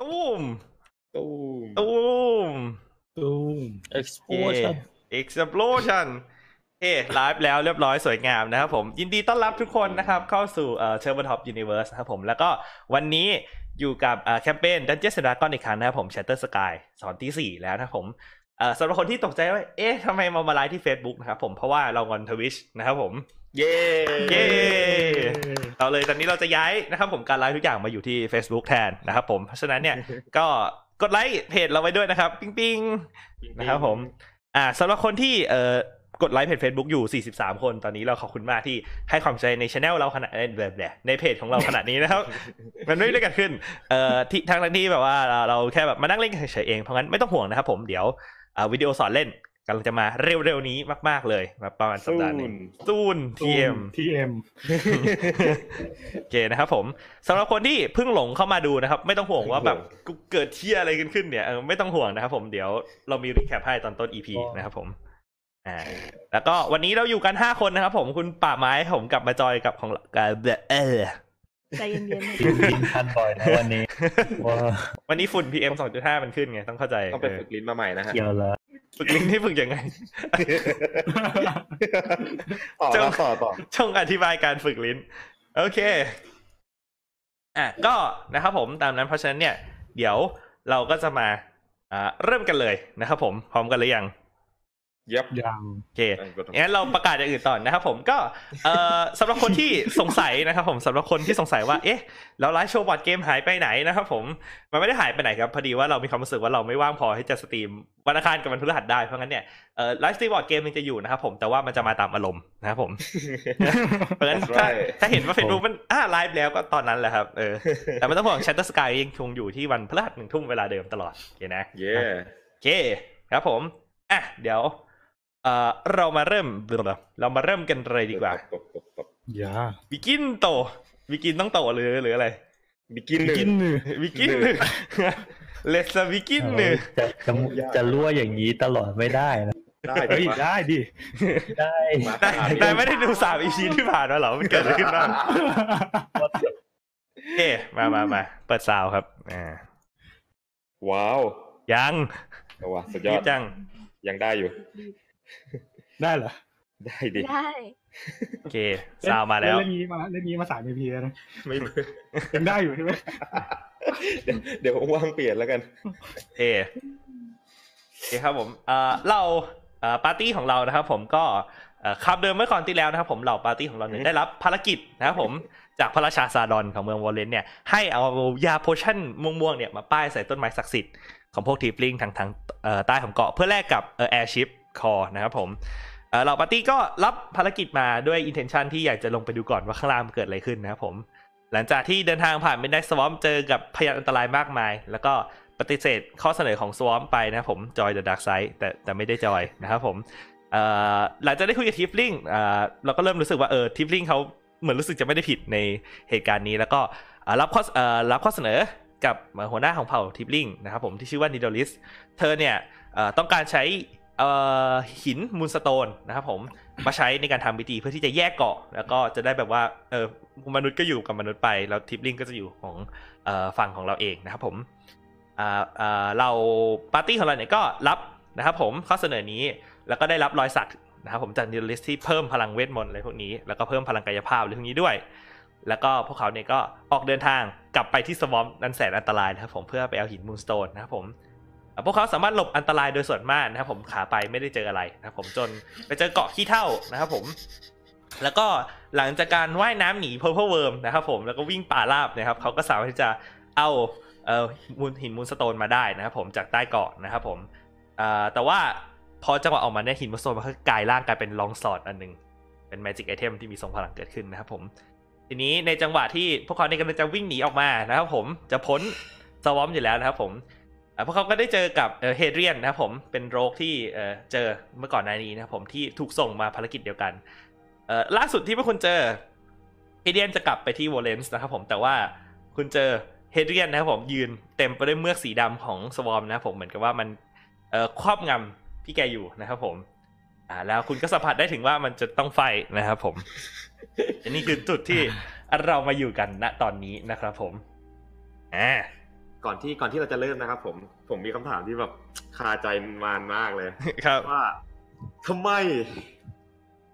ตูม ตู้ม ตูม ตูม explosion เอ็กซ์ o s ชันเฮ้ไลฟ์แล้วเรียบร้อยสวยงามนะครับผม ยินดีต้อนรับทุกคนนะครับ เข้าสู่เอ่อเชอร์บท็อปยูนิเวอร์สนะครับผม แล้วก็วันนี้อยู่กับเอ่อแคมเปญ Dungeons and Dragons อีกครั้งนะครับผม Shatter Sky สอนที่ 4 แล้วนะครับผมเอ่อสำหรับคนที่ตกใจว่า เอ๊ะทำไมมามาไลฟ์ที่ Facebook นะครับผมเพราะว่าเรางอนทวิชนะครับผม เย้ เย้ เราเลยตอนนี้เราจะย้ายนะครับผมการไลฟ์ทุกอย่างมาอยู่ที่ Facebook แทนนะครับผมเพราะฉะนั้น เนี่ยก็กดไลค์เพจเราไว้ด้วยนะครับปิ๊งปิ๊งๆ นะครับผม อ่าสำหรับคนที่เอ่อกดไลค์เพจ Facebook อยู่ 43 คนตอนนี้เราขอบคุณมากที่ให้ความใจในช anel เราขนาดแบบแบบในเพจของเราขนาดนี้ นะครับ มันไม่ได้เกันขึ้นเอ่อที่ทางที่แบบว่าเราเราแค่แบบมานั่งเล่นกันเฉยๆเองเพราะงั้นไม่ต้องห่วงนะครับผมเดี๋ยวอ่าวิดีโอสอนเล่นกำลังจะมาเร็วๆนี้มากๆเลยมาประมาณสัป ตู้ ดาห์หนึ ม งซูน TM ทีเอ็ม โอเคนะครับผมสำหรับคนที่เพิ่งหลงเข้ามาดูนะครับ ไม่ต้องห่วงว่าแบบกูเกิดเที่ยอะไรกันขึ้นเนี่ยเออไม่ต้องห่วงนะครับผมเดี๋ยวเรามีรีแคปให้ตอนต้น EP นะครับผมอ่าแล้วก็วันนี้เราอยู่กัน 5 คนนะครับผมคุณป่าไม้ผมกับมาจอยกับของเอ่อเออ ใจเย็นๆ กินทันบ่อยนะวันนี้ว่า วันนี้ฝุ่น PM 2.5 มันขึ้นไง ต้องเข้าใจ ต้องไปฝึกลิ้นมาใหม่นะฮะ เกี่ยวแล้เออวฝึกลิงก์ที่ฝึกยังไง ต่อ เจ้า แล้วต่อต่อ ช่องอธิบายการฝึกลิ้น โอเค อ่ะก็นะครับผมตามนั้นเพราะฉะนั้นเนี่ย เดี๋ยวเราก็จะมาอ่าเริ่มกันเลยนะครับผมพร้อมกันหรือยัง ยับ ยัง โอเค งั้นเราประกาศอย่างอื่นต่อนะครับผมก็เอ่อสำหรับคนที่ สงสัยนะครับผมสำหรับคนที่สงสัยว่าเอ๊ะแล้วไลฟ์โชว์บอร์ดเกมหายไปไหนนะครับผมมันไม่ได้หายไปไหนครับพอดีว่าเรามีความรู้สึกว่าเราไม่ว่างพอที่จะสตรีมวันอังคารกับวันพฤหัสได้เพราะงั้นเนี่ยเอ่อไลฟ์สตรีมบอร์ดเกมมันจะอยู่นะครับผมแต่ว่ามันจะมาตามอารมณ์นะครับผม เพราะงั้นถ้าถ้าเห็นว่าเฟซบุ๊กมันอ่าไลฟ์แล้วก็ตอนนั้นแหละครับเออแต่ไม่ต้องห่วงชัตเตอร์สกายยังคงอยู่ที่วันพฤหัสหนึ่งทุ่มเวลาเดิมตลอดโอเคนะ เย้ โอเคครับผม อ่ะ เดี๋ยว เอ่อ เรามาเริ่ม เรามาเริ่มกันเลยดีกว่า ตบตบตบ อย่า วิกินโต วิกินต้องโตหรือหรืออะไร บิกินหนึ่ง กินหนึ่ง วิกิน หนึ่งเลสวิกินหนึ่ง จะจะจะรั่วอย่างนี้ตลอดไม่ได้นะ ได้ เฮ้ย ได้ ได้ดิได้ มา ได้ได้ไม่ได้ดูสามอีพีที่ผ่านมาเหรอ มันเกิดอะไรขึ้น บ้างโอเค มามามา เปิดซาวครับ อ่า ว้าว ยัง เอาว่ะสุดยอ รี ด บจัง ยังได้อยู่ ได้เหรอ ได้ดิ ได้ โอเค ซาวมาแล้ว เล่นนี้มาเล่นนี้มาสามพีแล้วนะ ไม่ ยังได้อยู่ใช่ไหม เดี๋ยวเดี๋ยวผมว่างเปลี่ยนแล้วกัน เอโอเคครับผมเอ่อเราเอ่อปาร์ตี้ของเรานะครับ ผมก็เอ่อคำเดิมเมื่อก่อนที่แล้วนะครับ ผมเหล่าปาร์ตี้ของเราเนี่ย อืม ได้รับภารกิจนะครับผมจากพระราชาซาดอนของเมืองวอลเลนเนี่ยให้เอายาโพชั่นม่วงๆเนี่ยมาป้ายใส่ต้นไม้ศักดิ์สิทธิ์ของพวกทีฟลิงทางทางเอ่อใต้ของเกาะเพื่อแลกกับเอ่อแอร์ชิพคอนะครับผมเอ่อเหล่าปาร์ตี้ก็รับภารกิจมาด้วยอินเทนชันที่อยากจะลงไปดูก่อนว่าข้างล่างมันเกิดอะไรขึ้นนะครับผม หลังจากที่เดินทางผ่านไม่ได้สวอมเจอกับพยานอันตรายมากมาย แล้วก็ปฏิเสธข้อเสนอของสวอมไปนะครับผมจอยเดอะดักไซด์แต่แต่ไม่ได้จอยนะครับผมเอ่อหลังจากได้คุยกับทิฟลิงเอ่อเราก็เริ่มรู้สึกว่าเออทิฟลิงเขาเหมือนรู้สึกจะไม่ได้ผิดในเหตุการณ์นี้ แล้วก็เอ่อรับข้อเอ่อรับข้อเสนอกับหัวหน้าของเผ่าทิฟลิงนะครับผมที่ชื่อว่านิโดลิส เธอเนี่ยเอ่อต้องการใช้เอ่อหินมูลสโตนนะครับผมมาใช้ในการทำพิธีเพื่อที่จะแยกเกาะ แล้วก็จะได้แบบว่าเออมนุษย์ก็อยู่กับมนุษย์ไป แล้วทิปลิงก็จะอยู่ของเอ่อฝั่งของเราเองนะครับผมอ่าอ่าเราปาร์ตี้ของเราเนี่ยก็รับนะครับผมข้อเสนอนี้แล้วก็ได้รับรอยสักนะครับผมจากนิลิสที่เพิ่มพลังเวทมนต์อะไรพวกนี้แล้วก็เพิ่มพลังกายภาพอะไรพวกนี้ด้วย แล้วก็พวกเขาเนี่ยก็ออกเดินทางกลับไปที่สวอมนันแสนอันตรายนะครับผมเพื่อไปเอาหินมูลสโตนนะครับผม อ่ะพวกเขาสามารถหลบอันตรายโดยส่วนมากนะครับผมขาไปไม่ได้เจออะไรนะครับผมจนไปเจอเกาะขี้เท่านะครับผม แล้วก็หลังจากการว่ายน้ำหนี Purple Worm นะครับผมแล้วก็วิ่งป่าราบนะครับเขาก็สามารถที่จะเอาเอ่อมูลหินมูลสโตนมาได้นะครับผมจากใต้เกาะนะครับผมอ่าแต่ว่าพอจังหวะออกมาเนี่ยหินมูลสโตนมันก็กลายร่างกลายเป็นลองสอดอันหนึง เป็นแมจิกไอเทมที่มีทรงพลังเกิดขึ้นนะครับผม ทีนี้ในจังหวะที่พวกเขาเนี่ยกำลังจะวิ่งหนีออกมานะครับผมจะพ้นสวอมอยู่แล้วนะครับผม อ่ะพวกเขาก็ได้เจอกับเอ่อเฮเดรียนนะครับผมเป็นโรคที่เอ่อเจอเมื่อก่อนหน้านี้นะครับผมที่ถูกส่งมาภารกิจเดียวกันเอ่อล่าสุดที่พวกคุณเจอเฮเดรียนจะกลับไปที่วอลเลนส์นะครับผมแต่ว่าคุณเจอเฮเดรียนนะครับผมยืนเต็มไปด้วยเมือกสีดำของสวอมนะครับผมเหมือนกับว่ามันเอ่อครอบงำพี่แกอยู่นะครับผมอ่าแล้วคุณก็สัมผัสได้ถึงว่ามันจะต้องไฟนะครับผม อันนี้คือจุดที่เรามาอยู่กันณตอนนี้นะครับผมอ่า ก่อนที่ก่อนที่เราจะเริ่มนะครับ ผมผมมีคำถามที่แบบคาใจมานมากเลย ครับ ว่าทำไม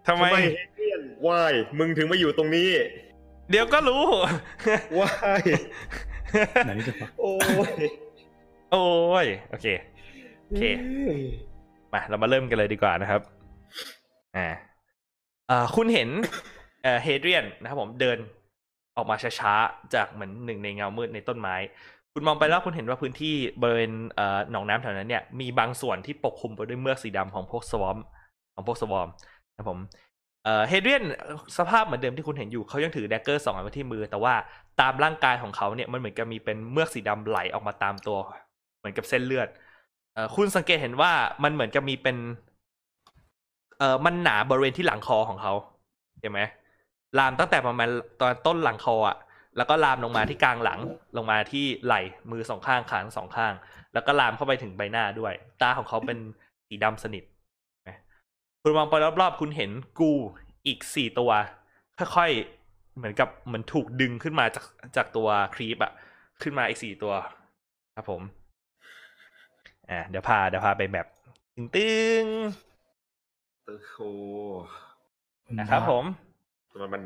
ทำไม เฮเลียนวายมึงถึงมาอยู่ตรง นี้ เดี๋ยวก็รู้ วาย ไหนจะฟัง โอ้ย โอ้ยโอเค โอเค มาเรามาเริ่มกันเลยดีกว่านะครับ อ่าเอ่อคุณเห็นเอ่อเฮเดรียนนะครับผมเดินออกมาช้าๆ จากเหมือนหนึ่งในเงามืดในต้นไม้ คุณมองไปแล้วคุณเห็นว่าพื้นที่บริเวณเอ่อหนองน้ำแถวนั้นเนี่ยมีบางส่วนที่ปกคลุมไปด้วยเมือกสีดำของพวกสวอมของพวกสวอมนะครับผมเอ่อเฮเดรียนสภาพเหมือนเดิมที่คุณเห็นอยู่เขายังถือแดกเกอร์สองอันไว้ที่มือ แต่ว่าตามร่างกายของเขาเนี่ยมันเหมือนกับมีเป็นเมือกสีดำไหลออกมาตามตัว เหมือนกับเส้นเลือด เอ่อคุณสังเกตเห็นว่ามันเหมือนจะมีเป็น เอ่อมันหนาบริเวณที่หลังคอของเขาเห็นไหมลามตั้งแต่ประมาณตอนต้นหลังคออะแล้วก็ลามลงมาที่กลางหลังลงมาที่ไหล่มือสองข้างขาทั้งสองข้าง แล้วก็ลามเข้าไปถึงใบหน้าด้วย ตาของเขาเป็นสีดำสนิทเห็นไหมคุณมองไปรอบๆ คุณเห็นกูอีกสี่ตัว ค่อยๆ เหมือนกับเหมือนถูกดึงขึ้นมาจากจากตัวครีปอะขึ้นมาอีกสี่ตัวครับผม อ่ะเดี๋ยวพาเดี๋ยวพาไปแบบตึงตึง โอ้ ๆนะครับผม มันมัน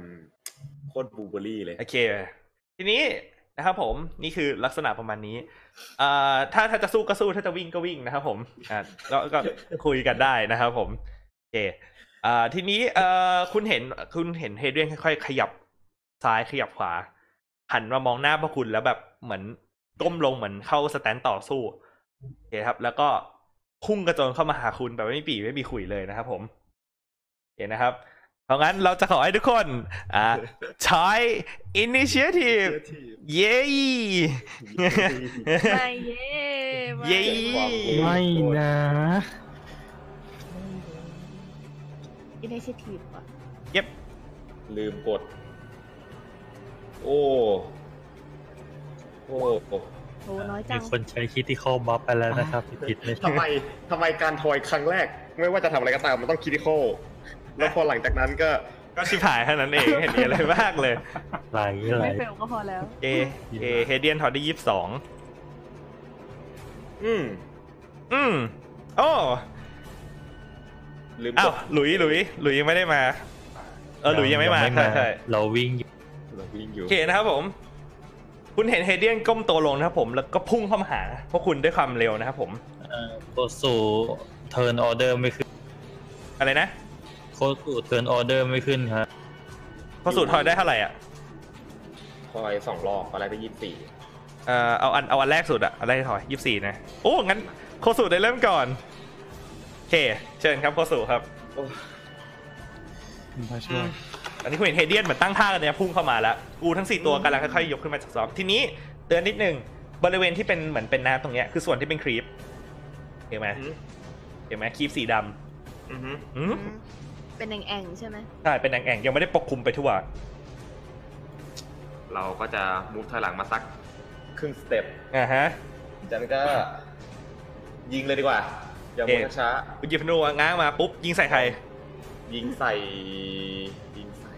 โคตรบูเบอรี่เลย โอเค ทีนี้นะครับผมนี่คือลักษณะประมาณนี้เอ่อถ้าถ้าจะสู้ก็สู้ถ้าจะวิ่งก็วิ่งนะครับผมอ่ะแล้วก็คุยกันได้นะครับผมโอเคเอ่อทีนี้เอ่อคุณเห็นคุณเห็นเฮเดรียนค่อยๆ ขยับซ้ายขยับขวา หันมามองหน้าพระคุณแล้วแบบเหมือนก้มลงเหมือนเข้าสแตนด์ต่อสู้โอเคครับ แล้วก็พุ่งกระโจนเข้ามาหาคุณแบบไม่มีปีไม่มีขุยเลยนะครับ ผมโอเคนะครับ เพราะงั้นเราจะขอให้ทุกคนอ่า ใช้ initiative เย้ ไปเย่ไป เย้ ไม่นะ อินิเชทีฟว่ะ เย็บ ลืมกด โอ้โอ้ โหน้อยจั มี ง คนใช้คิดที่คอมบัฟไปแล้วนะครับที่ผิดไม่ใช่ ทำไมทำไมการทอยครั้งแรก ไม่ว่าจะทำอะไรก็ตามมันต้องคิดที่โคแล้วพอหลังจากนั้นก็ ก็ชิบหายเท่านั้นเองเห็นมีอะไรมากเลย ไหลไหล ไม่เฟลก็พอแล้ว เอเอเฮเดียนทอดได้ยี่สิบสอง อืม อืมโอ้ ลืม อ้าก ว ด หลุยหลุยหลุยยังไม่ได้มา เออหลุยยังไม่มาใช่ใช่ เราวิ่งอยู่ เราวิ่งอยู่ โอเคนะครับผม คุณเห็นเฮเดียนก้มตัวลงนะครับผมแล้วก็พุ่งเข้ามาหาพวกคุณด้วยความเร็วนะครับผม โคสูเทิร์นออเดอร์ไม่ขึ้น อะไรนะ โคสูเทิร์นออเดอร์ไม่ขึ้นครับ พอสูตรทอยได้เท่าไหร่อ่ะ ทอยสองรอบตอนแรกได้ยี่สิบสี่ เออเอาอันเอาอันแรกสุดอ่ะอันแรกทอยยี่สิบสี่นะโอ้งั้นโคสูตรได้เริ่มก่อนโอเค เชิญครับโคสูตรครับ โอ้ คุณพระช่วย อันนี้คุณเห็นเฮเดียนเหมือนตั้งท่ากันเนี่ยพุ่งเข้ามาแล้วกูทั้งสี่ตัวกำลังค่อยๆยกขึ้นมาจากซ้อมทีนี้เตือนนิดนึงบริเวณที่เป็นเหมือนเป็นน้ำตรงเนี้ยคือส่วนที่เป็นครีปเห็นไหม อืม เห็นไหมครีปสีด อืม ำอืม เป็นแองแองๆใช่ไหม ใช่เป็นแอ่งๆยังไม่ได้ปกคลุมไปทั่ว เราก็จะมูฟถอยหลังมาสักครึ่งสเต็ป อ่าฮะ จากนั้นก็ ยิงเลยดีกว่า อย่า โอ มู เค ฟช้า คุณหยิบธนูง้างมาปุ๊บยิงใส่ใคร ๆยิงใส่ ยิงใส่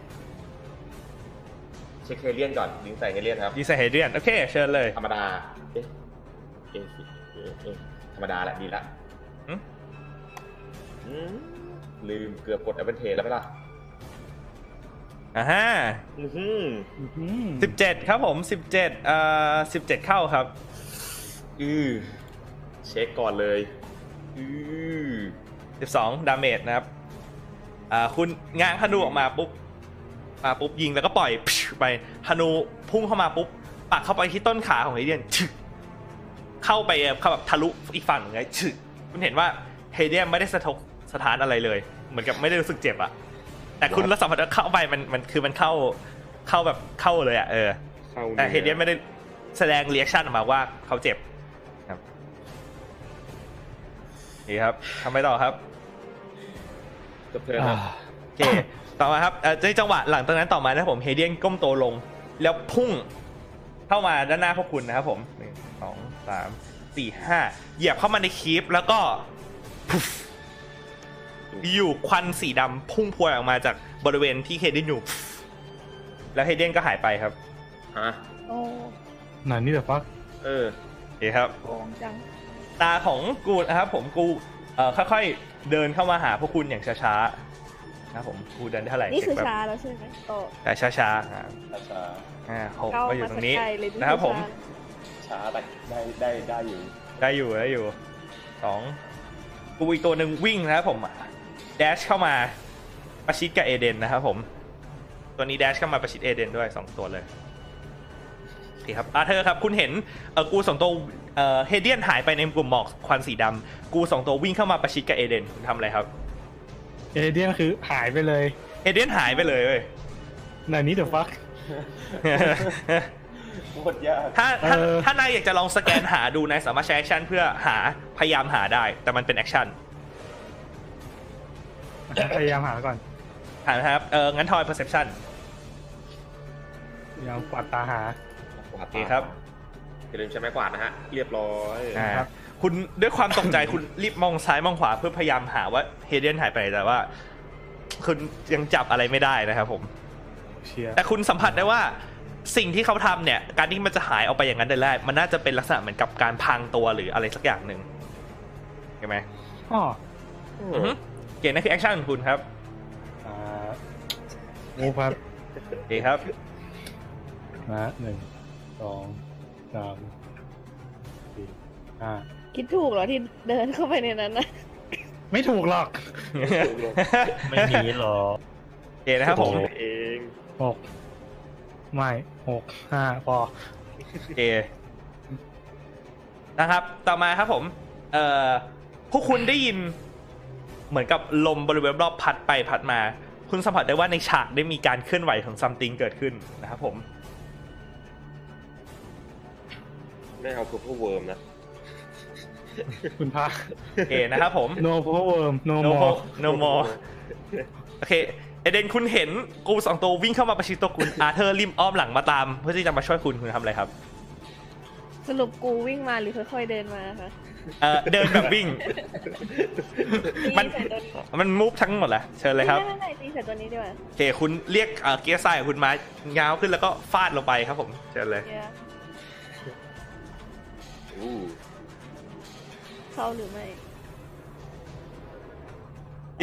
เช็คเฮเลียนก่อนยิงใส่เฮเลียนครับ ยิงใส่เฮเดียนโอเคเชิญเลย ธรรมดา เอ๊ะเอ๊ะเอ๊ะเอ๊ะธรรมดาแหละดีละ อืม อืมลืมเกือบกดแอปเปิลเทแล้วไหมล่ะ อ่าฮะ อือหือ สิบเจ็ดครับผมสิบเจ็ดเอ่อสิบเจ็ดเข้าครับ อือเช็คก่อนเลย อือ สิบสองดาเมจนะครับอ่าคุณง้างธนูออกมาปุ๊บมาปุ๊บยิงแล้วก็ปล่อย ไปธนูพุ่งเข้ามาปุ๊บปักเข้าไปที่ต้นขาของเฮเดียน เข้าไปเข้าแบบทะลุอีกฝั่งหนึ่งไงฉึก คุณเห็นว่าเฮเดียมไม่ได้สะทกสถานอะไรเลย เหมือนกับไม่ได้รู้สึกเจ็บอะแต่คุณรัศมีเข้าไปมันมันคือมันเข้าเข้าแบบเข้าเลยอะเออ เข้า แต่เฮเดียมไม่ได้แสดงเรีแอคชั่นออกมาว่าเขาเจ็บครับนี่ครับทำไมต่อครับ จบเทิร์นครับ โอเค ต่อมาครับเอ่อในจังหวะหลังจากนั้นต่อมานะครับผมเฮเดียนก้มตัวลง แล้วพุ่งเข้ามาด้านหน้าพวกคุณนะครับผมหนึ่งสองสามสี่ห้าเหยียบเข้ามาในคลิปแล้วก็ puff อยู่ควันสีดำพุ่งพวยออกมาจากบริเวณที่เฮเดียนอยู่ puff แล้วเฮเดียนก็หายไปครับ ฮะ โอ้ ไหนนี่แต่ฟัก เออ เอะครับ โกงจัง ตาของกูนะครับผมกูเอ่อค่อยๆเดินเข้ามาหาพวกคุณอย่างช้าๆนะครับผมกูเดินได้เท่าไหร่ นี่คือ เช็ ช้า แป๊บ แล้วใช่ไหมโตะ แต่ช้าๆอ่า ช้า อ่าผม เข้า ก็อยู่ มา ตร สัก งนี้ ไกลเลยนี่อ นะครับผม ช้า ๆช้าแต่ได้ได้ได้อยู่ ได้อยู่ได้อยู่สองกูอีกตัวหนึ่งวิ่งนะครับผมแดชเข้ามาประชิดกับเอเดนนะครับผม ตัวนี้แดชเข้ามาประชิดเอเดนด้วยสองตัวเลยโอเคครับอาเธอร์ครับคุณเห็นเออกูสองตัวเออเฮเดียนหายไปในกลุ่มหมอกควันสีดำกูสองตัววิ่งเข้ามาประชิดกับเอเดนคุณทำอะไรครับ เอเดียนคือหายไปเลย เอเดนหายไปเลยเว้ย ไหนนี้เดี๋ยวฟัก โคตรยาก ถ้าถ้า เออ ถ้านายอยากจะลองสแกนหาดูนายสามารถใช้แอคชั่นเพื่อหาพยายามหาได้ แต่มันเป็นแอคชั่น พยายามหาก่อน หานะครับเอองั้นทอย perception พยายามปัดตาหา กวาด โอเคครับ อย่าลืมใช้ไม้กวาดนะฮะ เรียบร้อย อ่า ครับ คุณด้วยความตกใจ คุณรีบมองซ้ายมองขวาเพื่อพยายามหาว่าเฮเดียนหายไปไหนแต่ว่า คุณยังจับอะไรไม่ได้นะครับผม เชียร์ แต่คุณสัมผัสได้ว่าสิ่งที่เขาทำเนี่ย การที่มันจะหายออกไปอย่างนั้นได้แรกมันน่าจะเป็นลักษณะเหมือนกับการพังตัวหรืออะไรสักอย่างหนึ่งใช่ไหม อ๋อ อือฮึเก่งนั่นคือแอคชั่นของคุณครับ อ่าโอ้ครับ โอเคครับ นะหนึ่งสองสามสี่ห้า คิดถูกเหรอที่เดินเข้าไปในนั้นนะ ไม่ถูกหรอก ไม่หนีหรอก โอเคนะครับผม โอ้ เอง หกไม่หกห้าพ อ โอเคนะครับ ต่อมาครับผม เอ่อพวกคุณได้ยิน เหมือนกับลมบริเวณรอบพัดไปพัดมา คุณสัมผัสได้ว่าในฉากได้มีการเคลื่อนไหวของซัมติงเกิดขึ้นนะครับผม ไม่เอาคือพวกเวิร์มนะ คุณพระ โอเคนะครับผม no problem no no more more no more โอเคเอเดนคุณเห็นกูสองตัววิ่งเข้ามาประชิดตัวคุณ อาเธอร์ริมอ้อมหลังมาตาม เพื่อที่จะมาช่วยคุณคุณทำอะไรครับ สรุปกูวิ่งมาหรือค่อยๆเดินมาคะ เอ่อเดินแบบวิ่ง มัน ตีใส่ตัวนี้ มันมูฟทั้งหมดแหละเชิญเลยครับ ไม่ไม่ไม่ตีใส่ตัวนี้ดีกว่า โอเค คุณเรียกเอ่อเกียร์ไซด์ของคุณมาง้าวขึ้นแล้วก็ฟาดลงไปครับผมเชิญเลย เดี๋ยว อู้ เข้าหรือไม่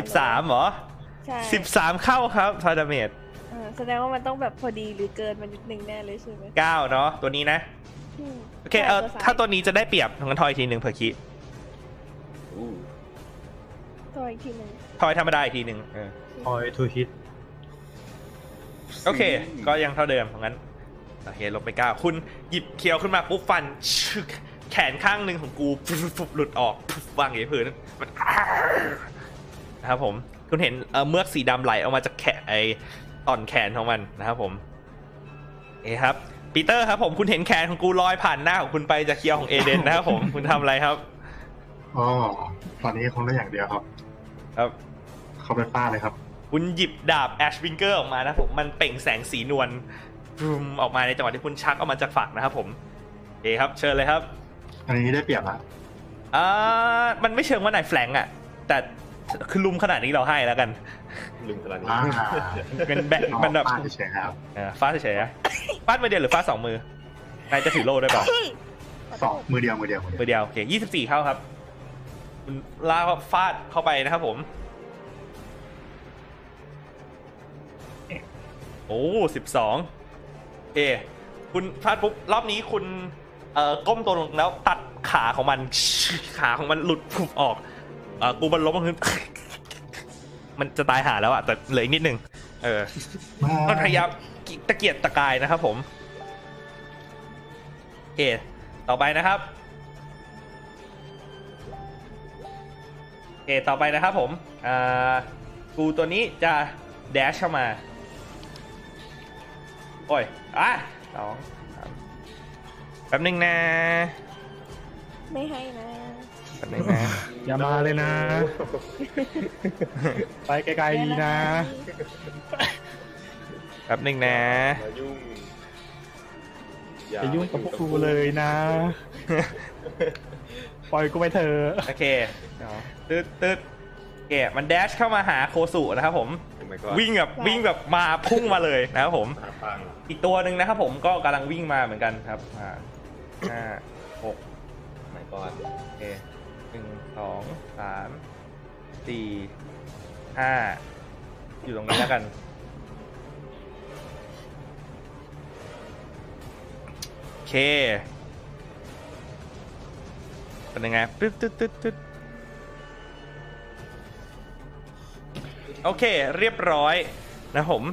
13เหรอ ใช่ 13 เข้าครับทาดาเมจ เออแสดงว่ามันต้องแบบพอดีหรือเกินมานิดนึงแน่เลยใช่ไหม 9เนาะตัวนี้นะ ม โอเคเออ ใช่ ถ้าตัวนี้จะได้เปรียบทางกันทอยอีกทีหนึ่งเผื่อคิ อู้ ตัวอีกทีหนึ่ง ทอยธรรมดาอีกทีหนึ่งเออ คอยทูฮิต โอเค ก็ยังเท่าเดิมงั้นโอเคลบไปเก้าคุณหยิบเคียวขึ้นมาปุ๊บฟันชึกแขนข้างหนึ่งของกูปุ๊บหลุดออกปุ๊บวางอยู่ที่พื้นมันนะครับผมคุณเห็นเอ่อเมือกสีดำไหลออกมาจากแขนไอต่อนแขนของมันนะครับผมเอะครับปีเตอร์ครับผมคุณเห็นแขนของกูลอยผ่านหน้าของคุณไปจากเคียวของเอเดนนะครับผมคุณทำอะไรครับ อ๋อตอนนี้คงได้อย่างเดียวครับ ครับ เขาเป็นป้าเลยครับ คุณหยิบดาบแอชวิงเกอร์ออกมานะครับผมมันเปล่งแสงสีนวลพรึมออกมาในจังหวะที่คุณชักออกมาจากฝักนะครับผมโอเคครับ เชิญเลยครับ อันนี้ได้เปรียบละ อ่ามันไม่เชิงว่านายแฝงอะแต่คือลุมขนาดนี้เราให้แล้วกัน ลืมขนาดนี้ อ่า เป็นแบบมันแบบ ป้าเฉยๆครับ เออฟาดเฉยๆอะฟาดมือเดียวหรือฟาดสองมือนายจะถือโล่ด้วยเปล่า สองมือเดียวมือเดียวมือเดียว มือเดียวโอเคยี่สิบสี่เข้าครับคุณลากฟาดเข้าไปนะครับผม โอ้สิบสอง เอ คุณพลาดปุ๊บ รอบนี้คุณ เอ่อ ก้มตัวลงแล้วตัดขาของมัน ขาของมันหลุดพุบออกเอ่อกูมันล้มลงพื้น มันจะตายหาแล้วอะแต่เหลืออีกนิดนึง เออ มันพยายามตะเกียกตะกายนะครับผม โอเค ต่อไปนะครับ โอเค ต่อไปนะครับผม อ่า กูตัวนี้จะแดชเข้ามา โอ้ย อ่ะสองสามแป๊บนึงนะ ไม่ให้นะ แป๊บนึงนะ อย่ามาเลยนะ ไปไกลๆดีนะ แป๊บนึงนะ มายุ่ง จะยุ่งกับพวกกูเลย นะ ปล่อยกูไปเถอะ โอเคตึ๊ดตึ๊ดโอเค มันแดชเข้ามาหาโคสุนะครับผมวิ่งวิ่งแบบ ว้าว วิ่งแบบมาพุ่งมาเลยนะครับผม หาฟัง อีกตัวหนึ่งนะครับผมก็กำลังวิ่งมาเหมือนกันครับ อ่าห้าหก ก่อน โอเคหนึ่งสองสามสี่ห้าอยู่ตรงนี้แล้วกัน โอเค เป็นยังไงตึ๊ดตึ๊ดตึ๊ดตึ๊ดโอเค เรียบร้อยนะผม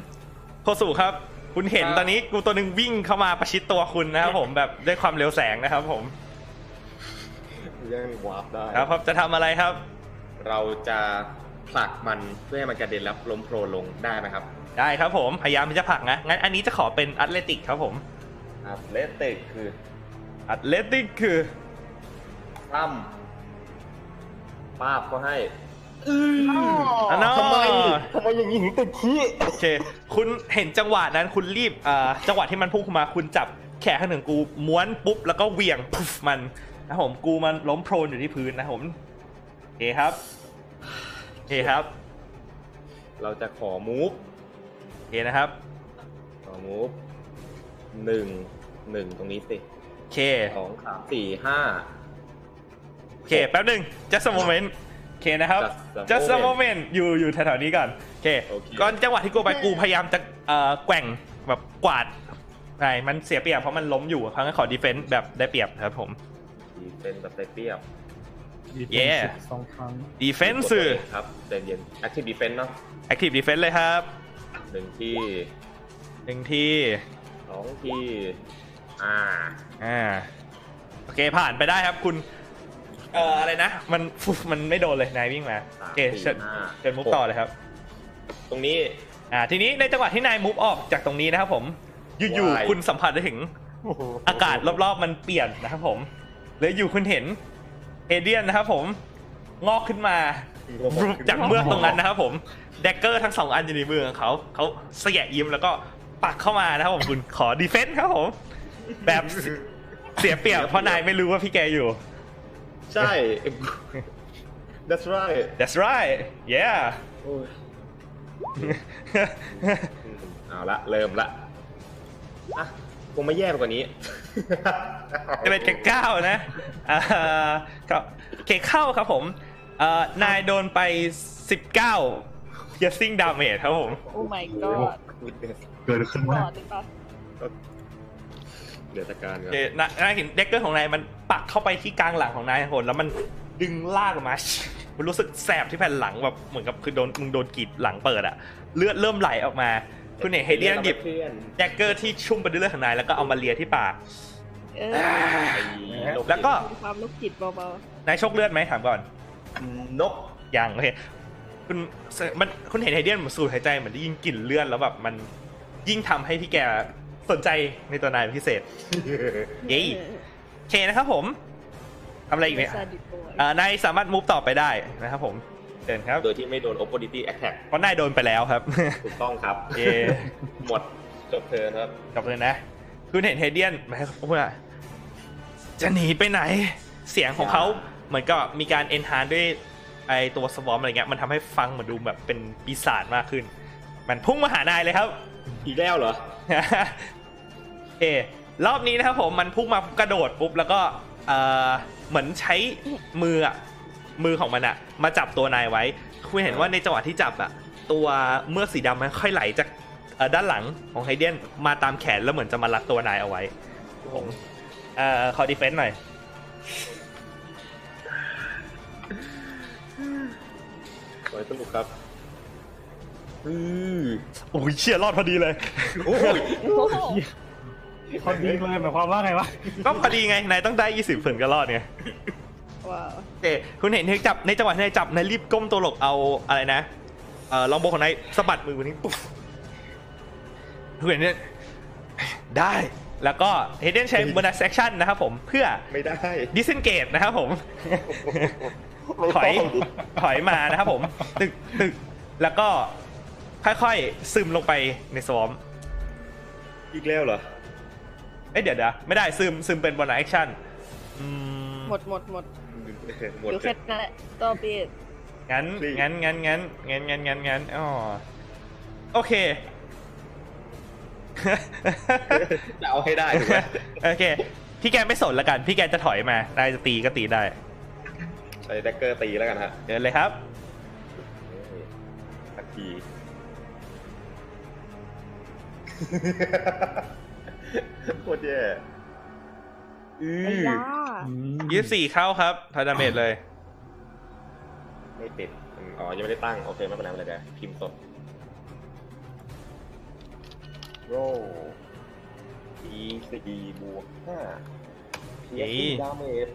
โคสุครับ คุณเห็นตอนนี้กูตัวหนึ่งวิ่งเข้ามาประชิดตัวคุณนะครับผมแบบด้วยความเร็วแสงนะครับผม ยังวาร์ปได้ ครับครับจะทำอะไรครับ เราจะผลักมันเพื่อให้มันกระเด็นแล้วล้มโคลนลงได้ไหมครับ ได้ครับผม พยายามที่จะผลักนะ งั้นอันนี้จะขอเป็นแอตเลติกครับผม อัเลติกคือ แอตเลติกคือ ปั้มป้าบก็ให้ อ๋อ ทำไมทำไมอย่างนี้ถึงติดขี้ โอเค คุณเห็นจังหวะนั้นคุณรีบอ่าจังหวะที่มันพุ่งเข้ามาคุณจับแขนข้างหนึ่งกูม้วนปุ๊บ แล้วก็เหวี่ยงพุฟมันนะครับผมกูมันล้มโพรนอยู่ที่พื้นนะครับผมโอเคครับโอเคครับ เราจะขอมูฟ โอเคนะครับ ขอมูฟหนึ่งหนึ่งตรงนี้สิ โอเค สองสามสี่ห้า โอเคแป๊บหนึ่ง just a moment โอเคนะครับ just Just a a moment อยู่อยู่แถวๆนี้ก่อนโอเค โอเค ก่อนจังหวะที่กูไปกูพยายามจะเอ่อแกว่งแบบกวาดใช่มันเสียเปรียบเพราะมันล้มอยู่ครั้งนขอดีเฟนต์แบบได้เปรียบครับผม ดีเป็นแบบได้เปรียบ เย้ สองครั้ง ดีเฟนซ์สื่อ ครับใจเย็นแอคทีฟดีเฟนเนาะ active defense เลยครับ หนึ่งที่ หนึ่งที สองที่อ่า อ่าโอเคผ่านไปได้ครับคุณเอ่ออะไรนะ มันฟุ๊บมันไม่โดนเลยนายวิ่งมาโอเคเชิญ สามสี่ห้า เชิญมุกต่อเลยครับ ตรงนี้ อ่าทีนี้ในจังหวะที่นายมุฟออกจากตรงนี้นะครับผม อยู่ ว้าย ๆคุณสัมผัสได้ถึง อากาศรอบๆมันเปลี่ยนนะครับผมแล้วอยู่คุณเห็นเอเดียนนะครับผม งอกขึ้นมาจากเมือกตรงนั้นนะครับผม แดกเกอร์ทั้งสองอันอยู่ในมือของเขา เขาเสียยิ้มแล้วก็ปักเข้ามานะครับผมคุณขอดีเฟนต์ครับผม แบบเสียเสียเปรียบเพราะนายไม่รู้ว่าพี่แกอยู่ ใช่ that's right that's right yeah โอ้ยเอาละเริ่มละอ่ะคงไม่แย่ไปกว่านี้ จะเป็นแค่เก้านะอ่าครับโอเคเข้าครับผมเอ่อนายโดนไป 19 piercing damage ครับผม โอ้ my god เกินครึ่ง ต่ ว่า อหรือเปล่า เดี๋ยวจัดการกัน เอ่อนายนายเห็นเด็กเกอร์ของนายมันปักเข้าไปที่กลางหลังของนายโหนแล้วมันดึงลากออกมา มันรู้สึกแสบที่แผ่นหลังแบบเหมือนกับคือโดนมึงโดนกรีดหลังเปิดอะเลือดเริ่มไหลออกมา คุณเห็นเฮเลียนหยิบ เพื่อน แดกเกอร์ที่ชุ่มไปด้วยเลือดของนายแล้วก็เอามาเลียที่ปาก เออ ไอ้น แล้วก็ มีความลูกจิตเบาๆ นายโชคเลือดไหมถามก่อน นก ยังโอเคคุณมันคุณเห็นไฮเดียนเหมือนสูดหายใจเหมือนได้ยิงกลิ่นเลือดแล้วแบบมันยิ่งทำให้พี่แกสนใจในตัวนายเป็น พิเศษ เย้โอเคนะครับผมทำอะไรอีกเนี่ย Sadie boy อ่านายสามารถมูฟต่อไปได้นะครับผมเดินครับ โดยที่ไม่โดน opportunity attack เพราะนายโดนไปแล้วครับ ถูกต้องครับ เย หมดจบเธอครับ กลับเลยนะ คุณเห็นเฮเดียนไหมครับว่าจะหนีไปไหน เสียงของเขาเหมือนกับมีการเอนฮานด้วยไอตัวสวอมอะไรเงี้ยมันทำให้ฟังเหมือนดูแบบเป็นปีศาจมากขึ้น มันพุ่งมาหานายเลยครับ อีกแล้วเหรอ โอเครอบนี้นะครับผมมันพุ่งมากระโดดปุ๊บแล้วก็เอ่อเหมือนใช้มืออะมือของมันอะมาจับตัวนายไว้ คุณเห็นว่าในจังหวะที่จับอะตัวเมือกสีดำมันค่อยไหลจากเอ่อด้านหลังของไฮเดียนมาตามแขนแล้วเหมือนจะมารัดตัวนายเอาไว้ผมเอ่อขอดีเฟนต์หน่อย ไว้สนุกครับ อือ โอ้ยเชี่ยรอดพอดีเลย โอ้ย โอ้โห พอดีเลยหมายความว่าไงวะ ก็พอดีไงนายต้องได้ 20ผลก็รอดไง ว้าว เตะคุณเห็นเธอจับในจังหวะที่นายจับนายรีบก้มตัวหลบเอาอะไรนะเอ่อลองโบของนายสะบัดมือคนนี้ปุ๊บคุณเห็นเนี่ยได้แล้วก็เฮเดนใช้บนัสแอคชั่นนะครับผมเพื่อ ไม่ได้ ดิสเซนเกตนะครับผมถอยถอยมานะครับผม ตึกตึกแล้วก็ค่อยๆซึมลงไปในสวอม อีกแล้วเหรอ เอ้ยเดี๋ยวเดี๋ยวไม่ได้ซึมซึมเป็นบนัสแอคชั่นอืม หมดหมดหมด หมด อยู่แค่นั้นแหละต่อไป งั้น งั้น งั้น งั้น งั้น งั้น งั้น งั้น อ๋อ โอเค จะเอาให้ได้ถูกไหม โอเค พี่แกนไม่สนละกัน พี่แกนจะถอยมาได้จะตีก็ตีได้ ใช้แดกเกอร์ตีแล้วกันฮะ เดินเลยครับ นี่สักที โคตรแย่อื ไอ้ อย า ยี่สิบสี่เข้าครับทาดาเมจเลย ไม่ติดอืมอ๋อ ยังไม่ได้ตั้ง โอเค ไม่เป็นไรไม่เป็นไรเดี๋ยวพิมพ์สดโรดีสี่บวกห้าเพีย นี่ ร์ดาเมจ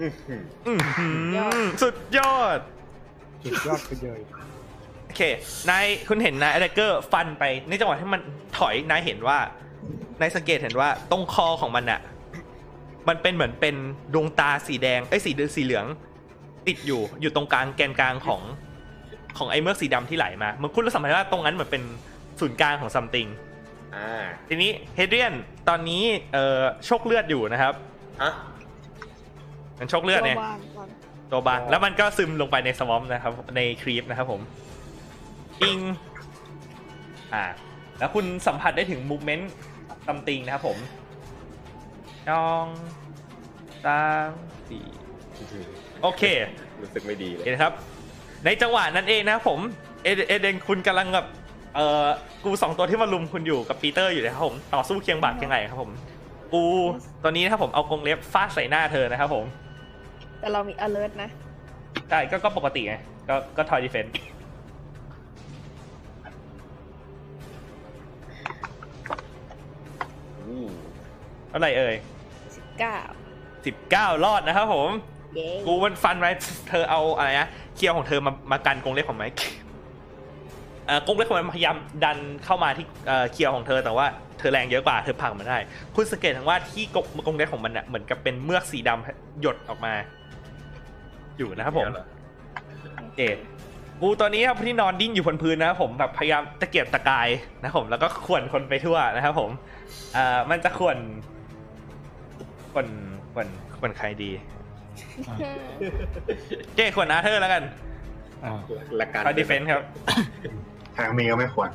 อื้อหือ อื้อหือสุดยอด สุดยอดไปเลย โอเค นาย คุณเห็นนายอเดเกอร์ฟันไป ในจังหวะที่มันถอย นายเห็นว่า นายสังเกตเห็นว่าตรงคอของมันอะมันเป็นเหมือนเป็นดวงตาสีแดง เอ้ยสีเดือสีเหลือง ติดอยู่ อยู่ตรงกลางแกนกลางของของไอ้เมือกสีดำที่ไหลมา มันคุณรู้สัมผัสว่าตรงนั้นเหมือนเป็นศูนย์กลางของซัมติง อ่า ทีนี้เฮเดรียน ตอนนี้ เอ่อ โชคเลือดอยู่นะครับ ฮะ มันโชคเลือดเนี่ย วางวาง ตัวบางแล้วมันก็ซึมลงไปในสวอมนะครับ ในครีปนะครับผมอิงอ่า แล้วคุณสัมผัสได้ถึงมูฟเมนต์ตำติงนะครับผมยองสามสี่โอเค รู้สึกไม่ดีเลย เห็นนะครับ ในจังหวะนั้นเองนะครับผมเอเดเอเดนคุณกำลังแบบเออกูสองตัวที่มาลุมคุณอยู่กับปีเตอร์อยู่นะครับผมต่อสู้เคียงบาดเคียงไหล่ครับผมกูตอนนี้นะครับผมเอากรงเล็บฟาดใส่หน้าเธอนะครับผม แต่เรามี alert นะ ใช่ก็ก็ปกติไงก็ก็ทอยดีเฟน อู้ เท่าไหร่เอ่ย 19 สิบเก้ารอดนะครับผม เย้ กูมันฟันไว้ เธอเอาอะไรนะเคียวของเธอมามากันกรงเล็บของไม้เอ่อกรงเล็บของมันพยายามดันเข้ามาที่เอ่อเคียวของเธอแต่ว่าเธอแรงเยอะกว่าเธอผลักมันได้ คุณสังเกตเห็นว่าที่กรงกรงเล็บของมันอ่ะเหมือนกับเป็นเมือกสีดำหยดออกมา อยู่นะครับผม เดี๋ยวเหอ เอดกูตอนนี้ครับที่นอนดิ้นอยู่บนพื้นนะครับผมแบบพยายามตะเกียบตะกายนะครับผมแล้วก็ข่วนคนไปทั่วนะครับผมเอ่อมันจะข่วนข่วนข่วนข่วนใครดีเจ้ข่วนอาเธอร์แล้วกัน อ่า ละกัน คอยดีเฟนส์ครับ ทางมีก็ไม่ควร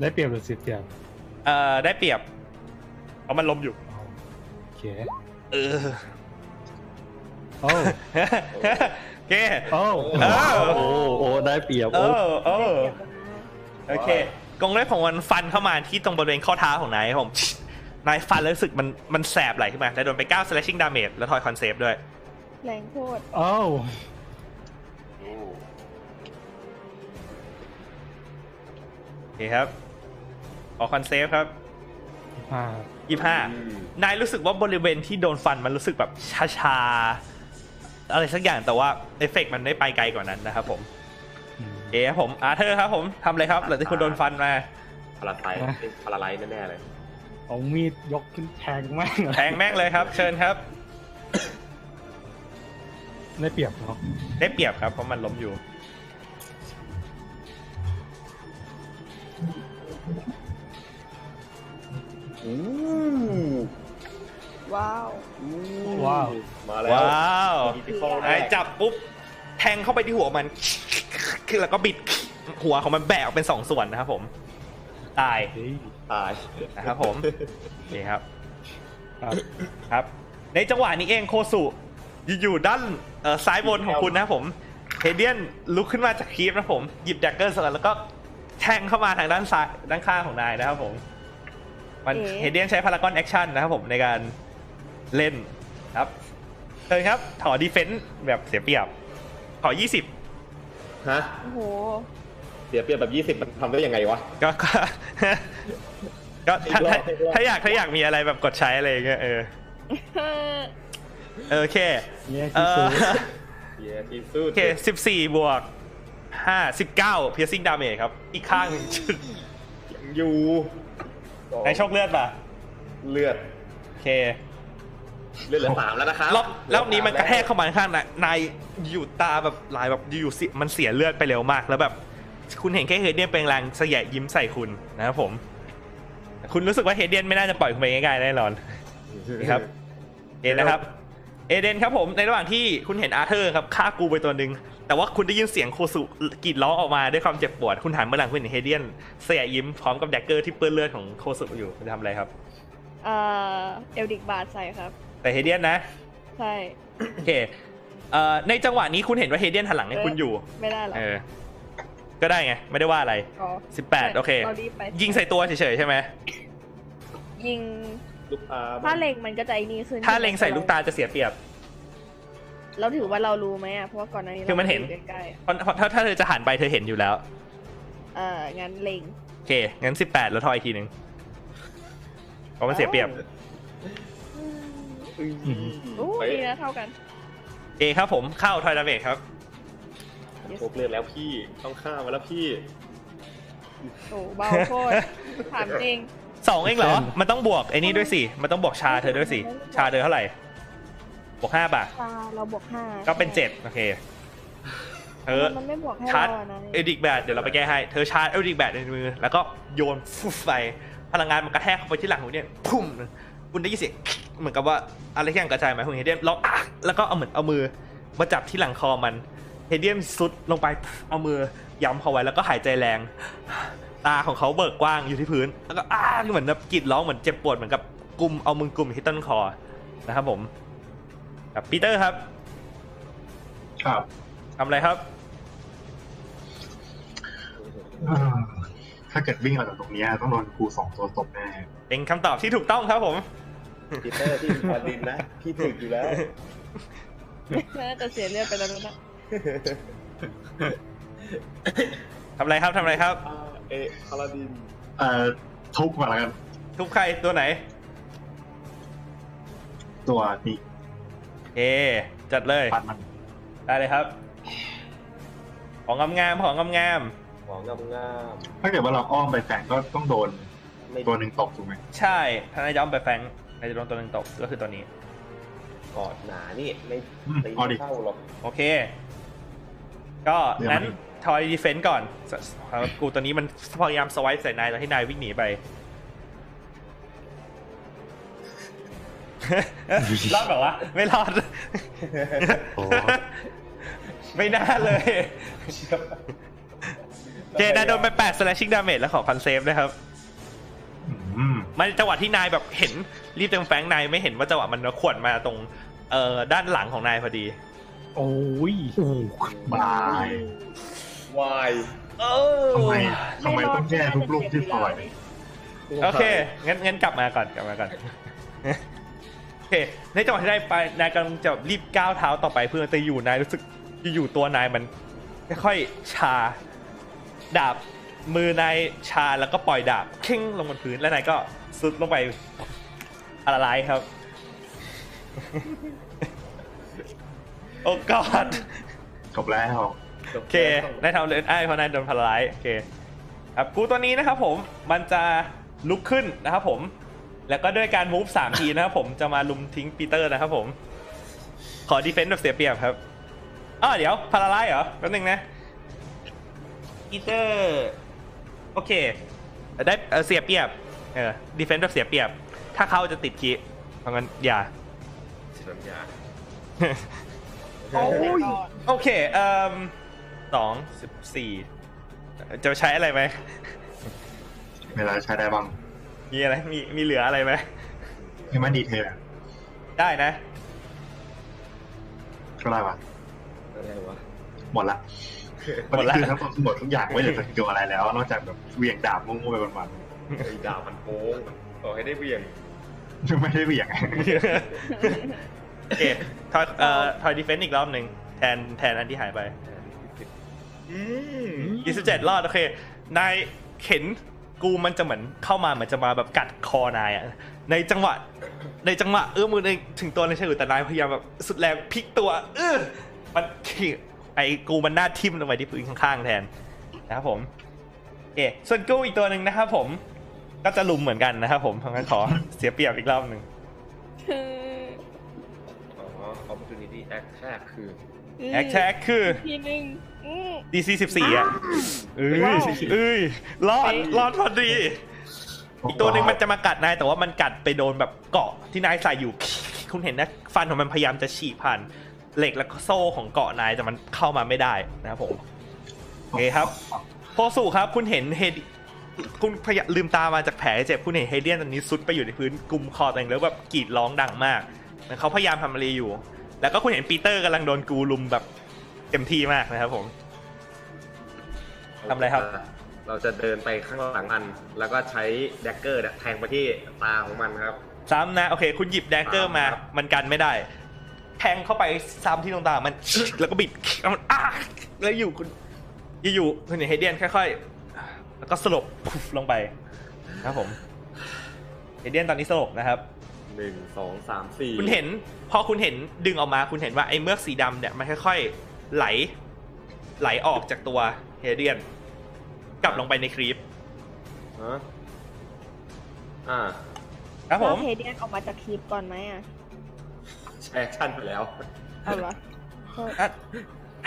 ได้เปรียบหรือเสียเปรียบ เอ่อได้เปรียบเพราะมันลมอยู่ อ๋อโอเค เออ โอ้ เจ้ โอ้ เออ โอ้โอ้ได้เปรียบ เอ โอ้ อเออ เดี๋ยวก่อนนะ โอเคกรงเล็บของมันฟันเข้ามาที่ตรงบริเวณข้อเท้าของนายครับผมนายฟันแล้วรู้สึกมันมันแสบไหลขึ้นมาแล้วโดนไป9 slashing damage แล้วทอยคอนเซฟด้วย แรงโคตร โอ้ อู้ โอเคครับ ขอคอนเซฟครับ อ่า ยี่ห้า อืม นายรู้สึกว่าบริเวณที่โดนฟันมันรู้สึกแบบชาชาๆอะไรสักอย่างแต่ว่าเอฟเฟกต์มันไม่ไปไกลกว่านั้นนะครับผม อืม โอเอครับผมอาร์เธอร์ครับผมทำเลยครับหลังจากคุณโดนฟันมา พาราไท นะ พาราไลท์แน่ๆเลย เอามีดยกขึ้นแทงแม่ง แทงแม่งเลยครับ เชิญครับ ได้เปรียบเนาะ ได้เปรียบครับ เพราะมันล้มอยู่ อู้ ว้าว ว้าว มาแล้ว ว้าว มีพิซซ่าแร นาย ก จับปุ๊บ แทงเข้าไปที่หัวมันคือแล้วก็บิดหัวของมันแบกออกเป็นสองส่วนนะครับผม ตาย เฮ้ย ตาย นะครับผมโอเคครับ ครับ ครับในจังหวะนี้เองโคสุอยู่ด้านเอ่อซ้ายบนของคุณนะครับผมเฮเดียนลุกขึ้นมาจากครีปนะครับผมหยิบแดกเกอร์สลัดแล้วก็แทงเข้ามาทางด้านซ้ายด้านข้างของนายนะครับผมมัน เอ๊ะ เฮเดียนใช้พารากอนแอคชั่นนะครับผมในการเล่นครับเชิญครับถอดีเฟนต์แบบเสียเปรียบขอ 20 ฮะ โอ้โห เสียเปรียบแบบ 20 มันทำได้ยังไงวะ ก็ก็ ก็ถ้าถ้า อีกรอบ ถ้าอยากถ้าอยากมีอะไรแบบกดใช้อะไรอย่างเงี้ยเออโอเค แย่ เอ ที่สุด อ เสียที่สุด โอเคสิบสี่บวกห้าสิบเก้า piercing damage ครับ อีกข้างหนึ่งจุด ยังอยู่ ในโชคเลือดป่ะ เลือด โอเค เลือดเหลือสามแล้วนะครับ รอบรอบนี้มันกระแทกเข้ามาข้างในนายอยู่ตาแบบลายแบบอยู่ๆเสียมันเสียเลือดไปเร็วมาก แล้วแบบ คุณเห็นแค่เฮเดียนเป็นแรงสยะยิ้มใส่คุณนะครับผม คุณรู้สึกว่าเฮเดียนไม่น่าจะปล่อยคุณไปง่ายๆแน่นอน ครับ เอเดนนะครับ เอเดนครับผม ในระหว่างที่คุณเห็นอาร์เธอร์ครับฆ่ากูไปตัวหนึ่ง แต่ว่าคุณได้ยินเสียงโคสุกรีดร้องออกมาด้วยความเจ็บปวด คุณหันมาหลังคุณเห็นเฮเดียนเสียยิ้มพร้อมกับแดกเกอร์ที่เปื้อนเลือดของโคสุอยู่คุณจะทำอะไรครับ เอ่อเอลดิกบาทใส่ครับ แต่เฮเดียนนะ ใช่ โอเคเอ่อในจังหวะนี้คุณเห็นว่าเฮเดียนหันหลังให้คุณอยู่ ไม่ได้หรอ เออ ก็ได้ไง ไม่ได้ว่าอะไร อ๋อ สิบแปดโอเค เรารีบไป ยิงใส่ตัวเฉยๆใช่ไหม ยิง ลูกตา ถ้าเล็งมันก็จะไอ้นี่ขึ้น ถ้าเล็งใส่ลูกตาจะเสียเปรียบ เราถือว่าเรารู้ไหมอ่ะเพราะว่าก่อนหน้านี้ คือมันเห็น ราอยู่ใกล้ๆอะ เพราะเพราะถ้าถ้าเธอจะหันไปเธอเห็นอยู่แล้ว เอ่องั้นเล็ง โอเค งั้นสิบแปดแล้วทอยอีกทีหนึ่งเพราะมันเสียเปรียบ อืม อู้ เฮ้ย ดีนะเท่ากัน เอครับผมเข้าทอยดาเมจครับ ครบเลือดแล้วพี่ต้องฆ่ามาแล้วพี่ โอ้เบาโคตรถามจริง สองเองเหรอ มันต้องบวกไอ้นี่ด้วยสิ มันต้องบวกชาเธอด้วยสิ ชาเธอเท่าไหร่ บวกห้าป่ะ ตาเราบวกห้า ก็เป็นเจ็ดโอเค เธอ มันไม่บวกให้ ชาร์จ เราอะนะ เอดิกแบดเดี๋ยวเราไปแก้ให้ เธอชาร์จเอดิกแบดในมือ แล้วก็โยนฟุบไป พลังงานมันกระแทกเข้าไปที่หลังของเนี่ยพุ่มคุณได้ยินเสียง เหมือนกับว่าอะไรที่อย่างกระจายไหมคุณเฮเดียมร้องอ่ะแล้วก็เอาเหมือนเอามือมาจับที่หลังคอมันเฮเดียมสุดลงไปเอามือย้ำเขาไว้แล้วก็หายใจแรง ตาของเขาเบิกกว้างอยู่ที่พื้น แล้วก็อ้าเหมือนแบบกรีดร้องเหมือนเจ็บปวดเหมือนกับกลุ่มเอามือกลุ่มที่ต้นคอนะครับผมครับปีเตอร์ครับ ครับ ทำอะไรครับ เอ่อถ้าเกิดวิ่งออกจากตรงเนี้ยต้องโดนครูสองตัวตบแน่ เป็นคำตอบที่ถูกต้องครับผม ปีเตอร์ที่พอลินนะ พี่ถึกอยู่แล้ว น่าจะเสียเลือดไปแล้วนะ ทำอะไรครับทำอะไรครับ อ่าเอะพาลาดิน เอ่อทุบก่อนแล้วกัน ทุบใครตัวไหน ตัวนี้ เอ จัดเลย ปัดมัน ได้เลยครับ ของงามๆของงาม ของงามงาม ถ้าเกิดว่าเราอ้อมไปแฝงก็ต้องโดน ๆไม่ ตัวหนึ่งตบถูกไหม ๆใช่ถ้านายจะเอาไปแฟงนายจะโดนตัวหนึ่งตกก็คือตัวนี้ กอดหนานี่ไม่ อืม ตี เอาดิ ไม่เข้าหรอก โอเค ก็ เดี๋ยว นั้น มัน ทอยดีเฟนต์ก่อนสสกูตัวนี้มันพยายามสวายใส่นายตอนที่นายวิ่งหนีไป รอดเหรอวะ ไม่รอด โอ้ ไม่น่าเลย เจนายโดนไป 8 slashing damage แล้วขอคอนเซฟด้วยครับ อืม มันจังหวะที่นายแบบเห็นรีบเต็มแฟงนายไม่เห็นว่าจังหวะมันขวนมาตรงเอ่อด้านหลังของนายพอดี โอ้ ย บาย วาย เออ ทำไมทำไมต้องแก้ทุกลูกที่ปล่อย โอเค งั้นงั้นกลับมาก่อนกลับมาก่อน โอเค ในจังหวะที่ได้ไปนายกำลังจะรีบก้าวเท้าต่อไปเพื่อจะอยู่นายรู้สึกอยู่ๆตัวนายมันค่อยๆชา ดาบมือนายชาแล้วก็ปล่อยดาบเข่งลงบนพื้นแล้วนายก็ซุดลงไปอะไรลายครับ โอ้กอด จบแล้ว โอ โอ เค เค นายทำเลนไอ้ายเพราะนายโดนพลายโอเค ครับกูตัวนี้นะครับผม มันจะลุกขึ้นนะครับผม แล้วก็ด้วยการมูฟสามทีนะครับผม จะมาลุมทิ้งปีเตอร์นะครับผม ขอดีเฟนต์แบบเสียเปรียบครับอ้อเดี๋ยวพลายเหรอ แป๊บนึงนะ ปีเตอร์ โอเค ได้เอ่อเสียเปรียบ เออ ดีเฟนต์แบบเสียเปรียบ ถ้าเขาจะติดคีเพราะงั้นอย่า สิบน้ำยา โอ้ย โอเคเอ่มสองสิบสี่จะใช้อะไรไหม เวลาใช้ได้บ้าง มีอะไร มี มีเหลืออะไรไหม นี่มันดีเทล ได้นะ เท่าไหร่วะ อะไรวะ หมดละ หมดละ นนี้คือทั้งหมดทุกอย่างไม่เหลือสักเกี่ยวอะไรแล้ว นอกจากแบบเหวี่ยงดาบมั่วๆไปวัน ไอ้ดาบมันโป้งต่อให้ได้เบี่ยง ๆไม่ได้เหวี่ยง โอเคทอยเอ่อทอยดีเฟนต์อีกรอบหนึ่งแทน แทนอันที่หายไป อืม ยี่สิบเจ็ดรอดโอเค นายเห็นกูมันจะเหมือนเข้ามาเหมือนจะมาแบบกัดคอนายอะในจังหวะ ในจังหวะเอื้อมมือในถึงตัวนายใช่หรือแต่นายพยายามแบบสุดแรงพลิกตัว เออมันขี่ไอ้กูมันหน้าทิ่มลงไปที่พื้นข้างๆแทนนะครับผมโอเคส่วนกูอีกตัวหนึ่งนะครับผม ก็จะลุมเหมือนกันนะครับผมเพราะงั้นขอ เสียเปรียบอีกรอบหนึ่ง อ๋อ opportunity act แรกคือ แอคแท็กคือ ทีหนึ่งอื้อ DC 14อ่ะเอ้ยเอ้ยรอดรอดพอดี อีกตัวหนึ่งมันจะมากัดนายแต่ว่ามันกัดไปโดนแบบเกาะที่นายใส่อยู่ คุณเห็นนะฟันของมันพยายามจะฉีกผ่านเหล็กแล้วก็โซ่ของเกาะนายแต่มันเข้ามาไม่ได้นะครับผมโอเคครับ โพสุครับคุณเห็นเฮด คุณพยาลืมตามาจากแผลเจ็บคุณเห็นเฮเลียนตอนนี้ซุดไปอยู่ในพื้นกลุมคอตัวเองแล้วแบบกรีดร้องดังมากแล้วเขาพยายามทำอะไรอยู่ แล้วก็คุณเห็นปีเตอร์กำลังโดนกูลุมแบบเต็มที่มากนะครับผม ทำอะไรครับ เราจะเดินไปข้างหลังมัน แล้วก็ใช้แดกเกอร์เนี่ยแทงไปที่ตาของมันครับ ซ้ำนะโอเค คุณหยิบแดกเกอร์มา ครับ มันกันไม่ได้ แทงเข้าไปซ้ำที่ดวงตามัน แล้วก็บิดแล้วมันอ้าแล้วอยู่คุณอยู่ๆคุณเห็นเฮเดียนค่อยๆ แล้วก็สลบ ปุ๊บลงไปนะครับผมเฮเดียนตอนนี้สลบนะครับ หนึ่งสองสามสี่ คุณเห็นพอคุณเห็นดึงออกมาคุณเห็นว่าไอ้เมือกสีดำเนี่ยมันค่อย ๆ ไหล ไหลออกจากตัวเฮเดียน กลับลงไปในครีป ฮะอ่า ครับผม เอาเฮเดียนออกมาจากคลิปก่อนไหมอ่ะ ใช้แอคชั่นไปแล้ว เอาเหรอโทษ อ่ะ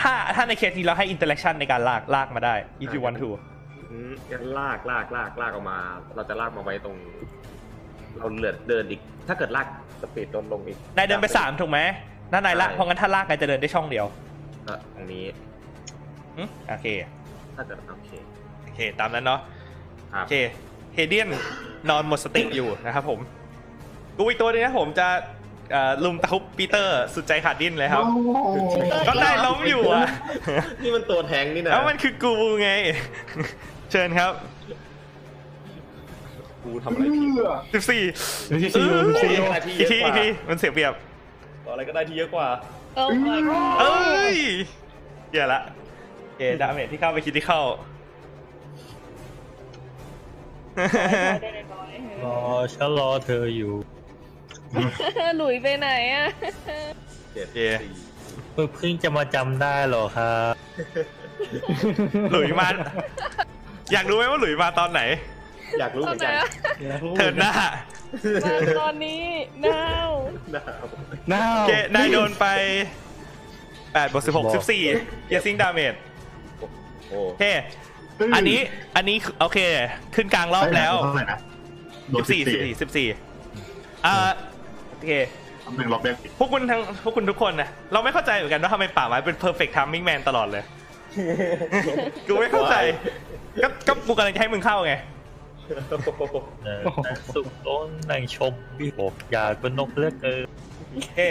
ถ้าถ้าในเคสนี้เราให้อินเตอร์แอคชั่นในการลากลากมาได้ if you want to อืมงั้นลากลากลากลากออกมา เราจะลากมาไว้ตรง เราเหลือเดินอีก ถ้าเกิดลากสปีดลดลงอีก นายเดินไปสามถูกไหมน่านายลาก ใช่ เพราะงั้นถ้าลากนายจะเดินได้ช่องเดียว อ่ะตรงนี้ อืมโอเค ถ้าเกิดโอเค โอเค ตามนั้นเนาะ ครั โอบ เค เฮเดียนนอนหมดสติอยู่นะครับผม กูอีกตัวหนึงนะผมจะเอ่อลุมตะคุบปีเตอร์สุดใจขาดดิ้นเลยครับ โอ้โห ก็ได้ล้มอยู่อ่ะ นี่มันตัวแทงนี่นะ แล้วมันคือกูไง เชิญครับ กูทำอะไรผิด สิบสี่ เดี๋ยวที่ซีโร่ อีก ซี ที โร่ อีกทีอีกทีมันเสียเปรียบ ต่ออะไรก็ได้ที่เยอะกว่า Oh my god เอ้ยเกียละเอดาเมจที่เข้าไปคิดที่เข้า ได้เลยน้อย รอฉันรอเธออยู่ เอ อหลุยไปไหนอ่ะ เจ็โอดเค สี่ เพิ่งจะมาจำได้เหรอครับ หลุยมา อยากรู้ไหมว่าหลุยมาตอนไหน อยากรู้เหมือนกัน ทำไมอะ เทิร์นหน้า มาตอนนี้ now นะครั น้า โอเคนายโดนไป8บวก บอก 16 14 อย่าซิงดาเมจ บโอ้ โอเค อันนี้ อันนี้คือโอเค ขึ้นกลางรอบแล้ว เท่าไหร่นะโดนสิบสี่ 14 14 14อ่าโอเค หนึ่งรอบแรกปิด พวกคุณทั้งพวกคุณทุกคนนะเราไม่เข้าใจเหมือนกันว่าทำไมป่าไม้เป็น perfect timing man ตลอดเลย กูไม่เข้าใจ ก็ก็กูกำลังจะให้มึงเข้าไง สุกต้นแห่งชมวิหกอยากเป็นนกเลือกเออ เอ้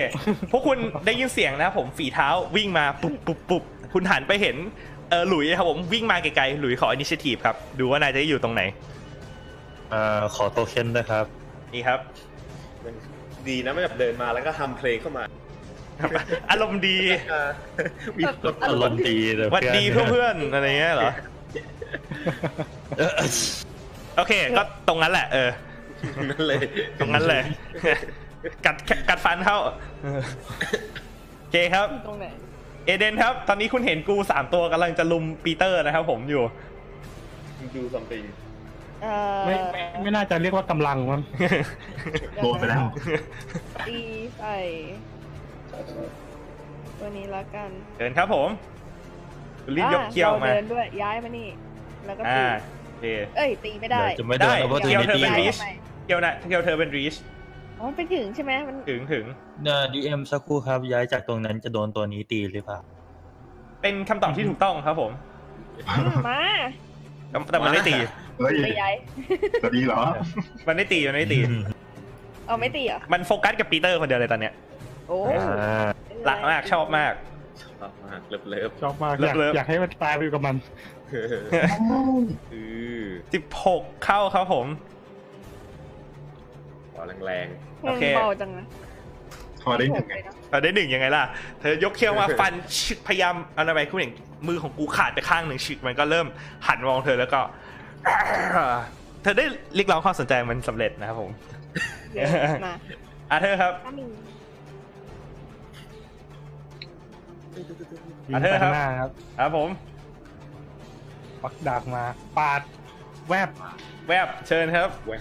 พวกคุณได้ยินเสียงนะครับผมฝีเท้าวิ่งมาปุ๊บปุ๊บปุ๊บคุณหันไปเห็นเออหลุยครับผมวิ่งมาไกลๆหลุยขออินิชทีฟครับ ดูว่านายจะอยู่ตรงไหน อ่า ขอโตเค็นนะครับ นี่ครับ ดีนะไม่แบบเดินมาแล้วก็ทำเพลงเข้ามา อารมณ์ดี อ่ามีคน อารมณ์ดีเลย หวัดดีเพื่อนๆอะไรเงี้ยเหรอ เออ โอเค ก็ตรงนั้นแหละ เออ นั่นเลย ตรงนั้นเลย กัดกัดฟันเข้าโอเคครับ อยู่ตรงไหน เอเดนครับ ตอนนี้คุณเห็นกูสามตัวกำลังจะลุมปีเตอร์นะครับผมอยู่ do something เอ่อ ไม่ไม่ไม่น่าจะเรียกว่ากำลังมั้ง โดนไปแล้ว ตีใส่ ตัวนี้ละกัน เดินครับผมรีบยกเขี้ยวมา อ่ะรเดินด้วย ย้ายมานี่ แล้วก็ตี อ่าโอเค เอ้ย ตีไม่ได้ จะไม่ได้เพราะ ดี๋ ตั ยว ธอ ไม่ดี ป็ ย้าย รี ทำไม เกี่ยวนะเกี่ยวเธอเป็นรีช อ๋อมันไปถึงใช่ไหมมัน ถึงถึง เนี่ยดีเอ็มสักครู่ครับ ย้ายจากตรงนั้นจะโดนตัวนี้ตีหรือเปล่า เป็นคำตอบที่ถูกต้องครับผม อ่ะมา แต่แต่มันไม่ตี เฮ้ย ไปย้าย จะดีเหรอ มันไม่ตีมันไม่ตี เอาไม่ตีเหรอ มันโฟกัสกับปีเตอร์คนเดียวเลยตอนเนี้ย โอ้ รักมากชอบมาก ชอบมากเลิฟเลิฟ ชอบมาก อยาก เลิฟๆ อยากให้มันตายไปอยู่กับมัน เออ 16 เข้าครับผม ขอแรง โอเค เบาจังนะ พอได้หนึ่งไง เอาได้หนึ่งยังไงล่ะ เธอยกเขี้ยวมาฟันชึกพยายามเอะไรไปคุณเห็นมือของกูขาดไปข้างหนึ่งชึกมันก็เริ่มหันมองเธอแล้วก็ เธอได้เรียกร้องความสนใจมันสำเร็จนะครับผม เยอะมา อาเธอร์ครับ ถ้ามี ยิ อ่ะ ง เธอ ไป ครับ ข้างหน้าครับ ครับผม ปักดาบมา ปาด แวบ แวบเชิญครับ ๆแวบ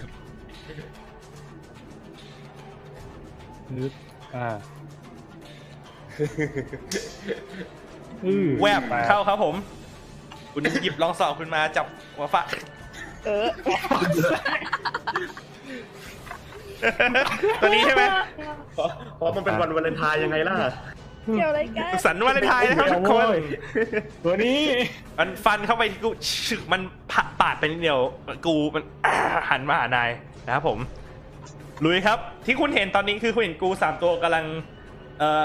นึกอ่า อื้อ แวบ ไป เข้าครับผม คุณหยิบรองสอบคุณมาจับหัวฟาด เออ ตัวนี้ใช่ไหม เพราะเพราะมันเป็นวันวาเลนไทน์ยังไงล่ะ เกี่ยวอะไรกัน สันวาเลนไทน์นะครับทุกคน เดี๋ยวเว้ย ตัวนี้ มันฟันเข้าไปที่กูฉึกมันผะปาดไปนิดเดียวกูมัน หันมาหานายนะครับผมลุยครับที่คุณเห็นตอนนี้คือคุณเห็นกูสามตัวกำลังเอ่อ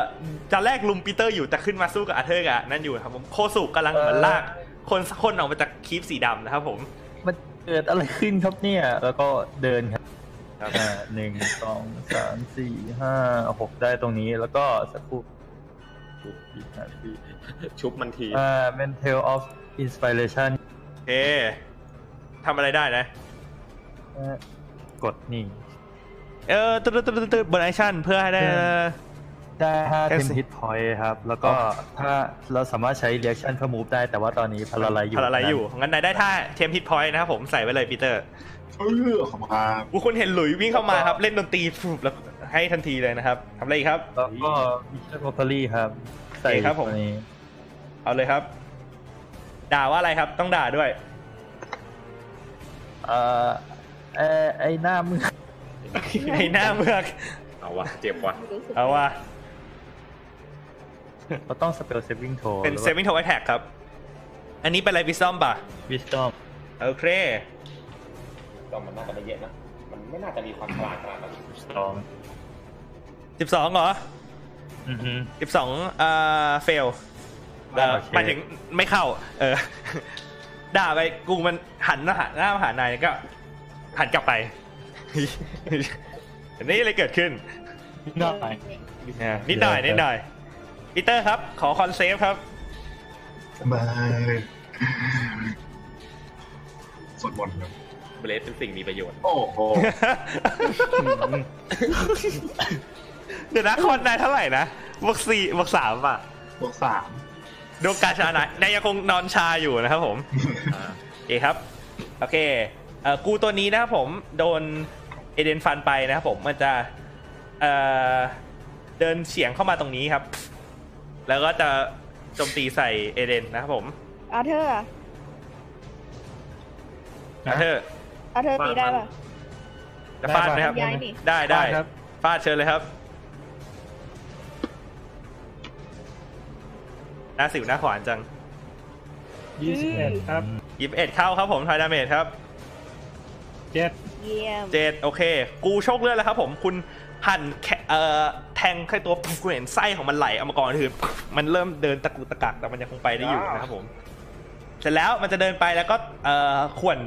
จะแรกลุมปีเตอร์อยู่แต่ขึ้นมาสู้กับอาเธอร์กับนั่นอยู่ครับผมโคสุกำลังเหมือนลาก คนสักคนออกมาจากคีบสีดำนะครับผม มันเกิดอะไรขึ้นครับเนี่ย แล้วก็เดินครับ ครับ อ่าหนึ่งสองสามสี่ห้าหกได้ตรงนี้แล้วก็สักครู่อีกห้าที ชุบมันที อ่า mental of inspiration โอเคทำอะไรได้นะ อ่ากดนี่ เออตึ๊ดตึ๊ดตึ๊ดตึ๊ดบนแอคชั่นเพื่อให้ได้ เออ ได้ห้า แค่ temp สิ hit point ครับ แล้วก็ถ้าเราสามารถใช้ reaction เพื่อ move ได้ แต่ว่าตอนนี้พลาไลอยู่ พาราไลซ์อยู่งั้นนายได้ท่าเทมฮิตพอยต์นะครับผมใส่ไว้เลยปีเตอร์ เออขอบคุณครับ กูคุณเห็นหลุยวิ่งเข้ามาครับ เล่นดนตรีฟูบแล้วให้ทันทีเลยนะครับทำอะไรอีกครับ แล้วก็ vision mockery ครับ ใส่ โอเคครับผม ตัวนี้ เอาเลยครับ ด่าว่าอะไรครับต้องด่า ด้วย เอ่อเอ่อไอหน้ามือ ในหน้าเมือก เอาวะ เจ็บวะ รู้สึก เอาว่า เราต้อง spell saving throw เป็นเซฟิงโทไอแท็กครับ อันนี้เป็นอะไรวิซอมป่ะ วิสตอม โอเค ก็มันน่าจะได้เยอะนะ มันไม่น่าจะมีความฉลาดขนาดนั้น วิสตอม 12เหรอ อือฮึ 12อ่าเฟล ได้โอเค หมายถึงไม่เข้า เออ ด่าไปกูมันหันหน้าหาหน้ามาหานายก็ หันกลับไป อันนี้อะไรเกิดขึ้น นิดหน่อย นิดหน่อยนิดหน่อยปีเตอร์ครับ ขอคอนเซฟ ครับ สบายสวดมนต์ครับ เบลสเป็นสิ่งมีประโยชน์ โอ้โห เดี๋ยวนะคอนนายเท่าไหร่นะบวกสี่บวกสามอ่ะ บวกสาม ดวงกาชานายนายยังคงนอนชาอยู่นะครับ ผม อ่า โอเคครับ โอเคเอ่อกูตัวนี้นะครับผมโดนเอเดนฟันไปนะครับผมมันจะเอ่อเดินเฉียงเข้ามาตรงนี้ครับ แล้วก็จะโจมตีใส่เอเดนนะครับผม อาเธอร์อะ อาเธอร์ อาเธอร์ตีได้ป่ะ จะฟาดไหมครับ ย้ายนี่ ได้ได้ ฟาดครับ ฟาดเชิญเลยครับ หน้าสิวหน้าขวานจัง ยี่สิบเอ็ดครับ ยิบเอ็ดเข้าครับผมทอยดาเมจครับ เจ็ด เยี่ยม เจ็ดโอเค กูโชคเลือดแล้วครับผมคุณหั่นแคเอ่อแทงแค่ตัวปุ๊บคุณเห็นไส้ของมันไหลเอามาก่อนคือปุ๊บมันเริ่มเดินตะกุกตะกักแต่มันยังคงไปได้อยู่นะครับผม เสร็จแล้วมันจะเดินไปแล้วก็เอ่อข่วน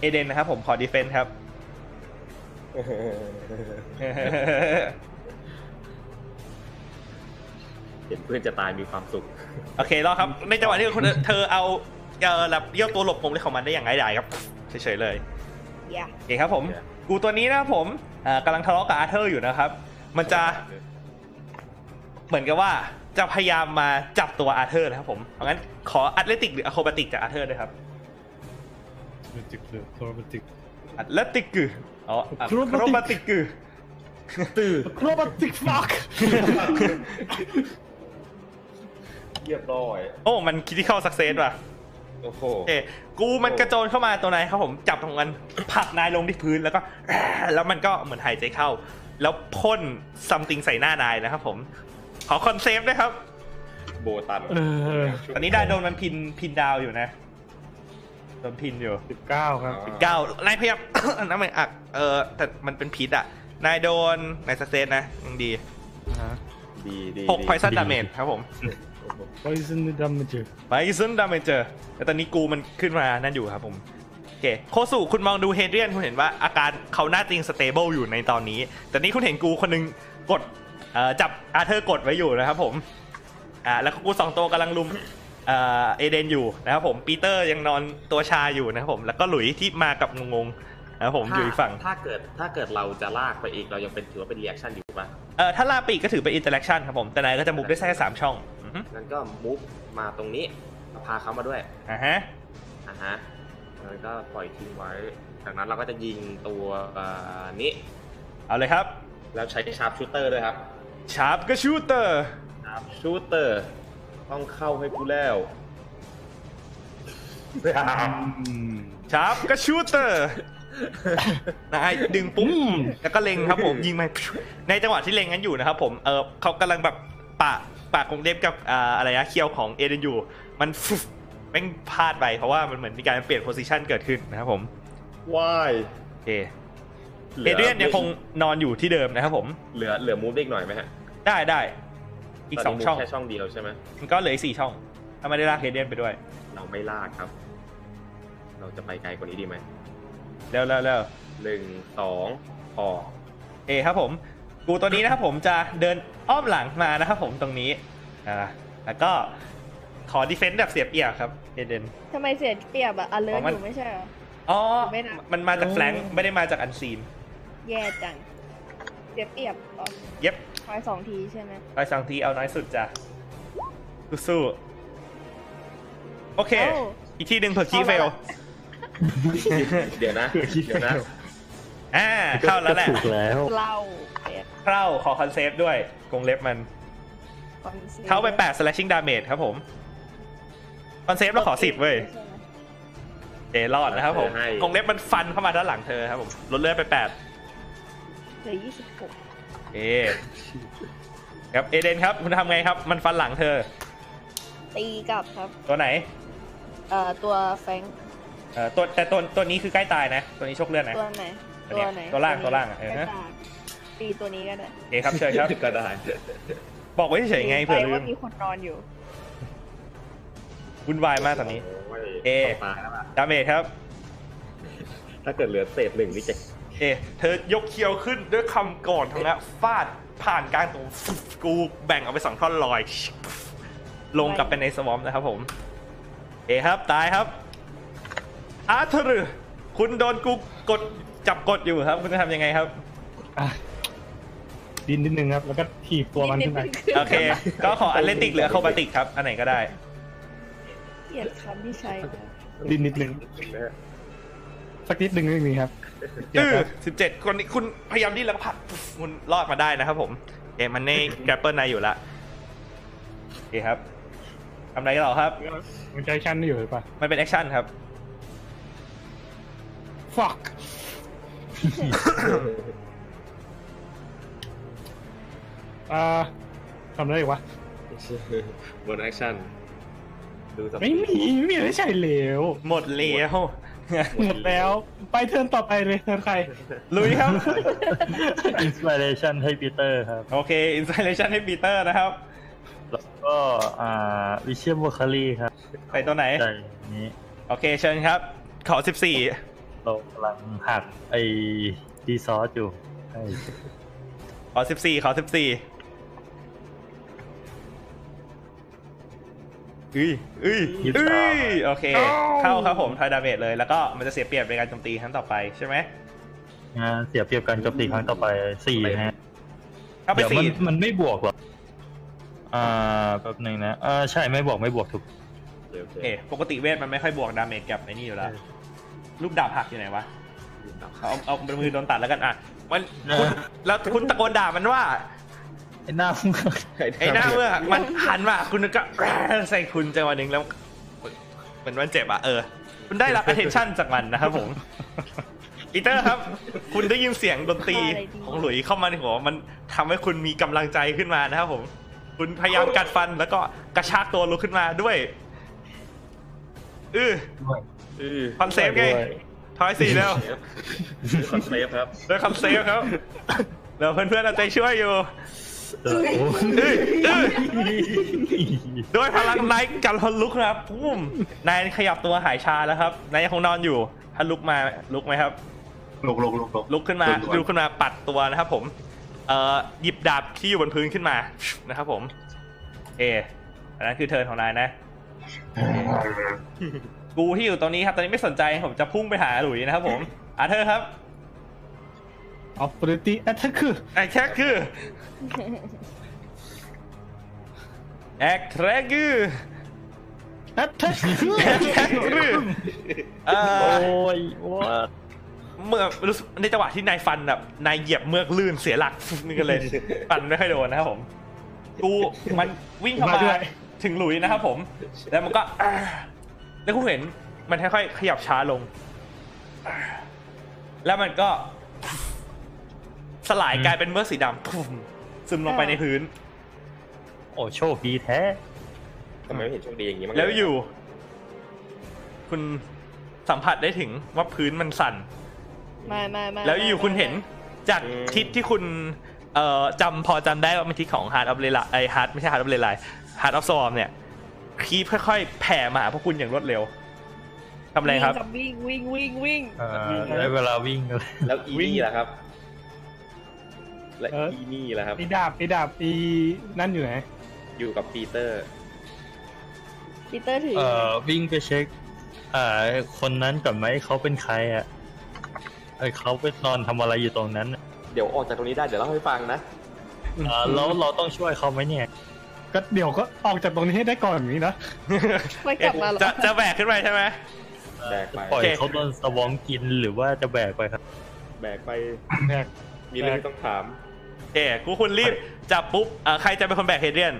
เอเดนนะครับผมขอดีเฟนต์ครับ เห็นเพื่อนจะตายมีความสุข โอเครอดครับ ในจังหวะที่คุณเธอเอาเอ่อแบบเยี่ยวตัวหลบผมเลยของมันได้อย่างง่ายดายครับเฉยๆเลย yeah โอเคครับผม กูตัวนี้นะครับผมเอ่อกำลังทะเลาะกับอาเธอร์อยู่นะครับ มันจะเหมือนกับว่าจะพยายามมาจับตัวอาเธอร์นะครับผมเอางั้นขอแอตเลติกหรืออะโครบติกจากอาเธอร์ด้วยครับ โรติกหรือโครติก แอตเลติกกืออ๋ออะ Acrobatic โครบติกกือ ตื่นโครบัติกฟัก เรียบร้อย โอ้มันคิดที่เข้าสักเซสว่ะ โอ้โห โอเคกูมันกระโจนเข้ามาตัวนายครับผมจับของมันผลักนายลงที่พื้นแล้วก็ แล้วมันก็เหมือนหายใจเข้า แล้วพ่นซัมติงใส่หน้านายนะครับผม ขอคอนเซฟด้วยครับ โบตัน เออ ตอนนี้ได้โดนมันพินพินดาวอยู่นะโดนพินอยู่ สิบเก้าครับ เก้านายพยายาม น้ำมันอักเออแต่มันเป็นพิษอ่ะ นายโดนนายสเตนนะยังดี ดีดี หก ดี ไพซันดาเมจครับผม poison damage ไบซันดาเมจเจอแต่ตอนนี้กูมันขึ้นมานั่นอยู่ครับผมโอเคโคสุคุณมองดูเฮเดรียนคุณเห็นว่าอาการเขาหน้าจริงสเตเบิลอยู่ในตอนนี้ แต่นี่คุณเห็นกูคนนึงกดเอ่อจับอาเธอร์กดไว้อยู่นะครับผมอ่าแล้วก็กูสองตัวกำลังลุมเอ่อเอเดนอยู่นะครับผมปีเตอร์ยังนอนตัวชาอยู่นะครับผมแล้วก็หลุยที่มากับงงๆนะครับผมอยู่อีกฝั่ง ถ้าเกิดถ้าเกิดเราจะลากไปอีกเรายังเป็นถือว่าเป็นเรียกชั่นอยู่ปะ เอ่อถ้าลาปีกก็ถือเป็นอินเตอร์แอคชั่นครับผมแต่นายก็จะบุกได้แค่สามช่องอือฮึ งั้นก็มุฟมาตรงนี้พาเขามาด้วย อ่าฮะ อ่ะฮะแล้วก็ปล่อยทิ้งไว้ จากนั้นเราก็จะยิงตัวเอ่อนี้ เอาเลยครับ แล้วใช้ชาร์ปชูเตอร์ด้วยครับ ชาร์ปก็ชูเตอร์ ชาร์ปชูเตอร์ ต้องเข้าให้กูแล้ว ชาร์ปก็ชูเตอร์ นายดึงปุ๊บแล้วก็เล็งครับผมยิงไปในจังหวะที่เล็งกันอยู่นะครับผมเออเขากำลังแบบปะ ปากของเดฟกับอ่าอะไรนะเคียวของเอเดนยูมันฟึบแม่งพลาดไปเพราะว่ามันเหมือนมีการเปลี่ยนโพซิชันเกิดขึ้นนะครับผม ว้าย โอเคเอเดรียนยังคงนอนอยู่ที่เดิมนะครับผม เหลือเหลือมูฟอีกหน่อยไหมฮะ ได้ได้อีกสองช่อง ตนนี้ move แค่ช่องเดียวใช่ไหม มันก็เหลืออีกสี่ช่องถ้าไม่ได้ลากเอเดรียนไปด้วย เราไม่ลากครับ เราจะไปไกลกว่านี้ดีไหม เร็วเร็วเร็ว หนึ่งสองพอ เอครับผมกูตัวนี้นะครับผมจะเดินอ้อมหลังมานะครับผมตรงนี้อ่าแล้วก็ขอดีเฟนต์แบบเสียเปรียบครับเอเดน ทำไมเสียเปรียบอะอเลิ อ๋ ร์ อมัน อยู่ไม่ใช่เหรอ อ๋อ ไม่นะ มันมาจากแฟลงก์ไม่ได้มาจากอันซีน แย่จัง เสียเปรียบตอน เย็บ คอยสองทีใช่ไหม ไปสังทีเอาน้อยสุดจ้ะสู้ๆโอเค โอ้ อีกที่หนึ่งเผื่อคีย์เฟล เอาละ เดี๋ยวนะ เผื่อคิด เดี๋ยวนะ อ่าเข้าแล้วแหละ ถูก แล้ว เราเปรียบ เข้าขอคอนเซฟด้วยกรงเล็บมัน คอนซล เข้าไปแปด slashing damage ครับผมคอนเซฟเราขอสิบเว้ย ใช่ไหม เจรอดนะครับผม เออให้ กรงเล็บมันฟันเข้ามาด้านหลังเธอครับผมลดเลือดไปแปด เหลือยี่สิบหก เอครับเอเดนครับคุณทำไงครับ มันฟันหลังเธอ ตีกลับครับ ตัวไหน เอ่อ ตัวแฟรงค์ เอ่อตัวแต่ตัวตัวนี้คือใกล้ตายนะ ตัวนี้โชคเลือดนะ ตัวไหน ตั ตัเนี้ว วย ไหน ตัวล่างตัวล่างอะเออ ไม่ ฮะ ต่างตีตัวนี้ก็ได้ โอเอครับเชิญครับ ก็ได้ บอกไว้เฉยๆไงเผื่อ ป ลื ว่าม มีคนนอนอยู่ วุ่นวายมากตอนนี้ โอ้ย เอ๊ะ ต้องตายแล้วล่ะ ดาเมจครับ ถ้าเกิดเหลือเศษหนึ่งนี่เจะ เอเธอยกเคียวขึ้นด้วยคำก่อนทั้งนั้นฟาดผ่านกลางตรงกูแบ่งเอาไปสองท่อนลอย ลงกลับไปในสวอมนะครับผม เอครับตายครับ อาร์เธอร์คุณโดนกูกดจับกดอยู่ครับ คุณจะทำยังไงครับ อ่ะดินนิดนึงครับ แล้วก็ถีบตัวมันขึ้นไป โอเค ก็ขออันเลติกหรือโครบติกครับ อันไหนก็ได้ เกลียดคำที่ใช้นะ ดินนิดนึง สักนิดนึงไม่มีครับเดี๋ยว ตื้อ ครับ สิบเจ็ดคนนี้คุณพยายามดิ้นแล้วก็ผลักปุ๊บคุณรอดมาได้นะครับผมเอมันในแกรปเปิลนายอยู่ละโอเคครับทำอะไรกันต่อครับ มันใช้ชั้นได้อยู่หรือเปล่า มันเป็นแอคชั่นครับ fuck อ่าทำได้อีกวะ บนแอคชั่น ดูสปีด ไม่มีไม่มีอะไรใช่แล้ว หมดแล้ว หมดแล้ว ไปเทิร์นต่อไปเลยเทิร์นใคร ลุยครับ อินสปิเรชันให้ปีเตอร์ครับ โอเคอินส i r เ t ชันให้ปีเตอร์นะครับ แล้วก็อ่าวิเชียมบุคลีครับ ไปตัวไหน ใจนี้ โอเคเชิญครับ ขอสิบสี่ เรากำลังหักไอ้ดีซอสอยู่ไอ้ ขอสิบสี่ขอสิบสี่อุ้ยอุ้ยอุ้ยโอเค เข้าครับผมทายดาเมจเลย แล้วก็มันจะเสียเปรียบในการโจมตีครั้งต่อไปใช่ไหม งานเสียเปรียบกันโจบตีครั้งต่อไปสี่ฮะ เข้าไป เดี๋ยวมั สี่ นมันไม่บวกหรออ่าแป๊บหนึ่งนะอ่าใช่ไม่บวกไม่บวกถูก โอเค เอะปกติเวทมันไม่ค่อยบวกดาเมจกับไอ้นี่อยู่แล้ว ลูกดาบหักอยู่ไหนวะ เอาเอามือโดนตัดแล้วกันอ่ะมันคุณแล้วคุณตะโกนด่ามันว่า ไอ้หน้า ไอ้หน้าเมื่อกมันหันมา คุณก็ ใส่คุณจังหวะหนึ่งแล้วเหมือนมันเจ็บอ่ะเออ คุณได้รับ attention จากมันนะครับผมปีเตอร์ครับ คุณได้ยินเสียงดนตรี อะไรดี ของหลุยเข้ามาในหัวมันทำให้คุณมีกำลังใจขึ้นมานะครับผม คุณพยายามกัดฟันแล้วก็กระชากตัวลุกขึ้นมาด้วยเออ อือ คอนเซปต์ไงทอยสี่แล้ว คอนเซปต์ครับ ด้วยคอนเซปต์ครับเดี๋ยวเพื่อนๆเอาใจช่วยอยู่ โอ้ย ดื้อดื้อด้วยพลังไลท์กันพลุกนะครับพุ่มนายขยับตัวหายชาแล้วครับนายยังคงนอนอยู่ถ้าลุกมาลุกไหมครับ ลงลงลงลง ลุกขึ้นมา ลุกครับ ลุกขึ้นมาปัดตัวนะครับผมเอ่อหยิบดาบที่อยู่บนพื้นขึ้นมานะครับผม เออันนั้นคือเทิร์นของ นายนะ กูที่อยู่ตรงนี้ครับตอนนี้ไม่สนใจผมจะพุ่งไปหาหลุยนะครับผมอาเธอร์ครับ opportunity attack คือ ไอ้แท็กคือแอคแท็กคือ attack คือ แอคแท็กคือเอ่ โอ้ อ ยโอ้ย เมื่อรู้สึกในจังหวะที่นายฟันแบบนายเหยียบเมือกลื่นเสียหลัก นี่ก็เลย ฟันไม่ค่อยโดนนะครับผมกูมันวิ่งเข้า มาด้ มา วย ถึงหลุยนะครับผม แล้วมันก็ อ่าแล้วกูเห็นมันค่อยๆขยับช้าลง อ่าแล้วมันก็ สลายกลายเป็นเมือกสีดำพุ่มซึมลงไปในพื้น โอ้โชคดีแท้ ทำไมไม่เห็นโชคดีอย่างนี้มั้าง แล้วอยู่ คุณสัมผัสได้ถึงว่าพื้นมันสั่น มามามา แล้วอยู่ มา คุณเห็น มา จากทิศที่คุณเอ่อจำพอจำได้ว่ามันทิศของฮาร์ดออฟเลไลไอฮาร์ดไม่ใช่ฮาร์ดออฟเลไลฮาร์ดออฟซอมเนี่ยคีบค่อยๆ แผ่มาหาพวกคุณอย่างรวดเร็วทำอะไร ครับ วิ่งวิ่งวิ่งวิ่ง เอ่อได้เวลาวิ่งแล้ว แล้วอีนี่ล่ะครับ และ เอออี อีนี่ล่ะครับ ไอ้ดาบไอ้ดาบไอ้นั่นอยู่ไหน อยู่กับปีเตอร์ ปีเตอร์ถือ เอ่อวิ่งไปเช็คเอ่อคนนั้นก่อนไหมเขาเป็นใครอ่ะเออเขาไปนอนทำอะไรอยู่ตรงนั้นอะ เดี๋ยวออกจากตรงนี้ได้เดี๋ยวเล่าให้ฟังนะ เอ่อแล้วเราต้องช่วยเขาไหมเนี่ย ก็เดี๋ยวก็ออกจากตรงนี้ให้ได้ก่อนอย่างนี้นะ ไม่กลับมาหรอ จะจะแบกขึ้นไปใช่ไหม แบกไป ปล่อย โอเค เขาโดนสวองกินหรือว่าจะแบกไปครับ แบกไป แบก มีเรื่องที่ต้องถาม โอเคกูคุณรีบจับปุ๊บเอ่อใครจะเป็นคนแบกเฮเดียน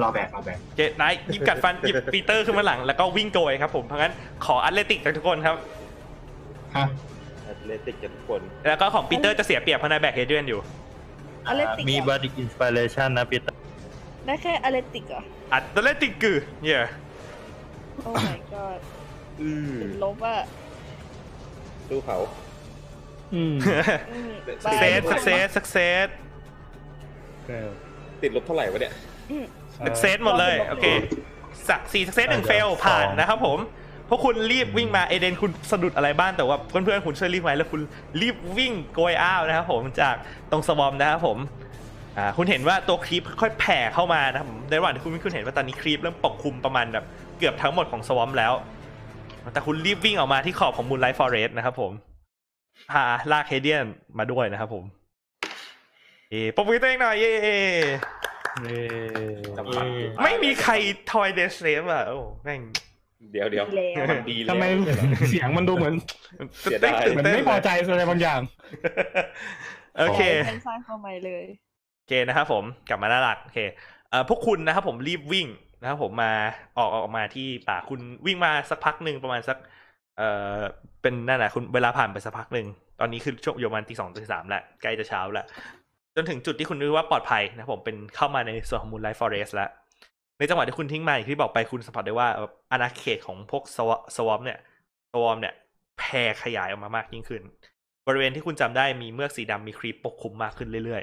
เราแบกเราแบก โอเจนายยิบกัดฟันหยิบปีเตอร์ขึ้นมาหลังแล้วก็วิ่งโกยครับผมเพราะงั้นขออัตเลติกจากทุกคนครับ ฮะ แอตเลติกกันทุกคน แล้วก็ของปีเตอร์จะเสียเปรียบเพราะนายแบกเฮเดียนอยู่ อเลติก มี เหร บา อ ริกอินสปิเรชันนะปีเตอร์ ได้แค่อเลติกเหรอ อัตเลติกกือเย่ โอ้ my god อืม ติดลบอ่ะ สู้เขา อืม อืม สักเซสสักเซสสักเซส เออ ติดลบเท่าไหร่วะเนี่ย สักเซสหมดเลยโอเคสักสี่สักเซสหนึ่งเฟลผ่านนะครับผมพวกคุณรีบวิ่งมาเอเดนคุณสะดุดอะไรบ้างแต่ว่าเพื่อนๆคุณช่วยรีบไหมแล้วคุณรีบวิ่งโกยอ้าวนะครับผมจากตรงสวอมนะครับผมอ่าคุณเห็นว่าตัวครีปค่อยๆแผ่เข้ามานะครับผมในระหว่างที่คุณวิ่งคุณเห็นว่าตอนนี้ครีปเริ่มปกคลุมประมาณแบบเกือบทั้งหมดของสวอมแล้ว แต่คุณรีบวิ่งออกมาที่ขอบของมูลไลท์ฟอเรสต์นะครับผมพาลากเฮเดียนมาด้วยนะครับผมเอ้ปรบมือตัวเองหน่อยเย้ เย้ จำพัด ไม่มีใครทอยเดสเลฟอ่ะ โอ้แม่ง เดี๋ยวเดี๋ยว ดีแล้ว มันดีแล้ว ทำไมเสียงมันดูเหมือน เสียดาย ตื่ เห น มือน เต้น ไม่พอใจอะไรบางอย่าง โอเค เป็นสร้างความใหม่เลย โอเคนะครับผมกลับมาหน้าหลักโอเคเอ่อพวกคุณนะครับผมรีบวิ่งนะครับผมมาออกออกมาที่ป่าคุณวิ่งมาสักพักหนึ่งประมาณสัก เอ่อเป็นนั่นแหละคุณเวลาผ่านไปสักพักหนึ่งตอนนี้คือช่วงประมาณตีสองตีสามแหละใกล้จะเช้าและจนถึงจุดที่คุณรู้ว่าปลอดภัยนะครับผมเป็นเข้ามาในส่วนของมูลไลฟ์ฟอเรสแล้ว ในจังหวะที่คุณทิ้งมาอย่างที่บอกไปคุณสัมผัสได้ว่าแบบอาณาเขตของพวกสวสวอมเนี่ยสวอมเนี่ยแผ่ขยายออกมามากยิ่งขึ้น บริเวณที่คุณจำได้มีเมือกสีดำมีครีปปกคลุมมากขึ้นเรื่อย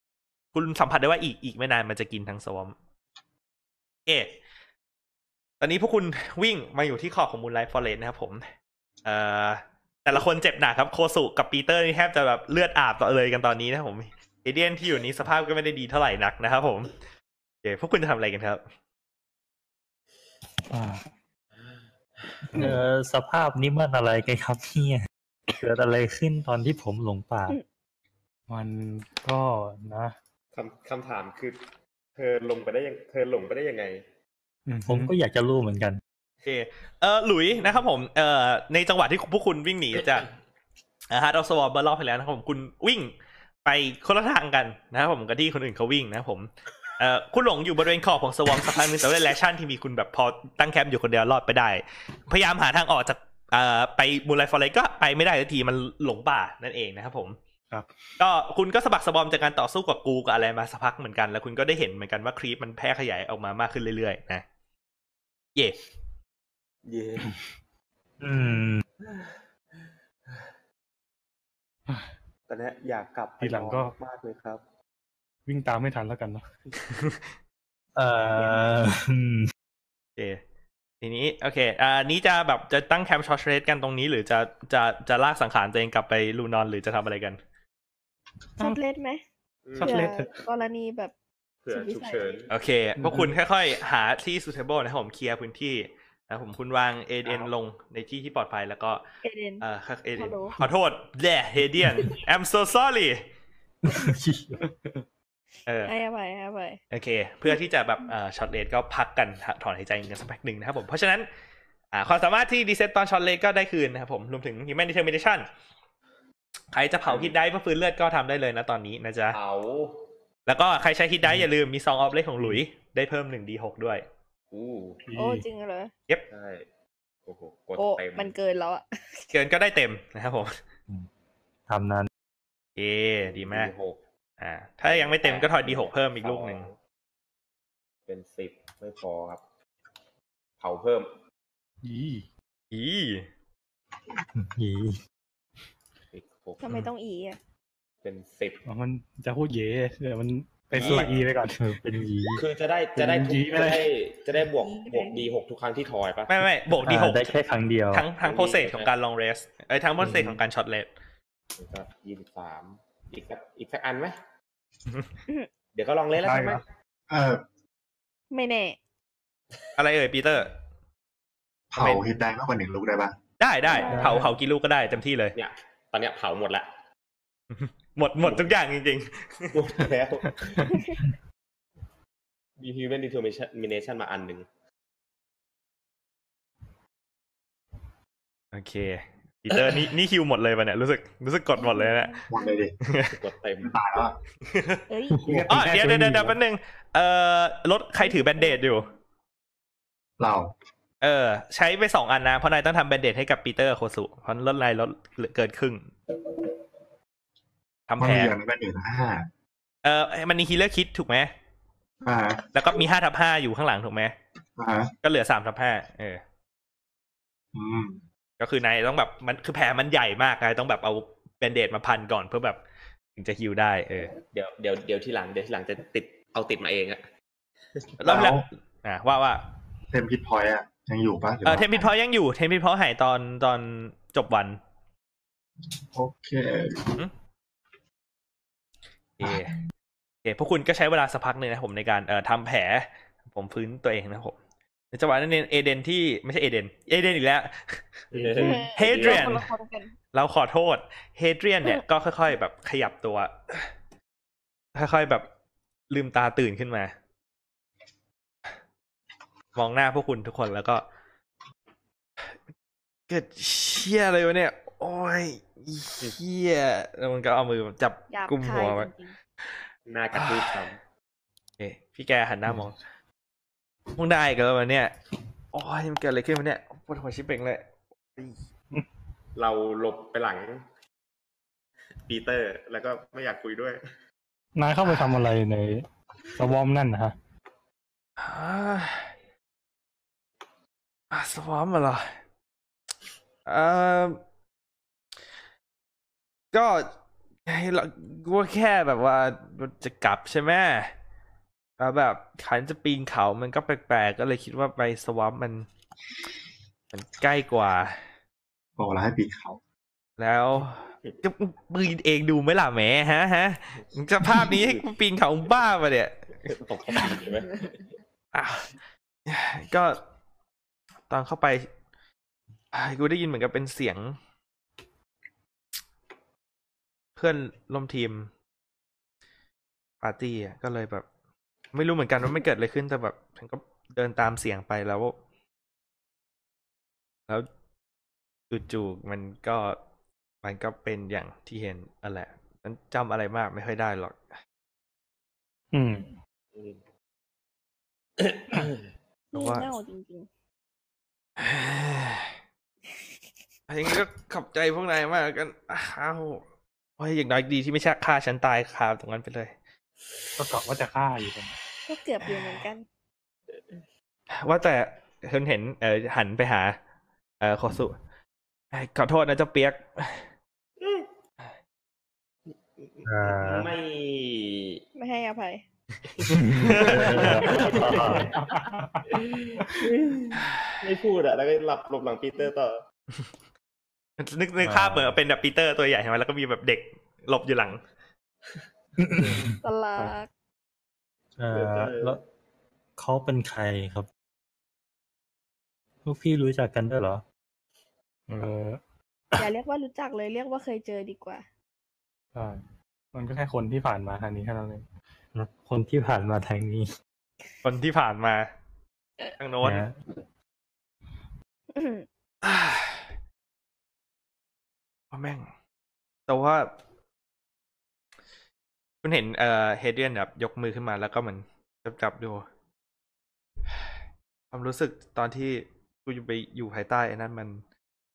ๆ คุณสัมผัสได้ว่าอีกอีกไม่นานมันจะกินทั้งสวอมเอะตอนนี้พวกคุณวิ่งมาอยู่ที่ขอบของมูลไลท์ฟอเรสนะครับผม เอ่อ แต่ละคนเจ็บหนักครับ โคสุกับปีเตอร์นี่แทบจะแบบเลือดอาบต่อเลยกันตอนนี้นะครับผมเอเดียนที่อยู่นี้สภาพก็ไม่ได้ดีเท่าไหร่นักนะครับผมโอเคพวกคุณจะทำอะไรกันครับ เอ่อสภาพนี้มันอะไรกันครับเนี่ยเกิดอะไรขึ้นตอนที่ผมหลงป่า มันก็นะ คำคำถามคือ เธอลงไปได้ยัง เธอหลงไปได้ยังไง ผมก็อยากจะรู้เหมือนกัน โอเคเออหลุยส์นะครับผมเออในจังหวะที่พวกคุณวิ่งหนีจากฮาร์ดออฟสวอปเบอร์รอบไปแล้วนะครับผมคุณวิ่งไปคนละทางกันนะครับผมกับที่คนอื่นเขาวิ่งนะครับผมเออคุณหลงอยู่บริเวณขอบของสวอมสักพักหนึงแต่ว่าแลชั่นที่มีคุณแบบพอตั้งแคมป์อยู่คนเดียวรอดไปได้ พยายามหาทางออกจากเอ่อไปมูลไลฟอเรก็ไปไม่ได้สักทีมันหลงป่านั่นเองนะครับผม ครับ ก็คุณก็สะบักสะบอมจากการต่อสู้กับกูกับอะไรมาสักพักเหมือนกันแล้วคุณก็ได้เห็นเหมือนกันว่าครีปมันแพร่ขยายออกมามากขึ้นเรื่อยๆนะเย่ เย่ อืม ตอนนี้อยากกลับไป ทีหลังก็ นอนมากเลยครับ วิ่งตามไม่ทันแล้วกันเนาะ เอ่ออืม โอเคทีนี้โอเคอ่านี้จะแบบจะตั้งแคมป์ชอร์ชเรสกันตรงนี้หรือจะจะจะลากสังขารตัวเองกลับไปลูนอนหรือจะทำอะไรกัน ชัดเล็ดไหม ชัด เผื่ เล็ อ ดเถอะ กรณีแบบ เผื่อฉุกเฉิน โอเคพวกคุณค่อยๆ หาที่ suitable นะครับผมเคลียร์พื้นที่นะครับผมคุณวางเอเดนลงในที่ที่ปลอดภัยแล้วก็ เอเดน เอ่อเอเดน Hello ขอโทษแย่เฮเดียน I'm so sorry เออ ไอ้อะไรไอ้อะไร โอเค เพื่อที่จะแบบช็อตเลดก็พักกันถอนหายใจกันสักแป๊บหนึ่งนะครับผม เพราะฉะนั้นอ่าความสามารถที่ดีเซตตอนช็อตเลดก็ได้คืนนะครับผม รวมถึง Human Determination ใครจะเผาฮิตได้เพื่อฟื้นเลือดก็ทำได้เลยนะตอนนี้นะจ๊ะ เอา แล้วก็ใครใช้ฮิตได้อย่าลืมมีซองออฟเลดของหลุยได้เพิ่มหนึ่งดีหกด้วย อู้ โอ้จริงเหรอ ใช่ โอ้โห กด โอ้ เต็ม มันเกินแล้วอ่ะ เกินก็ได้เต็มนะครับผม ทำนั้น เอดีมาก อ่า ถ้ายังไม่เต็มก็ถอยดีหกเพิ่มอีกลูกหนึ่ง เป็นสิบไม่พอครับ เผาเพิ่ม อี อี อี อีกหก ทำไมต้องอีอ่ะ เป็นสิบ อ๋อมันจะพูดเย่เดี๋ยวมันไปสละอีไปก่อน เออเป็นอี คือจะได้จะได้ทุก ยีไม่ จะ ได้ ได้จะได้บวก ยีไม่ บ ได้ วกดีหกทุกครั้งที่ทอยปะ ไม่ไม่บวกดีหก อ่าได้แค่ครั้งเดียว ทั้งทั้ง คโปรงรั้เซ เดี ส ยว ของการลองเรสไอ้ยทั้งโปรเซสของการช็อตเลส ก็ยี่สิบสามอีกสักอีกสักอันไหม อืม เดี๋ยวก็ลองเล่นแล้ว ได้ ใช่ไหม ครับ เออ ไม่แน่ อะไรเอ่ยปีเตอร์ เผาเฮดได้มากกว่าหนึ่งลูกได้ปะ ได้ได้ ได้ เผาเผากี่ลูกก็ได้เต็มที่เลย เนี่ย ตอนเนี้ยเผาหมดละ หมดหมดทุกอย่างจริง หมดแล้วมี human determination มาอันหนึ่ง ๆ โอเคปีเตอร์นี่นี่คิวหมดเลยปะเนี่ยรู้สึกรู้สึกกดหมดเลยนะ หมดเลยดิ กดเต็ม ตายแล้วอะ เอ้ย อ๋อเดี๋ยวเดี๋ยวเดี๋ยวแป๊บนึงเอ่อรถใครถือแบนเดดอยู่ เรา เออ ใช้ไปสองอันนะ เพราะนายต้องทำแบนเดดให้กับปีเตอร์โคสุ เพราะรถนายลดเกินครึ่งทำ มัน แผ มี น อย่างนั้นหนึ่งห้า เออมันมีฮีเลอร์คิดถูกไหม อ่า แล้วก็มีห้าทับห้าอยู่ข้างหลังถูกไหม อ่า ก็เหลือสามทับห้าเออ อืม ก็คือนายต้องแบบมันคือแผลมันใหญ่มากนายต้องแบบเอาแบนเดดมาพันก่อนเพื่อแบบถึงจะฮิวได้เออ เดี๋ยวเดี๋ยวเดี๋ยวที่หลังเดี๋ยวที่หลังจะติดเอาติดมาเองอะ แล้วแล้ว เอา อ่ะว่าว่า เทมพิทพอยอะยังอยู่ปะหรือ เออ ว่า เทมพิทพอยังอยู่เทมพิทพอหายตอนตอนจบวัน โอเค โอเคโอเคพวกคุณก็ใช้เวลาสักพักหนึ่งนะครับผมในการเอ่อทำแผลผมฟื้นตัวเองนะครับผมในจังหวะนั้นเองเอเดนที่ไม่ใช่เอเดนเอเดนอีกแล้ว เฮเดรียน คนละคนกัน เราขอโทษเฮเดรียน เนี่ยก็ค่อยๆ แบบขยับตัว ค่อยๆ แบบลืมตาตื่นขึ้นมา มองหน้าพวกคุณทุกคนแล้วก็ เกิดเชี่ยอะไรวะเนี่ย โอ้ยอีเชี่ยแล้วมันก็เอามือจับ หยาบ กุม คา หั ยว ไว้ จริงๆ หน้ากระทืบซ้ำ เอ๊ะพี่แกหันหน้ามองมึงได้อีกันแล้ววะเนี่ย โอ้ยมันเกิดอะไรขึ้นวะเนี่ยปวดหัวชิบเป่งเลย เราหลบไปหลัง ปีเตอร์ แล้วก็ไม่อยากคุยด้วย นายเข้าไปทำอะไรในสวอมนั่นนะฮะ อ่าอ่าสวอมเหรอเอ่อก็ให้เราก็แค่แบบว่าจะกลับใช่ไหมแล้วแบบขันจะปีนเขามันก็แปลกๆ ก็เลยคิดว่าไปสวอมมัน มันใกล้กว่า บอกแล้วให้ปีนเขา แล้วจะปีนเองดูไหมล่ะแหมฮะฮะมึงจะภาพนี้ให้กูปีนเขาบ้าปะเนี่ย ตบเขาไปใช่ไหม อ่ะ ก็ตอนเข้าไป อ่ะกูได้ยินเหมือนกับเป็นเสียง เพื่อนร่วมทีมปาร์ตี้อ่ะก็เลยแบบ ไม่รู้เหมือนกันว่าไม่เกิดอะไรขึ้นแต่แบบฉันก็เดินตามเสียงไปแล้ว แล้วจู่ๆมันก็มันก็เป็นอย่างที่เห็นนั่นแหละฉันจำอะไรมากไม่ค่อยได้หรอก อืม เพราะ นี่ ว่า เน่าจริง อันนี้ก็ขอบใจพวกนายมากแล้วกันอ้าวโอ้ยอย่างน้อยดีที่ไม่ใช่ฆ่าฉันตายคาตรงนั้นไปเลย ก็กะว่าจะฆ่าอยู่ตรงนั้น ๆ ก็เกือบอยู่เหมือนกัน ว่าแต่ฉันเห็นเออหันไปหา เออโคสุเอ้ยขอโทษนะเจ้าเปียก อ่า ไม่ ไม่ให้อภัย ไม่พูดอะแล้วก็หลับหลบหลังปีเตอร์ต่อ นึกนึกภาพเหมือนเป็นแบบปีเตอร์ตัวใหญ่ใช่ไหมแล้วก็มีแบบเด็กหลบอยู่หลัง ตลาด เอ่อแล้วเขาเป็นใครครับ พวกพี่รู้จักกันด้วยเหรอ เออ อย่าเรียกว่ารู้จักเลยเรียกว่าเคยเจอดีกว่า ใช่มันก็แค่คนที่ผ่านมาทางนี้แค่นั้นเอง คนที่ผ่านมาทางนี้ คนที่ผ่านมาทางโน้น นะ อ่า ว่าแม่ง แต่ว่า คุณเห็นเอ่อเฮเดรียนแบบยกมือขึ้นมาแล้วก็เหมือนจับจับๆดู ความรู้สึกตอนที่กูอยู่ไปอยู่ภายใต้ไอ้นั่นมัน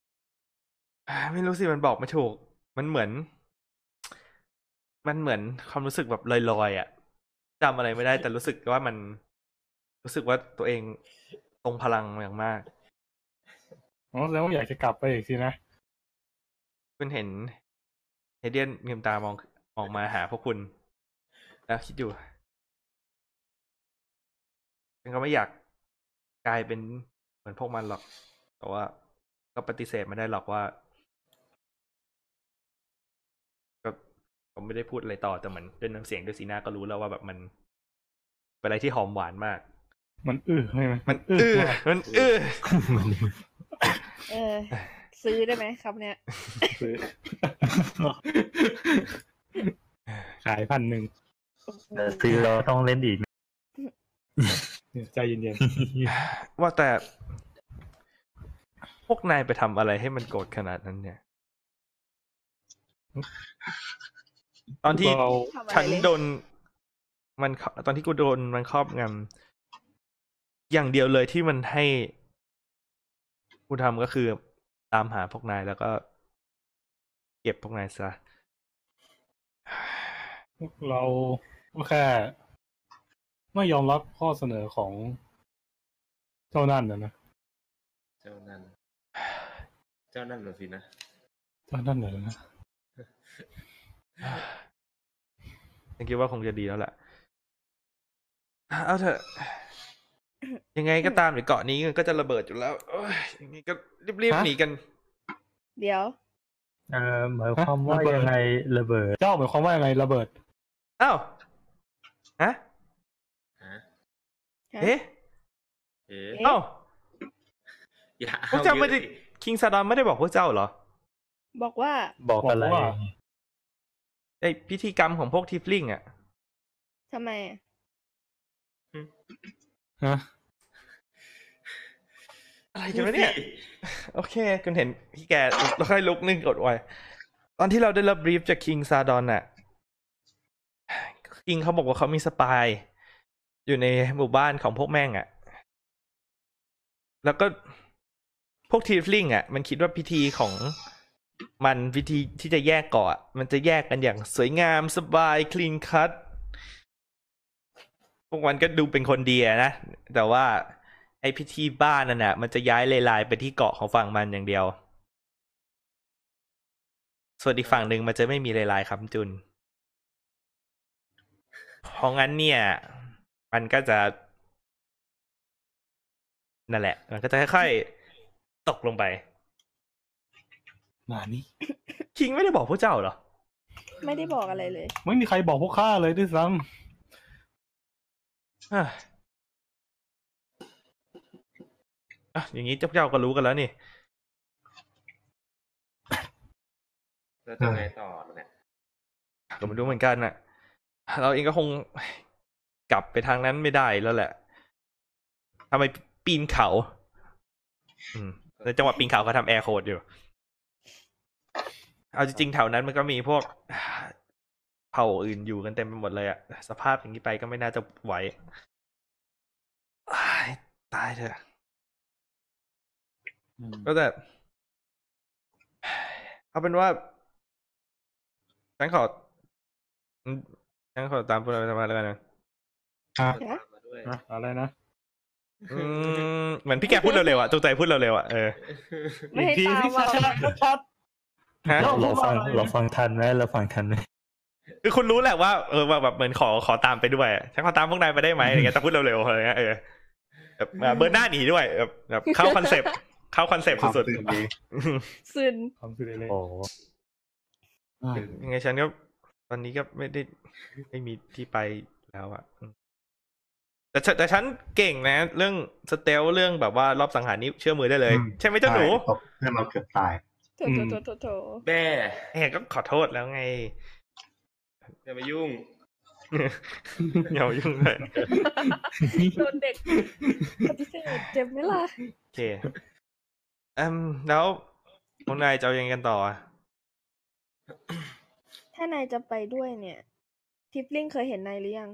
อ่าไม่รู้สิมันบอกไม่ถูก มันเหมือน มันเหมือนความรู้สึกแบบลอยๆอะ่ะจำอะไรไม่ได้แต่รู้สึกว่ามัน รู้สึกว่าตัวเองตรงพลังอย่างมาก อ๋อแล้วาอยากจะกลับไปอีกสินะ คุณเห็นเฮเดียนเงียมตามองมองมาหาพวกคุณ แล้วคิดอยู่ฉันก็ไม่อยากกลายเป็นเหมือนพวกมันหรอก แต่ว่าก็ปฏิเสธไม่ได้หรอกว่า ก็ผมไม่ได้พูดอะไรต่อแต่เหมือนด้วยน้ำเสียงด้วยสีหน้าก็รู้แล้วว่าแบบมันเป็นอะไรที่หอมหวานมาก มันอื้อใช่ไหม มันเออมันเออ เออ ซื้อได้ไหมครับเนี่ย ซื้อ ขายพันหนึ่ง เออซื้อเราต้องเล่นอีก เนี่ยใจเย็น ว่าแต่ พวกนายไปทำอะไรให้มันโกรธขนาดนั้นเนี่ย ตอน ๆ ที่ เรา ทำอะไร ฉัน เลย โดน มันเข้าตอนที่กูโดนมันครอบงำอย่างเดียวเลยที่มันให้กูทำก็คือตามหาพวกนายแล้วก็ เก็บพวกนายซะ พวกเราก็แค่ ไม่ยอมรับข้อเสนอของเจ้านั่นนะนะ เจ้านั่น เจ้านั่นน่ะสินะ เจ้านั่นเหรอนะ ฉันคิดว่าคงจะดีแล้วแหละเอาเถอะ ยังไงก็ตามเดี๋ยวเกาะนี้มันก็จะระเบิดอยู่แล้วโอ้ยยังไงก็รีบๆหนีกัน เดี๋ยว เออหมายความว่ายังไงระเบิด เจ้าหมายความว่ายังไงระเบิด อ้าวฮะ ฮะ เอ๊ะ เอ๊ะ เอ๊ะ เอ้า อย่า พวกเจ้าไม่ได้ คิงซาดอนไม่ได้บอกพวกเจ้าเหรอ บอกว่า บอกอะไร บอกว่า ไอพิธีกรรมของพวกทิฟลิงอ่ะ ทำไมอะ ฮะ อะไรกันวะเนี่ย โอเคคุณเห็นพี่แกแล้วค่อยลุกนึ่งกดไว้ตอนที่เราได้รับบรีฟจากคิงซาดอนน่ะคิงเขาบอกว่าเขามีสปาย อยู่ในหมู่บ้านของพวกแม่งอะ่ะ แล้วก็พวกทีฟลิงอ่ะ มันคิดว่าพิธีของมันวิธีที่จะแยกเกาะอะมันจะแยกกันอย่างสวยงามสบายคลีนคัตพวกมันก็ดูเป็นคนดีอะนะ แต่ว่า ไอพิธีบ้านนั่นน่ะ มันจะย้ายเลไลายไปที่เกาะของฝั่งมันอย่างเดียว ส่วนอีกฝั่งหนึ่งมันจะไม่มีเลไลายครับจุน เพราะงั้นเนี่ย มันก็จะ นั่นแหละ มันก็จะค่อยๆตกลงไป นานี้ คิงไม่ได้บอกพวกเจ้าเหรอ ไม่ได้บอกอะไรเลย ไม่มีใครบอกพวกข้าเลยด้วยซ้ อ่ะอ่ะอย่างนี้เจ้าเจ้าก็รู้กันแล้วนี่ แล้วจะไงต่อเนี่ย ก็ไม่รู้เหมือนกันน่ะ เราเองก็ คงกลับไปทางนั้นไม่ได้แล้วแหละทำไมปีนเขา อืมแล้วจังหวะปีนเขาก็ทำแอร์โคดอยู่ เอาจริงๆแถวนั้นมันก็มีพวก เผ่าอื่นอยู่กันเต็มไปหมดเลยอะสภาพอย่างนี้ไปก็ไม่น่าจะไหวอ้ายตายเถอะ ำ ก็แต่ เอาเป็นว่า ฉันขออืมฉันขอตามพวกเราไปทำงานแล้วกันนะ ครับ มาด้วย นะอะไรนะ อืมเหมือนพี่แกพูดเร็วๆอ่ะจงใจพูดเร็วๆอ่ะเออ ไม่ให้ อีกที ตาม ที่ ว่า ชัด ฮะ เล่ เราฟังเราฟังทันไหมเราฟังทันไหม คือคุณรู้แหละว่าเออว่าแบบเหมือนขอขอตามไปด้วยอะฉันขอตามพวกนายไปได้ไหมอะไรเงี้ยแต่พูดเร็วๆอะไรเงี้ยเออแบบเออเบอร์นหน้าหนีด้วยแบบแบบเข้าคอนเซปต์เข้าคอนเซปต์ ความ สุด ตื่นดี ซึน ๆความสุดเลย โอ้ ๆยังไงฉันก็ตอนนี้ก็ไม่ได้ไม่มีที่ไปแล้วอ่ะอืมแต่ฉันแต่ฉันเก่งนะ เรื่องสเตลเรื่องแบบว่ารอบสังหารนี่เชื่อมือได้เลย อืม ใช่ไหมเจ้าหนู ตกเพื่อนเราเกือบตาย โถโถโถโถโถ แม่ แหมก็ขอโทษแล้วไง อย่ามายุ่ง อย่ามายุ่งเลย โดนเด็กปฏิเสธเจ็บไหมล่ะ โอเคอืมแล้วคุณนายจะเอายังไงกันต่ออะ ถ้านายจะไปด้วยเนี่ย ทิปลิงเคยเห็นนายหรือยัง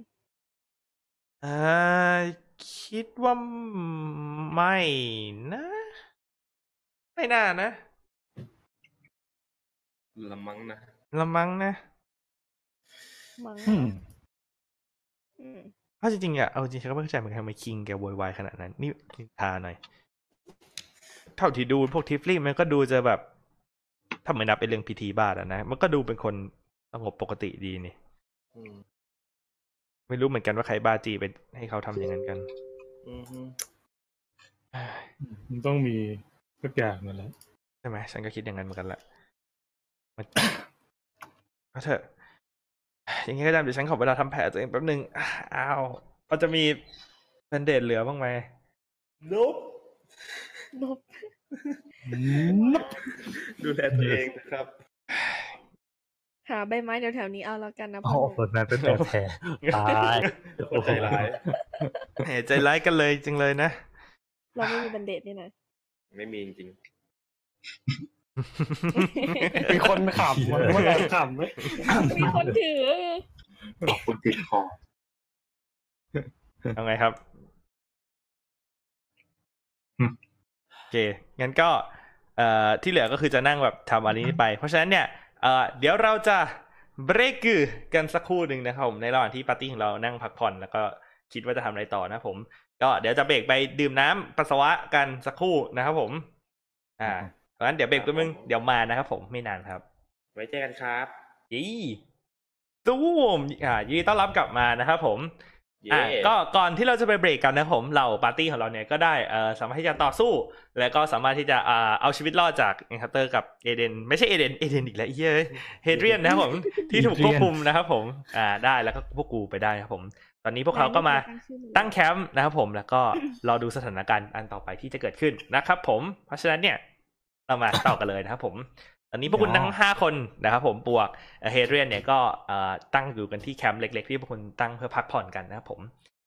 อ่าคิดว่าไม่นะ ไม่น่านะ ละมั้งนะ ละมั้งนะ มั้งอืม ถ้าจริงๆอ่ะเอาจริงๆฉันก็ไม่เข้าใจเหมือนกันทำไมคิงแกโวยวายขนาดนั้น นี่นินทาหน่อย เท่าที่ดูพวกทิฟลี่มันก็ดูจะแบบ ถ้าไม่นับเป็นเรื่องพิธีบ้าแล้วนะ มันก็ดูเป็นคนสงบปกติดีนี่ อืม ไม่รู้เหมือนกันว่าใครบ้าจีไปให้เขาทำอย่างนั้นกัน อืมฮึ เอ้ย มันต้องมีสักอย่างนั่นแหละ ใช่ไหมฉันก็คิดอย่างนั้นเหมือนกันแหละมัน เอาเถอะยังไงก็ตามเดี๋ยวฉันขอเวลาทำแผลตัวเองแป๊บหนึ่งอ้าวพอจะมีแบนเดดเหลือบ้างไหม นุ๊บ นบ ดูแลตัวเองนะครับ หาใบไม้แถวๆนี้เอาแล้วกันนะ อ๋อ พ่อหนุ่ม คนนั้นเป็นแบบแผล ตาย โคตรใจร้าย แหมใจร้ายกันเลยจริงเลยนะ เราไม่มีบันเดตนี่นะ ไม่มีจริง เป็นคนขำมันไม่ได้ขำเลย มีคนถือ ขอบคุณติดคอ เอาไงครับ อืม โอเค งั้นก็ เอ่อ ที่เหลือก็คือจะนั่งแบบทำอันนี้ไป เพราะฉะนั้นเนี่ย เอ่อ เดี๋ยวเราจะเบรกกันสักครู่หนึ่งนะครับผม ในระหว่างที่ปาร์ตี้ของเรานั่งพักผ่อน แล้วก็คิดว่าจะทำอะไรต่อนะผม ก็เดี๋ยวจะเบรกไปดื่มน้ำปัสสาวะกันสักครู่นะครับผม อ่า เพราะฉะนั้นเดี๋ยวเบรกกันมึง เดี๋ยวมานะครับผม ไม่นานครับ ๆไว้เจอกันครับ ยี่ตู้มอ่ายินดีต้อนรับกลับมานะครับผม เย้ อ่ะก็ก่อนที่เราจะไปเบรกกันนะครับผมเหล่าปาร์ตี้ของเราเนี่ยก็ได้เอ่อสามารถที่จะต่อสู้ แล้วก็สามารถที่จะอ่าเอาชีวิตรอดจากเอนคัเตอร์กับเอเดนไม่ใช่เอเดนเอเดนอีกแล้วเย้ยเฮเดรียนนะครับผม ที่ถูกควบคุมนะครับผมอ่าได้แล้วก็พวกกูไปได้นะครับผม ตอนนี้พวกเขาก็มาตั้งแคมป์นะครับผมแล้วก็รอดูสถานการณ์อันต่อไปที่จะเกิดขึ้นนะครับผมเพราะฉะนั้นเนี่ยเรามาต่อกันเลยนะครับผม ตอนนี้พวกคุณทั้งห้าคนนะครับผมบวกเฮเดรียนเนี่ยก็เอ่อตั้งอยู่กันที่แคมป์เล็ก ๆ ที่พวกคุณตั้งเพื่อพักผ่อนกันนะครับผม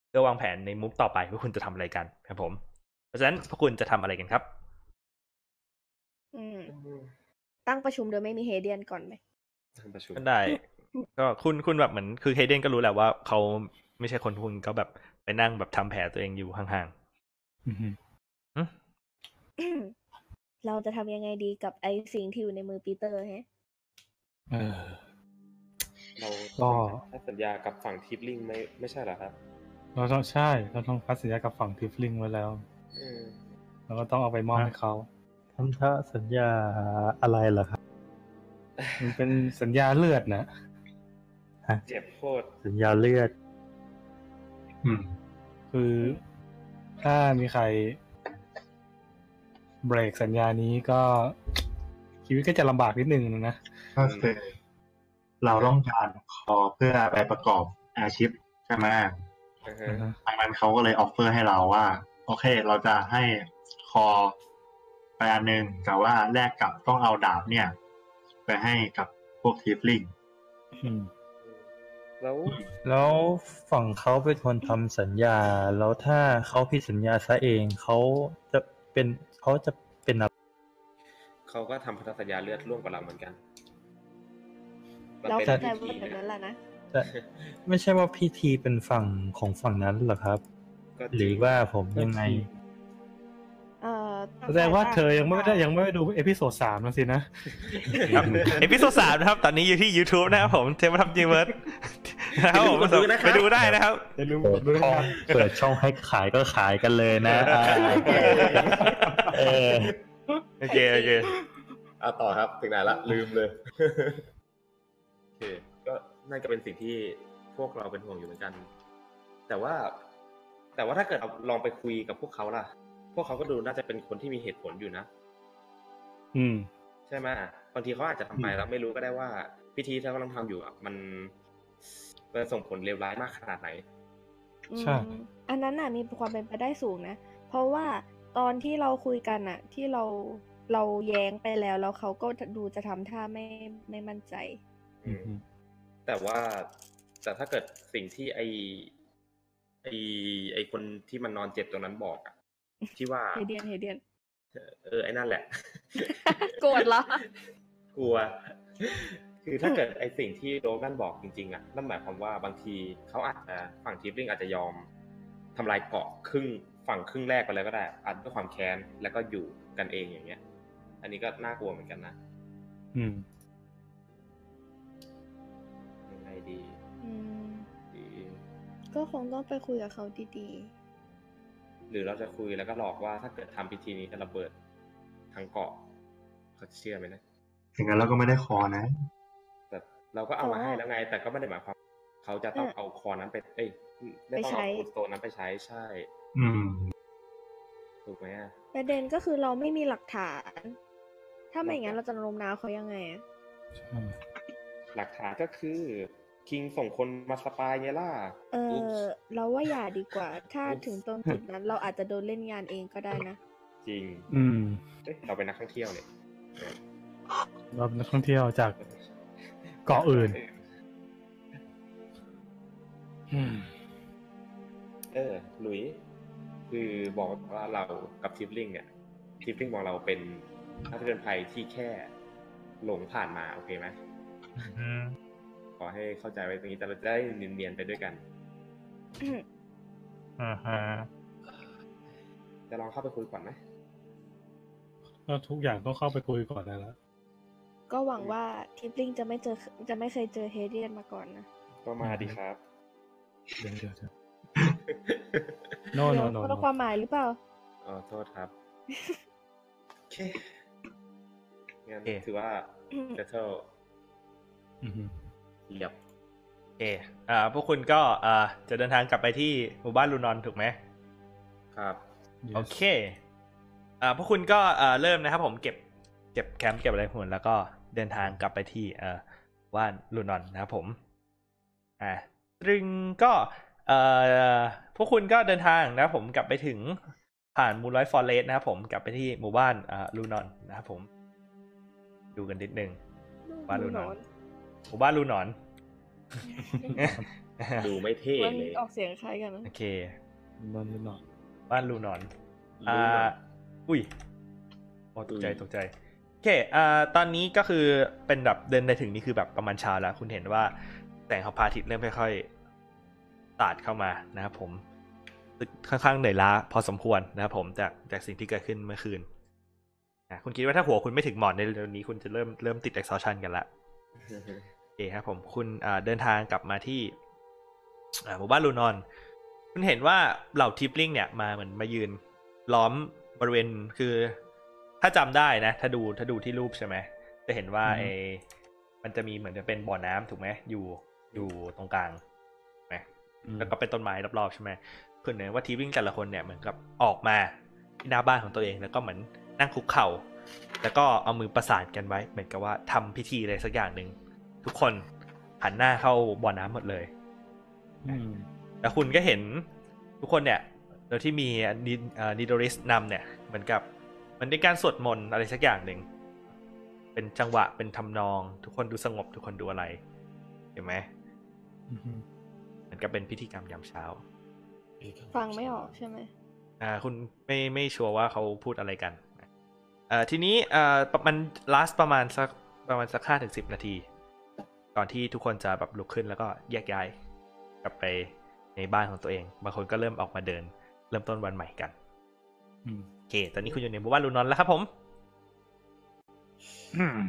เพื่อวางแผนในมุกต่อไปว่าคุณจะทำอะไรกันครับผม เพราะฉะนั้นพวกคุณจะทำอะไรกันครับ อืม ตั้งประชุมโดยไม่มีเฮเดียนก่อนไหม ทางประชุม ก็ได้ ก็คุณคุณแบบเหมือนคือเฮเดนก็รู้แหละว่าเขาไม่ใช่คนทุนก็แบบไปนั่งแบบทำแผลตัวเองอยู่ห่าง เราจะทำยังไงดีกับไอ้สิ่งที่อยู่ในมือปีเตอร์ฮะ เออ เรา ก็ ถ้าสัญญากับฝั่งทิปลิงไม่ไม่ใช่เหรอครับ เราต้องใช่ เราต้องพัดสัญญากับฝั่งทิฟลิงไว้แล้ว อืม เราก็ต้องเอาไปมอบให้เขา พันธสัญญาอะไรเหรอครับ มันเป็นสัญญาเลือดนะ เจ็บโคตร สัญญาเลือด อืม คือถ้ามีใครเบรกสัญญานี้ก็ ชีวิตก็จะลำบากนิดนึงนะ ก็คือเราต้องการคอเพื่อไปประกอบอาชีพใช่ไหม อือฮะ ดังนั้นเขาก็เลยออฟเฟอร์ให้เราว่า โอเค เราจะให้คอไปอันหนึ่งแต่ว่าแลกกับต้องเอาดาบเนี่ย ไปให้กับพวกทีฟลิง แล้ว แล้วฝั่งเขาเป็นคนทำสัญญา แล้วถ้าเขาผิดสัญญาซะเองเขาจะเป็นเขาจะเป็นอะไร เขาก็ทำพันธสัญญาเลือดร่วมกับเราเหมือนกัน เรา ป็น เข้า แต่ ใจ พิ ว่า ธี เป็นแบบนั้นแหละนะ ไม่ใช่ว่าพิธีเป็นฝั่งของฝั่งนั้นเหรอครับ ก็จริหรือง ว่าผมยังไง เอ่อ แสดงว่าเธอยังไม่ได้ยังไม่ได้ดูเอพิโซดสามนะสินะ ๆ ครับ เอพิโซดสามนะครับ ตอนนี้อยู่ที่ YouTube นะครับผมเทมทับจีเวิร์ดนะครับผม ไปดูนะครับ ไปดูได้นะครับ อย่าลืม เปิด ดูนะ ช่อ ค ง รับ เปิดช่องให้ขายก็ขายกันเลยนะอ่าเออ โอเคโอเค อ่ะต่อครับถึงไหนละลืมเลย โอเค ก็นั่นก็เป็นสิ่งที่พวกเราเป็นห่วงอยู่เหมือนกัน แต่ว่า แต่ว่าถ้าเกิดเราลองไปคุยกับพวกเขาล่ะ พวกเขาก็ดูน่าจะเป็นคนที่มีเหตุผลอยู่นะ อืม ใช่ไหมบางทีเขาอาจจะทำไปแล้วไม่รู้ก็ได้ว่า พิธีที่เขากำลังทำอยู่อะมันมันส่งผลเลวร้ายมากขนาดไหน ใช่ อืมอันนั้นน่ะมีความเป็นไปได้สูงนะ เพราะว่าตอนที่เราคุยกันน่ะ ที่เราเราแย้งไปแล้ว แล้วเขาก็ดูจะทำท่าไม่ไม่มั่นใจ อืม แต่ว่าแต่ถ้าเกิดสิ่งที่ไอไอไอคนที่มันนอนเจ็บตรงนั้นบอกอะที่ว่า เฮเดียนเฮเดียน เออไอ้นั่นแหละ โกรธเหรอ กลัว คือถ้าเกิดไอสิ่งที่โดนั่นบอกจริงๆอะนั่นหมายความว่าบางทีเขาอาจจะฝั่งทีฟลิงอาจจะยอมทำลายเกาะครึ่งฝั่งครึ่งแรกไปเลยก็ได้อาจด้วยความแค้นแล้วก็อยู่กันเองอย่างเงี้ย อันนี้ก็น่ากลัวเหมือนกันนะ อืม ยังไงดี อืม ดี ก็คงต้องไปคุยกับเขาดี หรือเราจะคุยแล้วก็หลอกว่าถ้าเกิดทำพิธีนี้จะระเบิดทั้งเกาะเขาจะเชื่อไหมนะ ถึงงั้นเราก็ไม่ได้คอนะ แต่เราก็เอามาให้แล้วไง แต่ก็ไม่ได้หมายความเขาจะต้องเอาคอนั้นไปเอ้ยไม่ต้องเอาคูสโตนนั้นไปใช้ใช่ อืม ถูกไหมอะ ๆ ประเด็นก็คือเราไม่มีหลักฐาน ถ้าไม่อย่างนั้นเราจะโน้มน้าวเขายังไงอะ หลักฐานก็คือคิงส่งคนมาสปายไงล่ะ เออ Oops เราว่าอย่าดีกว่า ถ้า อุ๊บ ถึงตรงจุดนั้น เราอาจจะโดนเล่นงานเองก็ได้นะ จริง อืม เอ้ยเราเป็นนักท่องเที่ยวเนี่ย เราเป็นนักท่องเที่ยวจากเกาะอื่น อืม เออหลุยคือบอกว่าเรากับทิฟลิงเนี่ยทิฟลิงมองเราเป็นนักเดินภัยที่แค่หลงผ่านมาโอเคไหม อืม ขอให้เข้าใจไว้ตรงนี้แต่เราจะได้เนียนๆไปด้วยกัน อ่าฮะ จะลองเข้าไปคุยก่อนไหม ก็ทุกอย่างต้องเข้าไปคุยก่อนนะแล้ว ก็หวังว่าทิปลิงจะไม่เจอจะไม่เคยเจอเฮเดียนมาก่อนนะ ก็มาดีครับ เดี๋ยวเดี๋ยวเดี๋ยว no no เดี๋ no ยวคนละ no ความหมายหรือเปล่า อ๋อโทษครับ โอเคงั้นถือว่าเซเทิล อือฮึ เหยียบ โอเคอ่าพวกคุณก็อ่าจะเดินทางกลับไปที่หมู่บ้านลูนอนถูกไหม ครับ โอเค อ่า พวกคุณก็เอ่อเริ่มนะครับผมเก็บ เก็บแคมป์เก็บอะไรหุ่นแล้วก็เดินทางกลับไปที่เอ่อว่านลูนอนนะครับผม อ่าตรึงก็เอ่อพวกคุณก็เดินทางนะครับผมกลับไปถึงผ่านมูลไลฟอเรสนะครับผมกลับไปที่หมู่บ้านอ่าลูนอนนะครับผม ดูกันนิดนึง บ้านลูนอน หมู่บ้านลูน อน ดูไม่เท่ มัน เลย ออกเสียงคล้ายกันนะ โอเค นอนนอน บ้านลูนอน อ่า รู้หน่อย อุ้ยโอ้ตกใจ อุ้ย ตกใจ โอเค อ่า ตอนนี้ก็คือเป็นแบบเดินไปถึงนี่คือแบบประมาณเช้าแล้ว คุณเห็นว่าแสงของพระอาทิตย์เริ่มค่อยๆสาดเข้ามานะครับผมรู้สึกค่อนข้างเหนื่อยล้าพอสมควรนะครับผมจากจากสิ่งที่เกิดขึ้นเมื่อคืนอ่ะคุณคิดว่าถ้าหัวคุณไม่ถึงหมอนในเร็วๆนี้คุณจะเริ่มเริ่มติด exhaustion กันละ โอเคครับผมคุณอ่าเดินทางกลับมาที่อ่าหมู่บ้านลูนอน คุณเห็นว่าเหล่าทิปลิงเนี่ยมาเหมือนมายืนล้อมบริเวณคือถ้าจำได้นะ ถ้าดูถ้าดูที่รูปใช่ไหมจะเห็นว่าไอมันจะมีเหมือนจะเป็นบ่อน้ำถูกไหมอยู่อยู่ตรงกลางถูกไหม อืม แล้วก็เป็นต้นไม้รอบๆใช่ไหมคุณเห็นว่าทิปลิงแต่ละคนเนี่ยเหมือนกับออกมาที่หน้าบ้านของตัวเอง แล้วก็เหมือนนั่งคุกเข่า แล้วก็เอามือประสานกันไว้ เหมือนกับว่าทำพิธีอะไรสักอย่างหนึ่ง ทุกคนหันหน้าเข้าบ่อน้ำหมดเลย อืม แล้วคุณก็เห็นทุกคนเนี่ย โดยที่มีนิเอ่อนิโดริสนำเนี่ย เหมือนกับมันเป็นการสวดมนต์อะไรสักอย่างหนึ่ง เป็นจังหวะเป็นทำนอง ทุกคนดูสงบทุกคนดูอะไร เห็นไหม อือฮึ เหมือนกับเป็นพิธีกรรมยามเช้า ฟังไม่ออกใช่ไหม อ่าคุณไม่ไม่ชัวร์ว่าเขาพูดอะไรกันเอ่อทีนี้เอ่อประมัน last ประมาณสักประมาณสักห้าถึงสิบนาที ก่อนที่ทุกคนจะแบบลุกขึ้นแล้วก็แยกย้าย กลับไปในบ้านของตัวเอง บางคนก็เริ่มออกมาเดิน เริ่มต้นวันใหม่กัน อืม โอเค ตอนนี้คุณอยู่ในหมู่บ้านลูนอนแล้วครับผม อืม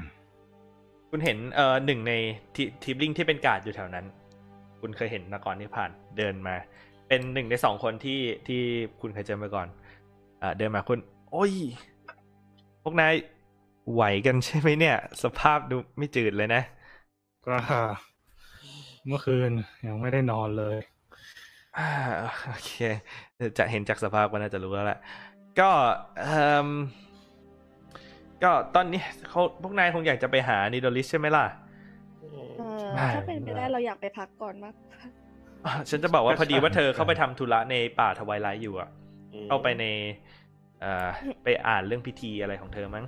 คุณเห็นเอ่อหนึ่งในทีทีมลิงที่เป็นการ์ดอยู่แถวนั้น คุณเคยเห็นมาก่อนที่ผ่านเดินมา เป็นหนึ่งในสองคนที่ที่คุณเคยเจอมาก่อนเอ่อเดินมาคุณ โอ้ย พวกนายไหวกันใช่ไหมเนี่ย สภาพดูไม่จืดเลยนะ ก็เมื่อคืนยังไม่ได้นอนเลย อ่าโอเคจะเห็นจากสภาพก็น่าจะรู้แล้วแหละก็เอ่มก็ตอนนี้เขาพวกนายคงอยากจะไปหานิโดลิสใช่ไหมล่ะ เออ ใช่ ถ้าเป็นไปได้เราอยากไปพักก่อนมาก อ่าฉันจะบอกว่าพอดีว่าเธอ ใช่ เข้าไปทำธุระในป่าทวายไลท์อยู่อะเข้าไปในเอ่อไปอ่านเรื่องพิธีอะไรของเธอมั้ง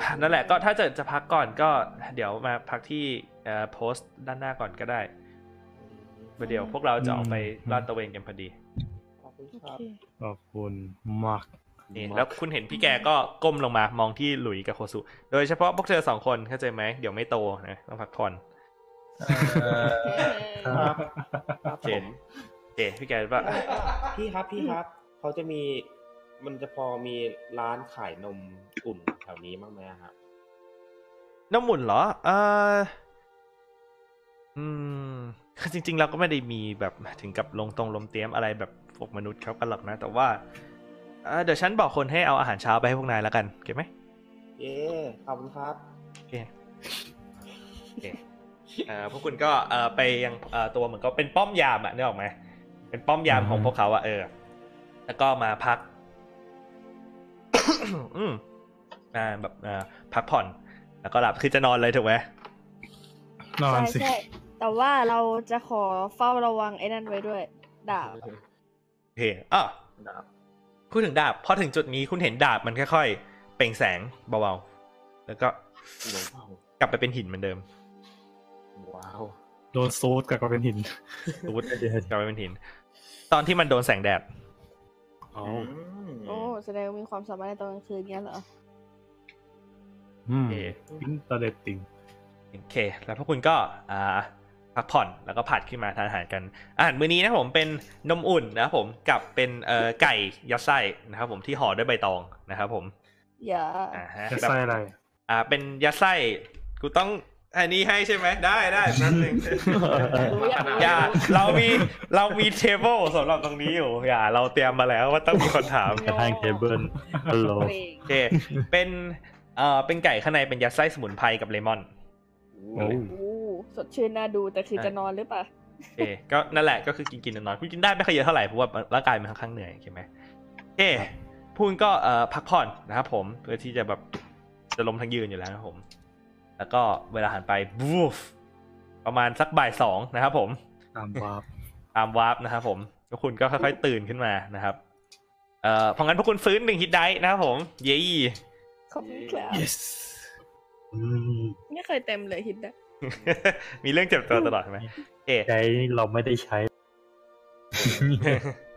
อ่ะนั่นแหละก็ถ้าจะจะพักก่อนก็เดี๋ยวมาพักที่เอ่อโพสต์ด้านหน้าก่อนก็ได้ประเดี๋ยวพวกเราจะออกไปลาดตระเวนกันพอดี ขอบคุณ โอ ครับ เค ขอบคุณมาก นี่แล้วคุณเห็นพี่แกก็ก้มลงมามองที่หลุยส์กับโคสุ โดยเฉพาะพวกเธอสองคนเข้าใจไหมเดี๋ยวไม่โตนะต้องพักผ่อน ครับ โอเคโอเคพี่แกว่า พี่ครับพี่ครับเขาจะมีมันจะพอมีร้านขายนมอุ่นแถวนี้บ้างไหมอะครับ น้ำหมุนเหรอเอออื อืม คือจริง ๆ เราก็ไม่ได้มีแบบถึงกับลงตรงลมเตรียมอะไรแบบพวกมนุษย์เขากันหรอกนะ แต่ว่าเอ่อเดี๋ยวฉันบอกคนให้เอาอาหารเช้าไปให้พวกนายแล้วกันเก็บไหม เย้ขอบคุณครับ โอเคโอเคเอ่อพวกคุณก็เอ่อไปยังเอ่อตัวเหมือนก็เป็นป้อมยามอะนึกออกไหมเป็นป้อมยามของพวกเขาอะเออ แล้วก็มาพัก อืมอ่าแบบอ่าพักผ่อน แล้วก็หลับคือจะนอนเลยถูกไหม นอน ใช่ สิ ใช่แต่ว่าเราจะขอเฝ้าระวังไอ้นั่นไว้ด้วยดาบอะ โอเคอ่ะ ดาบ พูดถึงดาบ พอถึงจุดนี้คุณเห็นดาบมันค่อยๆ เปล่งแสงเบาๆ แล้วก็ หลวงพ่อก ลับไปเป็นหินเหมือนเดิม ว้าว โดนซูดกลับมาเป็นหิน ตู ดกลับไปเป็นหิน ตอนที่มันโดนแสงแดด อ๋อ ม โอ้แสดงว่ามีความสามารถในตอนกลางคืนเนี้ยเหรอ อืม โอเค อินเตอร์เน็ตติง โอเค แล้วพวกคุณก็อ่าพักผ่อน แล้วก็ผัดขึ้นมาทานอาหารกัน อาหารมื้อนี้นะครับผมเป็นนมอุ่นนะครับผม กับเป็นเอ่อไก่ยัดไส้นะครับผมที่ห่อด้วยใบตองนะครับผม อย่า อ่าฮะ ยัดไส้อะไร อ่า เป็นยัดไส้ กูต้องอันนี้ให้ใช่ไหม ได้ได้แป๊บนึง มาขนาด เออ อ อ ย่าเรามีเรามีเทเบิลสำหรับตรงนี้อยู่อย่าเราเตรียมมาแล้วว่าต้องมีคนถาม กระทั่งเคเบิลฮัลโหล เกรง โอเคเป็นเอ่อเป็นไก่ข้างในเป็นยัดไส้สมุนไพรกับเลมอน โอ้ย โอ้สดชื่นน่าดูแต่คือ ใช่ จะนอนหรือเปล่า โอเคก็นั่นแหละก็คือกินกินนอนๆคุณกินได้ไม่ค่อยเยอะเท่าไหร่เพราะว่าร่างกายมันค่อนข้างเหนื่อยโอเคไหมโอเคพูนก็เอ่อพักผ่อนนะครับผมเพื่อที่จะแบบจะล้มทั้งยืนอยู่แล้วนะครับผม แล้วก็เวลาหันไปบูฟประมาณสักบ่ายสองนะครับผม ตามวาร์ป ตามวาร์ปนะครับผมแล้วคุณก็ค่อยๆตื่นขึ้นมานะครับ เอ่อเพราะงั้นพวกคุณฟื้นหนึ่งฮิตได้นะครับผม เย้ ขอบคุณครับ yes อืม ไม่เคยเต็มเลยฮิตนะ มีเรื่องเจ็บตัวตลอดใช่ไหมเอ๊ะ ใช้เราไม่ได้ใช้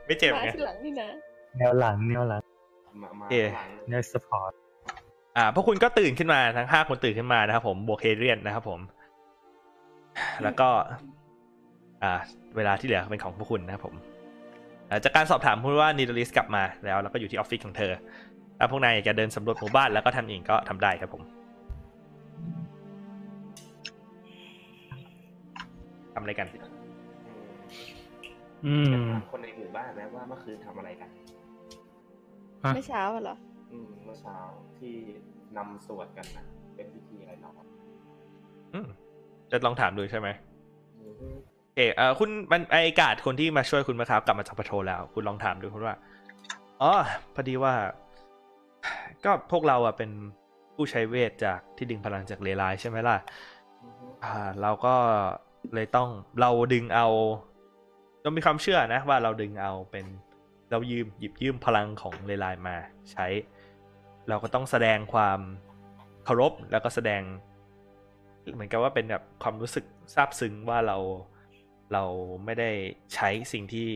ไม่เจ็บ มา ไง ทีหลังนี่นะ แนวหลังแนวหลัง มามา เอ๊ะ หลัง แนวสปอร์ต อ่าพวกคุณก็ตื่นขึ้นมาทั้งห้าคนตื่นขึ้นมานะครับผมบวกเฮเรียนนะครับผม แล้วก็ อ่า เวลาที่เหลือเป็นของพวกคุณนะครับผมอ่าจากการสอบถามพูดว่านิโดลิสกลับมาแล้ว แล้วก็อยู่ที่ออฟฟิศของเธอถ้าพวกนายอยากจะเดินสำรวจหมู่บ้านแล้วก็ทำเองก็ทำได้ครับผมทำอะไรกัน อืม ถามคนในหมู่บ้านนะว่าเมื่อคืนทำอะไรกัน อ่ะ ไม่เช้าอะเหรอ อืมเมื่อเช้าที่นำสวดกันนะเป็นพิธีอะไรเนาะ อืมจะลองถามดูใช่ไหม อือฮึ เออเออคุณมันไอกาดคนที่มาช่วยคุณมาครับกลับมาจากปะโทแล้ว คุณลองถามดูคุณว่าอ๋อพอดีว่า ก็พวกเราอะเป็นผู้ใช้เวทจากที่ดึงพลังจากเลไลายใช่ไหมล่ะ อือฮึ อ่าเราก็เลยต้องเราดึงเอาเรามีความเชื่อนะ ว่าเราดึงเอาเป็นเรายืมหยิบยืมพลังของเลไลายมาใช้ เราก็ต้องแสดงความเคารพแล้วก็แสดง เหมือนกับว่าเป็นแบบความรู้สึกซาบซึ้งว่าเราเราไม่ได้ใช้สิ่งที่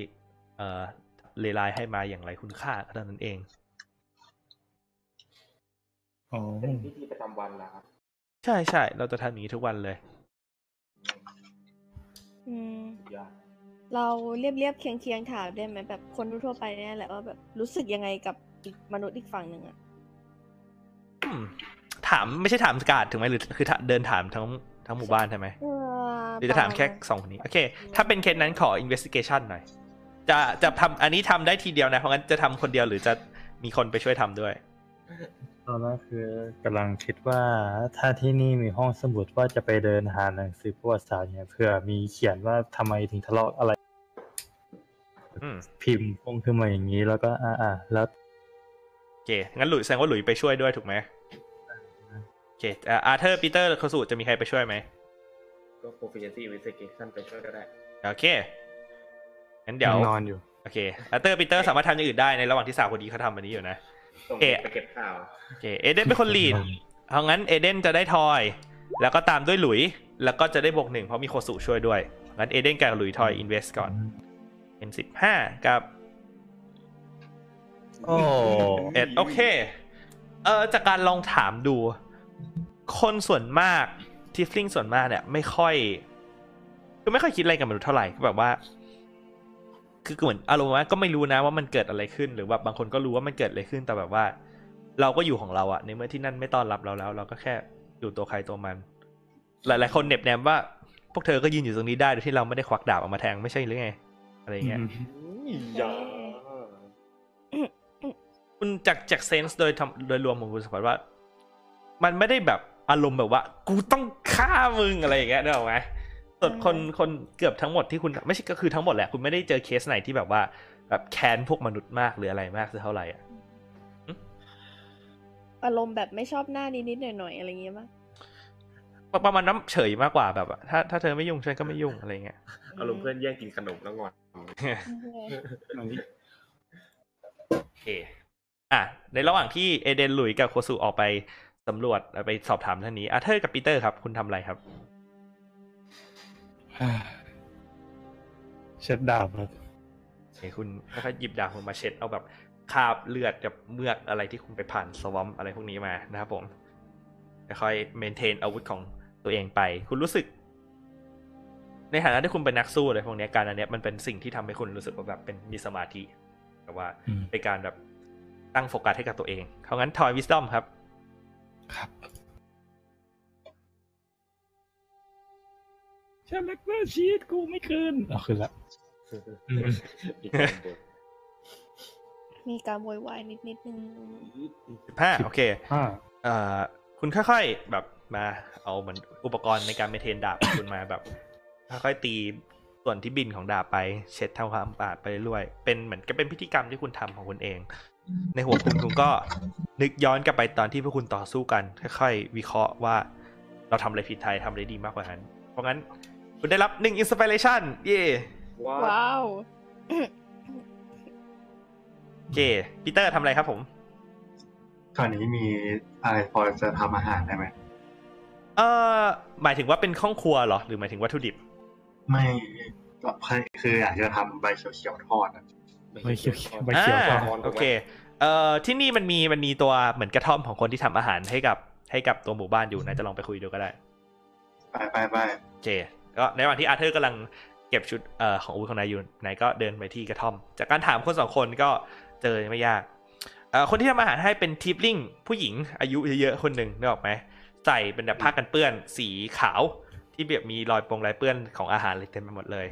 เออเลไลายให้มาอย่างไรคุณค่าเท่านั้นเอง อ๋อ เป็นพิธีประจำวันนะครับ ใช่ใช่เราจะทำอย่างนี้ทุกวันเลย อืม สุดยอด เราเรียบเรียบๆเคียงเคียงๆถามได้ไหมแบบคนทั่วๆไปเนี่ยแหละว่าแบบรู้สึกยังไงกับอีกมนุษย์อีกฝั่งหนึ่งอะ อืมถามไม่ใช่ถามสกาดถึงไหมหรือคือถามเดินถามทั้งทั้งหมู่บ้านใช่ไหม เออ หรือจะถามแค่สองคนนี้ โอเค ถ้าเป็นเคสนั้นขอ investigation หน่อย จะจะทำอันนี้ทำได้ทีเดียวนะ เพราะงั้นจะทำคนเดียวหรือจะมีคนไปช่วยทำด้วย ตอนแรกคือกำลังคิดว่าถ้าที่นี่มีห้องสมุดว่าจะไปเดินหาหนังสือประวัติศาสตร์เนี่ยเผื่อมีเขียนว่าทำไมถึงทะเลาะอะไร อืม พิมพ์พงขึ้นมาอย่างนี้ แล้วก็อ่าอ่าแล้ว โอเค งั้นหลุยแสดงว่าหลุยไปช่วยด้วยถูกไหมโอเคอาร์เธอร์ปีเตอร์คอสูจะมีใครไปช่วยไหม ก็ proficiency investigation ไปช่วยก็ได้ โอเค งั้นเดี๋ยว นอนอยู่ โอเคอาร์เธอร์ปีเตอร์สามารถทำอย่างอื่นได้ในระหว่างที่สาวคนนี้เขาทำอันนี้อยู่นะ ตรง เอ๊ะ ไปเก็บข่าว โอเค เอเดนเป็นคนลีด เอางั้นเอเดนจะได้ทอย แล้วก็ตามด้วยหลุย แล้วก็จะได้บวกหนึ่งเพราะมีโคสุช่วยด้วย งั้นเอเดนกับหลุยทอยอินเวสก่อน เป็นสิบห้ากับ โอ้ เอ็ดโอเค เออจากการลองถามดู คนส่วนมากทิฟลิงส่วนมากเนี่ย ไม่ค่อย คือไม่ค่อยคิดอะไรกับมนุษย์เท่าไหร่ก็แบบว่า คือเหมือนอารมณ์ว่าก็ไม่รู้นะว่ามันเกิดอะไรขึ้นหรือแบบบางคนก็รู้ว่ามันเกิดอะไรขึ้นแต่แบบว่า เราก็อยู่ของเราอะในเมื่อที่นั่นไม่ต้อนรับเราแล้ว เราก็แค่อยู่ตัวใครตัวมัน หลาย ๆ คนเหน็บแนมว่า พวกเธอก็ยืนอยู่ตรงนี้ได้โดยที่เราไม่ได้ควักดาบออกมาแทงไม่ใช่หรือไง อะไรอย่างเงี้ย อย่า คุณจากจากเซนส์โดยทำโดยรวมของคุณสมบัติว่า มันไม่ได้แบบอารมณ์แบบว่า กูต้องฆ่ามึงอะไรอย่างเงี้ยนึกออกไหมส่วนคนคนเกือบทั้งหมดที่คุณไม่ใช่ก็คือทั้งหมดแหละคุณไม่ได้เจอเคสไหนที่แบบว่า แบบแค้นพวกมนุษย์มากหรืออะไรมากสักเท่าไหร่อ่ะ อารมณ์แบบไม่ชอบหน้านิดๆหน่อยๆอะไรอย่างเงี้ยป่ะ ประประมาณน้ำเฉยมากกว่าแบบว่าถ้าถ้าเธอไม่ยุ่งฉันก็ไม่ยุ่งอะไรอย่างเงี้ย อารมณ์เพื่อนแย่งกินขนมแล้วงอน อันนี้ โอเคอ่ะ ในระหว่างที่เอเดนหลุยกับโคสุออกไปสำรวจไปสอบถามท่านนี้อาเธอร์กับปีเตอร์ครับ คุณทำอะไรครับ เช็ดดาบครับ เฮ้ยคุณค่อยๆหยิบดาบผมมาเช็ดเอาแบบคราบเลือดกับเมือกอะไรที่คุณไปผ่านสวอมอะไรพวกนี้มานะครับผมค่อยเมนเทนอาวุธของตัวเองไป คุณรู้สึก ในฐานะที่คุณเป็นนักสู้อะไรพวกเนี้ยการอันเนี้ยมันเป็นสิ่งที่ทำให้คุณรู้สึกว่าแบบเป็นมีสมาธิแต่ว่า อืม เป็นการแบบตั้งโฟกัสให้กับตัวเองเพราะงั้นทอยวิสตอมครับ ครับฉันแม็กเวอร์ชีตกูไม่คืนเอาคืนละ อีกคนเดียว มีการโวยวายนิดๆนึง สิบห้าโอเค ห้า เอ่อคุณค่อยๆแบบมาเอาเหมือนอุปกรณ์ในการเมนเทนดาบของคุณมาแบบ ค่อยๆตีส่วนที่บินของดาบไปเช็ดทำความสะอาดไปเรื่อยๆเป็นเหมือนก็เป็นพิธีกรรมที่คุณทำของคุณเอง ในหัวคุณคุณก็นึกย้อนกลับไปตอนที่พวกคุณต่อสู้กัน ค่อยๆ วิเคราะห์ว่าเราทำอะไรผิดไทยทำอะไรดีมากกว่านั้น เพราะงั้นคุณได้รับหนึ่งอินสปิเรชันเย่ ว้าว ว้าว โอเคปีเตอร์ทำอะไรครับผม ตอนนี้มีอะไรพอจะทำอาหารได้ไหม เอ่อหมายถึงว่าเป็นข้องครัวเหรอหรือหมายถึงวัตถุดิบ ไม่คืออยากจะทำใบเขียวๆทอดอะ ไม่เขียวๆไม่ อ่า เขียว า โอเคเอ่อที่นี่มันมีมันมีตัวเหมือนกระท่อมของคนที่ทำอาหารให้กับให้กับตัวหมู่บ้านอยู่นายจะลองไปคุยดูก็ได้ ไปไปไป โอเคก็ในระหว่างที่อาร์เธอร์กำลังเก็บชุดเอ่อของอาวุธของนายอยู่นายก็เดินไปที่กระท่อม จากการถามคนสองคนก็เจอไม่ยากเอ่อคนที่ทำอาหารให้เป็นทิปลิงผู้หญิงอายุเยอะๆคนหนึ่งนึกออกไหมใส่เป็นแบบผ้ากันเปื้อนสีขาวที่แบบมีรอยปรงรอยเปื้อนของอาหารเลยเต็มไปหมดเลย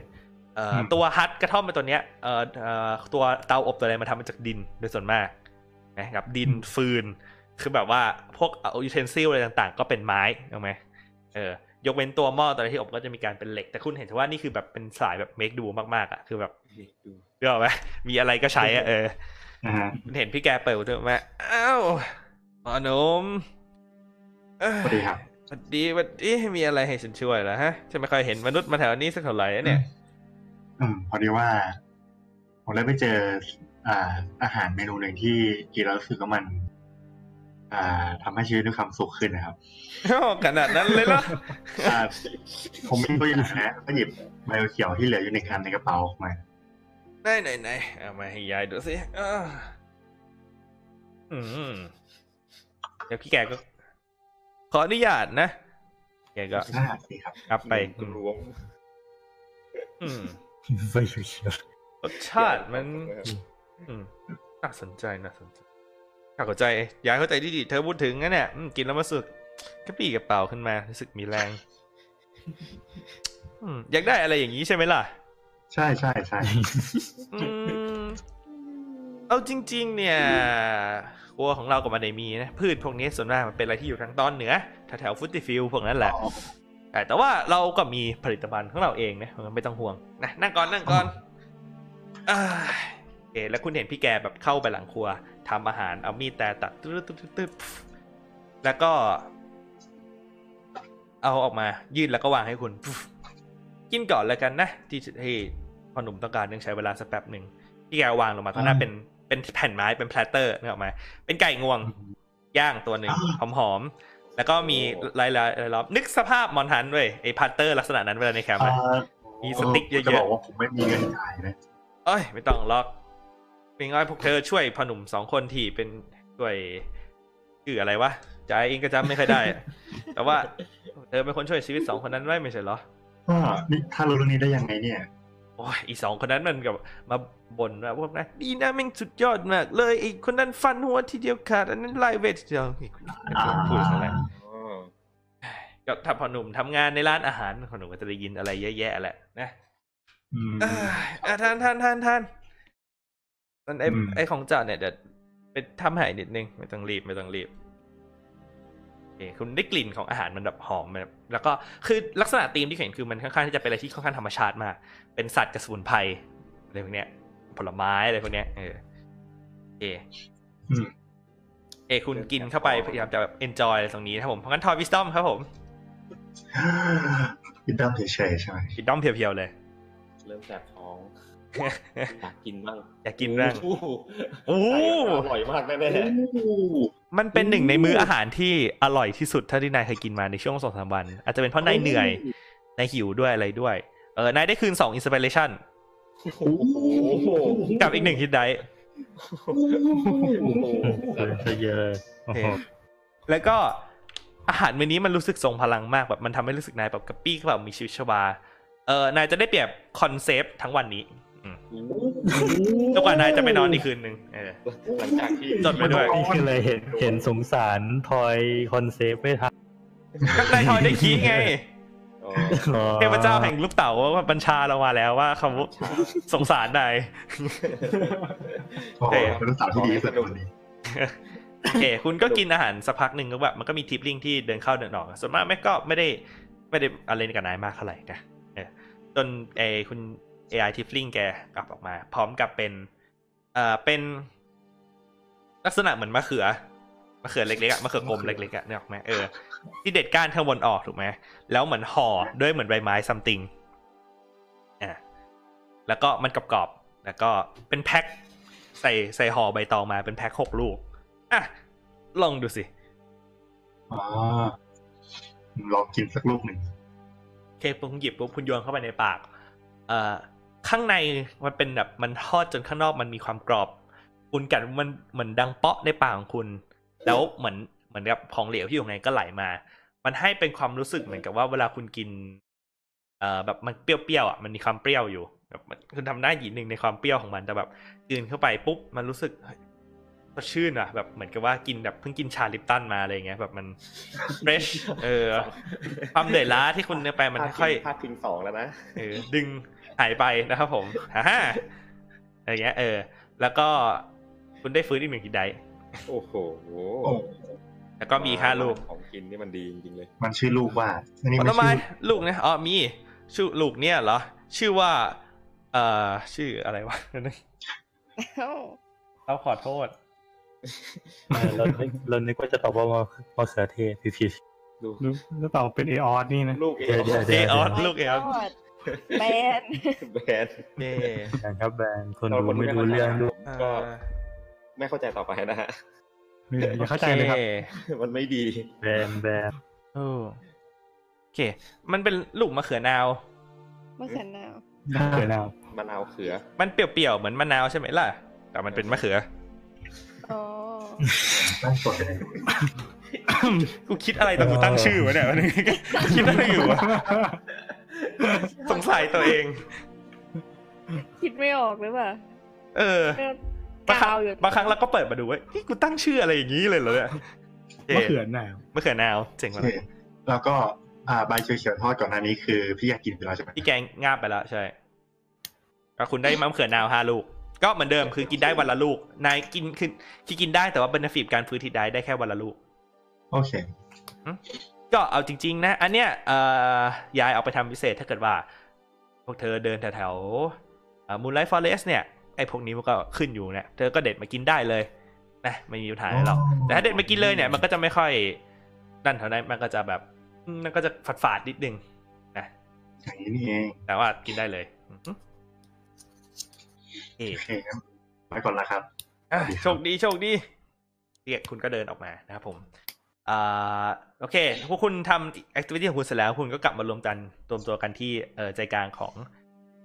เอ่อตัวฮัทกระท่อมเป็นตัวเนี้ยเอ่อเอ่อตัวเตาอบตัวอะไรมาทำมาจากดินโดยส่วนมากนะครับดินฟืน คือแบบว่าพวกอุเทนซิลอะไรต่างๆ ก็เป็นไม้ถูกไหมเออยกเว้นตัวหม้อตัวอะไรที่อบก็จะมีการเป็นเหล็ก แต่คุณเห็นว่านี่คือแบบเป็นสายแบบเมคดูมากๆอ่ะคือแบบเรียกว่ามีอะไรก็ใช้อ่ะเออ นะฮะ คุณเห็นพี่แกเปิดประตูมาอ้าวหมอหนมเอ้ย สวัสดีครับ สวัสดีสวัสดีมีอะไรให้ฉันช่วยเหรอฮะฉันไม่ค่อยเห็นมนุษย์มาแถวนี้สักเท่าไหร่ นะเนี่ย อืมพอดีว่า ผมได้ไปเจอ อ่า อาหารเมนูหนึ่งที่กินแล้วรู้สึกว่ามัน อ่าทำให้ชีวิตมีความสุขขึ้นนะครับ อ้าวขนาดนั้นเลยเหรอ อ่าผมมีตัวอย่างนะก็หยิบใบเขียวที่เหลืออยู่ในคันในกระเป๋าออกมา ได้ไหนไหนๆเอามาให้ยายดูสิอ้าวอืมเดี๋ยวพี่แกก็ ขออนุญาตนะแกก็ น่าสิครับ กลับไป รวม อืม ๆไม่เขียว รสชาติมัน อืมน่าสนใจน่าสนใจน่าเข้าใจยายเข้าใจที่ดีเธอพูดถึงนะเนี่ยอืมกินแล้วมาสึกกระปรี้กระเป๋าขึ้นมารู้สึกมีแรง อืมอยากได้อะไรอย่างนี้ใช่ไหมล่ะ ใช่ใช่ใช่ อืม เอาจริง ๆ เนี่ยครัวของเราก็ไมาได้มีนะ พืชพวกนี้ส่วนมากมันเป็นอะไรที่อยู่ทางตอนเหนือแถวๆฟุตติฟิลพวกนั้นแหละ อ๋อ แต่แต่ว่าเราก็มีผลิตภัณฑ์ของเราเองนะเพราะงั้นไม่ต้องห่วงนะนั่งก่อนนั่งก่อนอ่าโอเคแล้วคุณเห็นพี่แกแบบเข้าไปหลังครัวทำอาหารเอามีดแต่ตัดตึ๊ดตึ๊ดตึ๊ดตึ๊ดแล้วก็ เอาออกมายื่นแล้วก็วางให้คุณ กินก่อนแล้วกันนะที่ที่พอหนุ่มต้องการยังใช้เวลาสักแป๊บหนึ่งพี่แกวางลงมาข้างหน้า อ่า เป็นเป็นแผ่นไม้เป็นแพลตเตอร์นึกออกไหมเป็นไก่งวงย่างตัวหนึ่งหอมหอมๆแล้วก็มีลายลายลายล้อมนึกสภาพมอนฮันต์เว้ยไอ้พาร์เตอร์ลักษณะนั้นเวลาในแคมป์ อ่ อะ า มีสติ๊กเยอะๆ จะบอกว่าผมไม่มีเงินจ่ายนะ เอ้ยไม่ต้องหรอกเพียงน้อยพวกเธอช่วยพอหนุ่มสองคนที่เป็นช่วยคืออะไรวะจายเองก็จำไม่ค่อยได้อะแต่ว่าเธอเป็นคนช่วยชีวิตสองคนนั้นไว้ไม่ใช่เหรอ ก็นี่ถ้ารู้เรื่องนี้ได้ยังไงเนี่ย โอ้ยอีสองคนนั้นมันกับมาบ่นว่าพวกนั้นดีนะแม่งสุดยอดมาก เลยไอีกคนนั้นฟันหัวทีเดียวขาดอันนั้นไล่เวททีเดียวอีกคนนั้นพูดอะไร อ๋อ ก็ทำพอหนุ่มทำงานในร้านอาหารพอหนุ่มก็จะได้ยินอะไรเยอะแยะแหละนะ อืม เอ้ยอ่ะท่านท่านท่านท่านมันไอ อืม ไอของจ่าเนี่ยเดี๋ยวไปทำใหายนิดนึงไม่ต้องรีบไม่ต้องรีบโอเคคุณได้กลิ่นของอาหารมันแบบหอมแบบแล้วก็คือลักษณะธีมที่เห็นคือมันค่อนข้างที่จะเป็นอะไรที่ค่อนข้างธรรมชาติมาก เป็นสัตว์กับสมุนไพรอะไรพวกเนี้ย ผลไม้อะไรพวกเนี้ยเออโอเค อืม เอยคุณกินเข้าไปพยายามจะแบบ enjoy ตรงนี้นะครับผม เพราะงั้นทอยวิสตอมครับผม กินด้ามเฉยๆใช่ไหม วิสตอมเพียวๆเลย เริ่มแสบท้ องอยากกินบ้าง อยากกินบ้าง โอ้โห โอ้ ใส่แล้วอร่อยมากแน่ มันเป็นหนึ่งในมื้ออาหารที่อร่อยที่สุดเท่าที่นายเคยกินมาในช่วงสองสามวัน อาจจะเป็นเพราะนายเหนื่อย นายหิวด้วยอะไรด้วย เออนายได้คืนสองอินสปิเรชัน ๆโอ้โห กับอีกหนึ่งฮิตได โอ้โห เออซะเยอะเลยโอ้โห แล้วก็อาหารมื้อนี้มันรู้สึกทรงพลังมากแบบมันทำให้รู้สึกนายแบบกระปี้กระเป๋ามีชีวิตชีวา เออนายจะได้เปรียบคอนเซปต์ทั้งวันนี้อืมจนกว่านายจะไปนอนอีกคืนหนึ่งเออ หลังจากที่ จดไปด้วย นี่คืออะไรเห็นเห็นสงสารทอยคอนเซปต์ไม่ทัน ก็นายทอยได้คิด ไง อ๋อ เทพเจ้าแห่งลูกเต๋าว่าบัญชาเรามาแล้วว่าเขาสงสารนาย โอ้โหเป็นลูกสาวที่ดีที่สุดในวันนี้ โอเค คุณก็กินอาหารสักพักหนึ่งก็แบบมันก็มีทิปลิงที่เดินเข้าเดินออกส่วนมากไม่ก็ไม่ได้ไม่ได้อะไรกับนายมากเท่าไหร่นะเออจนไอคุณ AI ทิปลิงแกกลับออกมา พร้อมกับเป็นเอ่อเป็น ลักษณะเหมือนมะเขือมะเขือเล็กๆอะมะเขือกลมเล็กๆอะเนี่ยออกไหมเออที่เด็ดก้านข้างบนออกถูกไหมแล้วเหมือนห่อด้วยเหมือนใบไม้ซัมติงอ่ะแล้วก็มันกรอบๆแล้วก็เป็นแพ็คใส่ใส่ห่อใบตองมาเป็นแพ็คหกลูก อ่ะ ลองดูสิ อ๋อลองกินสักลูกหนึ่ง เคกผมหยิบปุ๊บคุณโยนเข้าไปในปาก เอ่อ ข้างในมันเป็นแบบมันทอดจนข้างนอกมันมีความกรอบ คุณกัดมันเหมือนดังเปาะในปากของคุณ แล้วเหมือนเหมือนกับของเหลวที่อยู่ข้างในก็ไหลมา มันให้เป็นความรู้สึกเหมือนกับว่าเวลาคุณกิน เอ่อแบบมันเปรี้ยวๆอ่ะมันมีความเปรี้ยวอยู่แบบมันคุณทำหน้าหยีหนึ่งในความเปรี้ยวของมันแต่แบบกินเข้าไปปุ๊บมันรู้สึกเฮ้ยสดชื่นอ่ะ แบบเหมือนกับว่ากินแบบเพิ่งกินชาลิปตันมาอะไรอย่างเงี้ยแบบมัน fresh เออ ความเหนื่อยล้าที่คุณไปมันค่อยๆ พลาดพิงสองแล้วนะ เออดึงหายไปนะครับผม ฮ่าฮ่าอะไรเงี้ยเออ แล้วก็คุณได้ฟื้นอีกหนึ่งทีไดซ์ โอ้โห แล้วก็มีห้าลูก ของกินนี่มันดีจริงๆเลย มันชื่อลูกว่าอันนี้ ผ ไม่ ลไม้ ชื่อ ลูกเนี่ยอ๋อมีชื่อลูกเนี่ยเหรอ ชื่อว่า เอ่อ ชื่ออะไรวะ เดี๋ยวนะ เอ้า เราขอโทษ เราเรานึกว่าจะตอบว่ามะมะเขือเทศผิด ลูก หรือแล้วต่อเป็นเอออสนี่นะ ลูกเอ เดี๋ยว ง เดี๋ยว เออออสลูกเอล ย อดแบน แบรนด์ เย่ ๆอย่างครับแบรนด์คน เรา ดู คน ไม่รู้เรื่องด้วย เอ่อ ก็ไม่เข้าใจต่อไปนะฮะ อย่าเข้าใจเลยครับ โอค มันไม่ดี แบรนด์แบรนด์ เออโอเค มันเป็นลูกมะเขือนาว มะเขือนาว เดี๋ยวนะ มะนาวเขือ มันเปรี้ยวๆเหมือนมะนาวใช่ไหมล่ะ แต่มันเป็นมะเขือ อ๋อ ตั้งสดเลย กูคิดอะไรตอนกูตั้งชื่อวะ เนี่ย คิดอะไรอยู่วะสงสัยตัวเอง คิดไม่ออกหรือเปล่า เออ เริ่ม บางครั้ กาง วอยู่ บางครั้งเราก็เปิดมาดูเว่ากูตั้งชื่ออะไรอย่างนี้เลยเหรอเนี่ย มะเขือหนาว มะเขือนาวเจ๋ง โอ มาก เคแล้วก็อ่าใบเขียวๆทอดก่อนหน้านี้คือพี่อยากกินไปแล้วใช่ไหม พี่แกงงาบไปแล้วใช่ก็คุณได้มะเขือนาวห้าลูก ก็เหมือนเดิมคือกินได้วันละลูก นายกินคือที่กินได้แต่ว่าเบนฟิตการฟื้นที่ได้ได้แค่วันละลูก โอเค ก็เอาจริง ๆ นะ อันเนี้ยเอ่อยายเอาไปทำพิเศษถ้าเกิดว่า พวกเธอเดินแถวๆมูนไลท์ฟอเรสเนี่ย ไอ้พวกนี้มันก็ขึ้นอยู่เนี่ยเธอก็เด็ดมากินได้เลยนะไม่มีปัญหาอะไรหรอก อ๋อ แต่ถ้าเด็ดมากินเลยเนี่ย มันก็จะไม่ค่อยนั่นเท่านั้นมันก็จะแบบอืมมันก็จะฝาดๆนิดนึงนะ อย่างนี้นี่เอง แต่ว่ากินได้เลยอืมเอ๊ะ โอเคครับไว้ก่อนละครับ อ่ะโชคดีโชคดีเรียกคุณก็เดินออกมานะครับผม อ่าโอเคพวกคุณทำแอคทิวิตี้ของคุณเสร็จแล้ว คุณก็กลับมารวมกันรวมตัวกันที่เอ่อใจกลางของ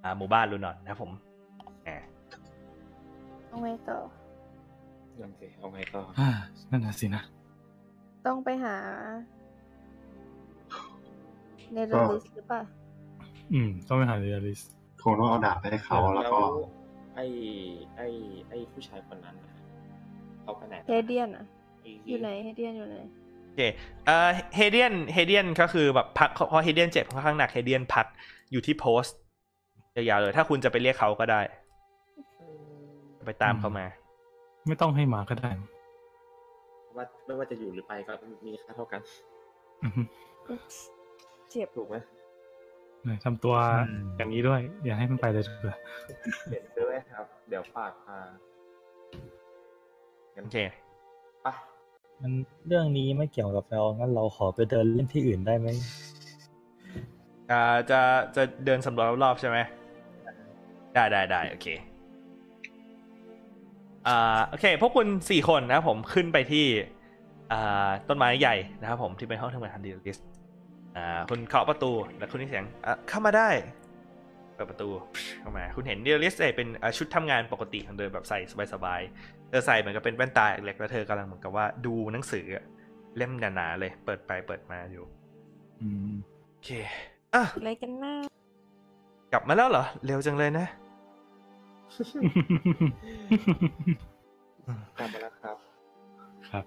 อ่าหมู่บ้านลูนอนนะครับผมอ่า ต้องไปต่อ โอเค เอาไงต่อ อ่า นั่นน่ะสินะ ต้องไปหา เนเธอร์ลิสหรือเปล่า อืม ต้องไปหาเรียลิส คงต้องเอาดาบไปให้เขาแล้วก็ ไอ้ไอ้ไอ้ผู้ชายคนนั้นน่ะเขาไปไหน เฮเดียนอ่ะ ไอ้ อยู่ไหน เฮเดียนอยู่ไหน โอเค เคเอ่อเฮเดียนเฮเดียนก็คือแบบพักเพราะเฮเดียนเจ็บค่อนข้างหนักเฮเดียนพักอยู่ที่โพสต์ยาวๆเลย ถ้าคุณจะไปเรียกเขาก็ได้ ไปตามเขามา ไม่ต้องให้มาก็ได้ ว่าไม่ว่าจะอยู่หรือไปก็มีค่าเท่ากัน อือฮึ เจ็บ ถูกไหม ทำตัว อืม อย่างนี้ด้วย อย่าให้มันไปเลยเถอะ เห็นด้วยครับ เดี๋ยวฝากพางั้น โอเค ไป มันเรื่องนี้ไม่เกี่ยวกับเรางั้นเราขอไปเดินเล่นที่อื่นได้ไหม อ่าจะจะเดินสำรวจรอบๆใช่ไหมได้ได้ได้โอเคอ่าโอเค พวกคุณสี่คนนะครับผมขึ้นไปที่อ่าต้นไม้ใหญ่นะครับผมที่เป็นห้องทำงานฮันดีลิสอ่าคุณเคาะประตูแล้วคุณได้เสียงอ่ะเข้ามาได้เปิดประตูเข้ามา คุณเห็นเดลิสเป็นอ่าชุดทำงานปกติของเธอแบบใส่สบายๆเธอใส่เหมือนกับเป็นแว่นตาเล็กๆแล้วเธอกำลังเหมือนกับว่าดูหนังสืออะเล่มหนาๆเลย เปิดไปเปิดมาอยู่โอเคอ่ะ อะไรกันหน้าก ลับมาแล้วเหรอ เร็วจังเลยนะ กลับมาแล้วครับ ครับ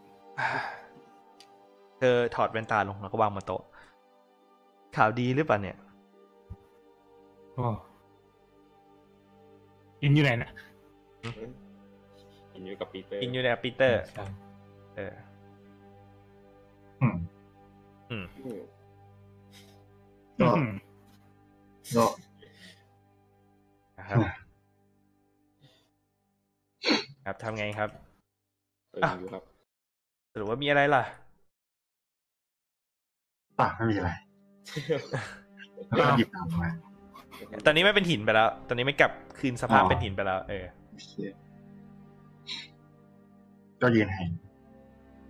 เธอถอดแว่นตาลงแล้วก็วางบนโต๊ะ ข่าวดีหรือเปล่าเนี่ย ก็อินอยู่ไหนนะ อินอยู่กับปีเตอร์ อินยูเนียปีเตอร์ ใช่ เออ อืม อืม ก็ อืม ก็ นะครับ ครับทำไงครับ เอออยู่ครับ หรือว่ามีอะไรล่ะ ปากไม่มี อะไรแล้วก็หยิบตามมา ตอนนี้ไม่เป็นหินไปแล้ว ตอนนี้ไม่กลับคืนสภาพเป็นหินไปแล้ว เออ โอเคก็ยืนให้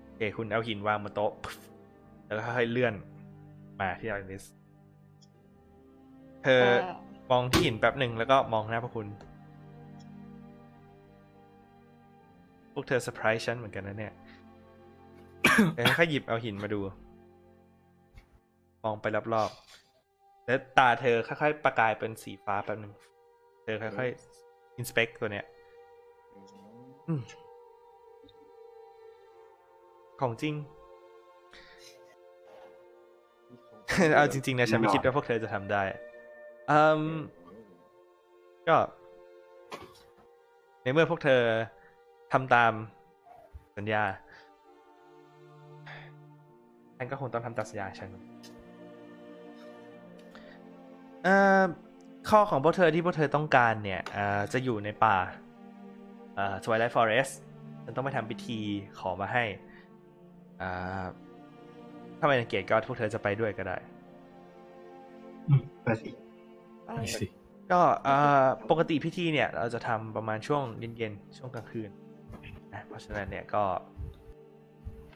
โอเค คุณเอาหินวางบนโต๊ะ แล้วก็ค่อยๆเลื่อนมาที่อลิสเธอ เอ่อ มองที่หินแป๊บหนึ่งแล้วก็มองหน้าพวกคุณ พวกเธอเซอร์ไพรส์ฉันเหมือนกันนะเนี่ย เออค่อยหยิบเอาหินมาดู มองไปรอบๆ แล้วตาเธอค่อยๆ ประกายเป็นสีฟ้าแป๊บหนึ่ง เธอค่อยๆ อินสเปกตัวเนี้ย อืมของจริง เอาจริงๆนะฉันไม่คิดว่าพวกเธอจะทำได้อืม ก็ในเมื่อพวกเธอทำตามสัญญา ฉันก็คงต้องทำตามสัญญาฉันเอ่อข้อของพวกเธอที่พวกเธอต้องการเนี่ยเอ่อจะอยู่ในป่าเอ่อ Twilight Forest ฉันต้องไปทำพิธีขอมาให้อ่าถ้าไม่สังเกตก็พวกเธอจะไปด้วยก็ได้ ไปสิ ไป ไม่สิ ก็เอ่อปกติพิธีเนี่ย เราจะทำประมาณช่วงเย็นๆ ช่วงกลางคืนนะเพราะฉะนั้นเนี่ยก็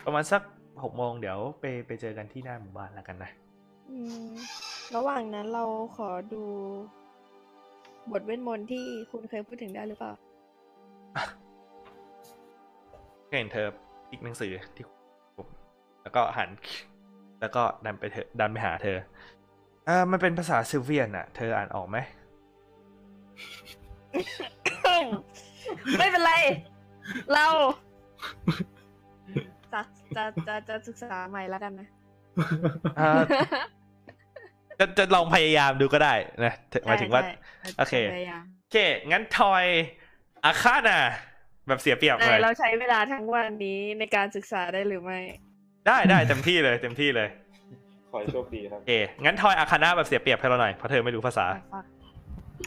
ประมาณสักหกโมงเดี๋ยวไปไปเจอกันที่หน้าหมู่บ้านแล้วกันนะ อืมระหว่างนั้นเราขอดู บทเวทมนต์ที่คุณเคยพูดถึงได้หรือเปล่า ก็เห็นเธอพลิกหนังสือที่ผมแล้วก็หัน แล้วก็ดันไปเธอดันไปหาเธออ่ามันเป็นภาษาซิลเวียนอะเธออ่านออกไหม ไม่เป็นไร เรา จะจะจะจะศึกษาใหม่แล้วกันนะ อ่า จะจะลองพยายามดูก็ได้นะถึง หมายถึงว่า ใช่ใช่ โอเค พยายาม โอเค งั้นทอยอาคาน่ะแบบเสียเปรียบเล ไหน ย เราใช้เวลาทั้งวันนี้ในการศึกษาได้หรือไม่ ได้ได้เต็มที่เลยเต็มที่เลย ขอให้โชคดีครับ โอเคงั้นทอยอาคาน่าแบบเสียเปรียบให้เราหน่อยเพราะเธอไม่รู้ภาษา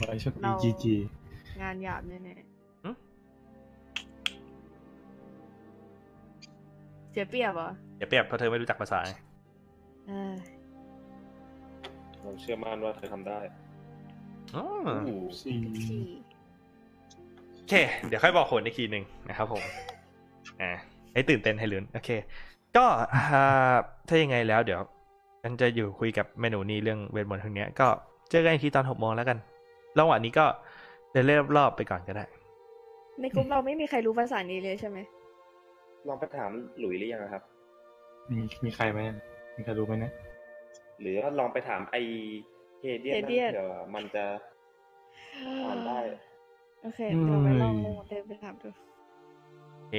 ขอให้โชคดีเราจีจี งานหยาบแน่ หึ ๆเสียเปรียบเหรอ เสียเปรียบเพราะเธอไม่รู้จักภาษา เออ ผมเชื่อมั่นว่าเธอทำได้ อืม สี่ ที่ โอเค เดี๋ยวค่อยบอกผลอีกทีหนึ่งนะครับผมอ่าให้ตื่นเต้นให้ลุ้นโอเค ก็อ่าถ้ายังไงแล้วเดี๋ยวฉันจะอยู่คุยกับเมนูนี้เรื่องเวทมนต์ทางเนี้ยก็เจอกันอีกทีตอนหกโมงแล้วกันระหว่างนี้ก็เดินเล่นรอบๆไปก่อนก็ได้ ในกลุ่มเราไม่มีใครรู้ภาษานี้เลยใช่ไหม ลองไปถามหลุยหรือยังอะครับ มีมีใครไหมมีใครรู้ไหมเนี่ย หรือว่าลองไปถามไอเฮเดียนนั่น เฮเดียน เดี๋ยวมันจะอ่านได้ โอเคเดี๋ยวไปลองเดินไปถามดู โอเค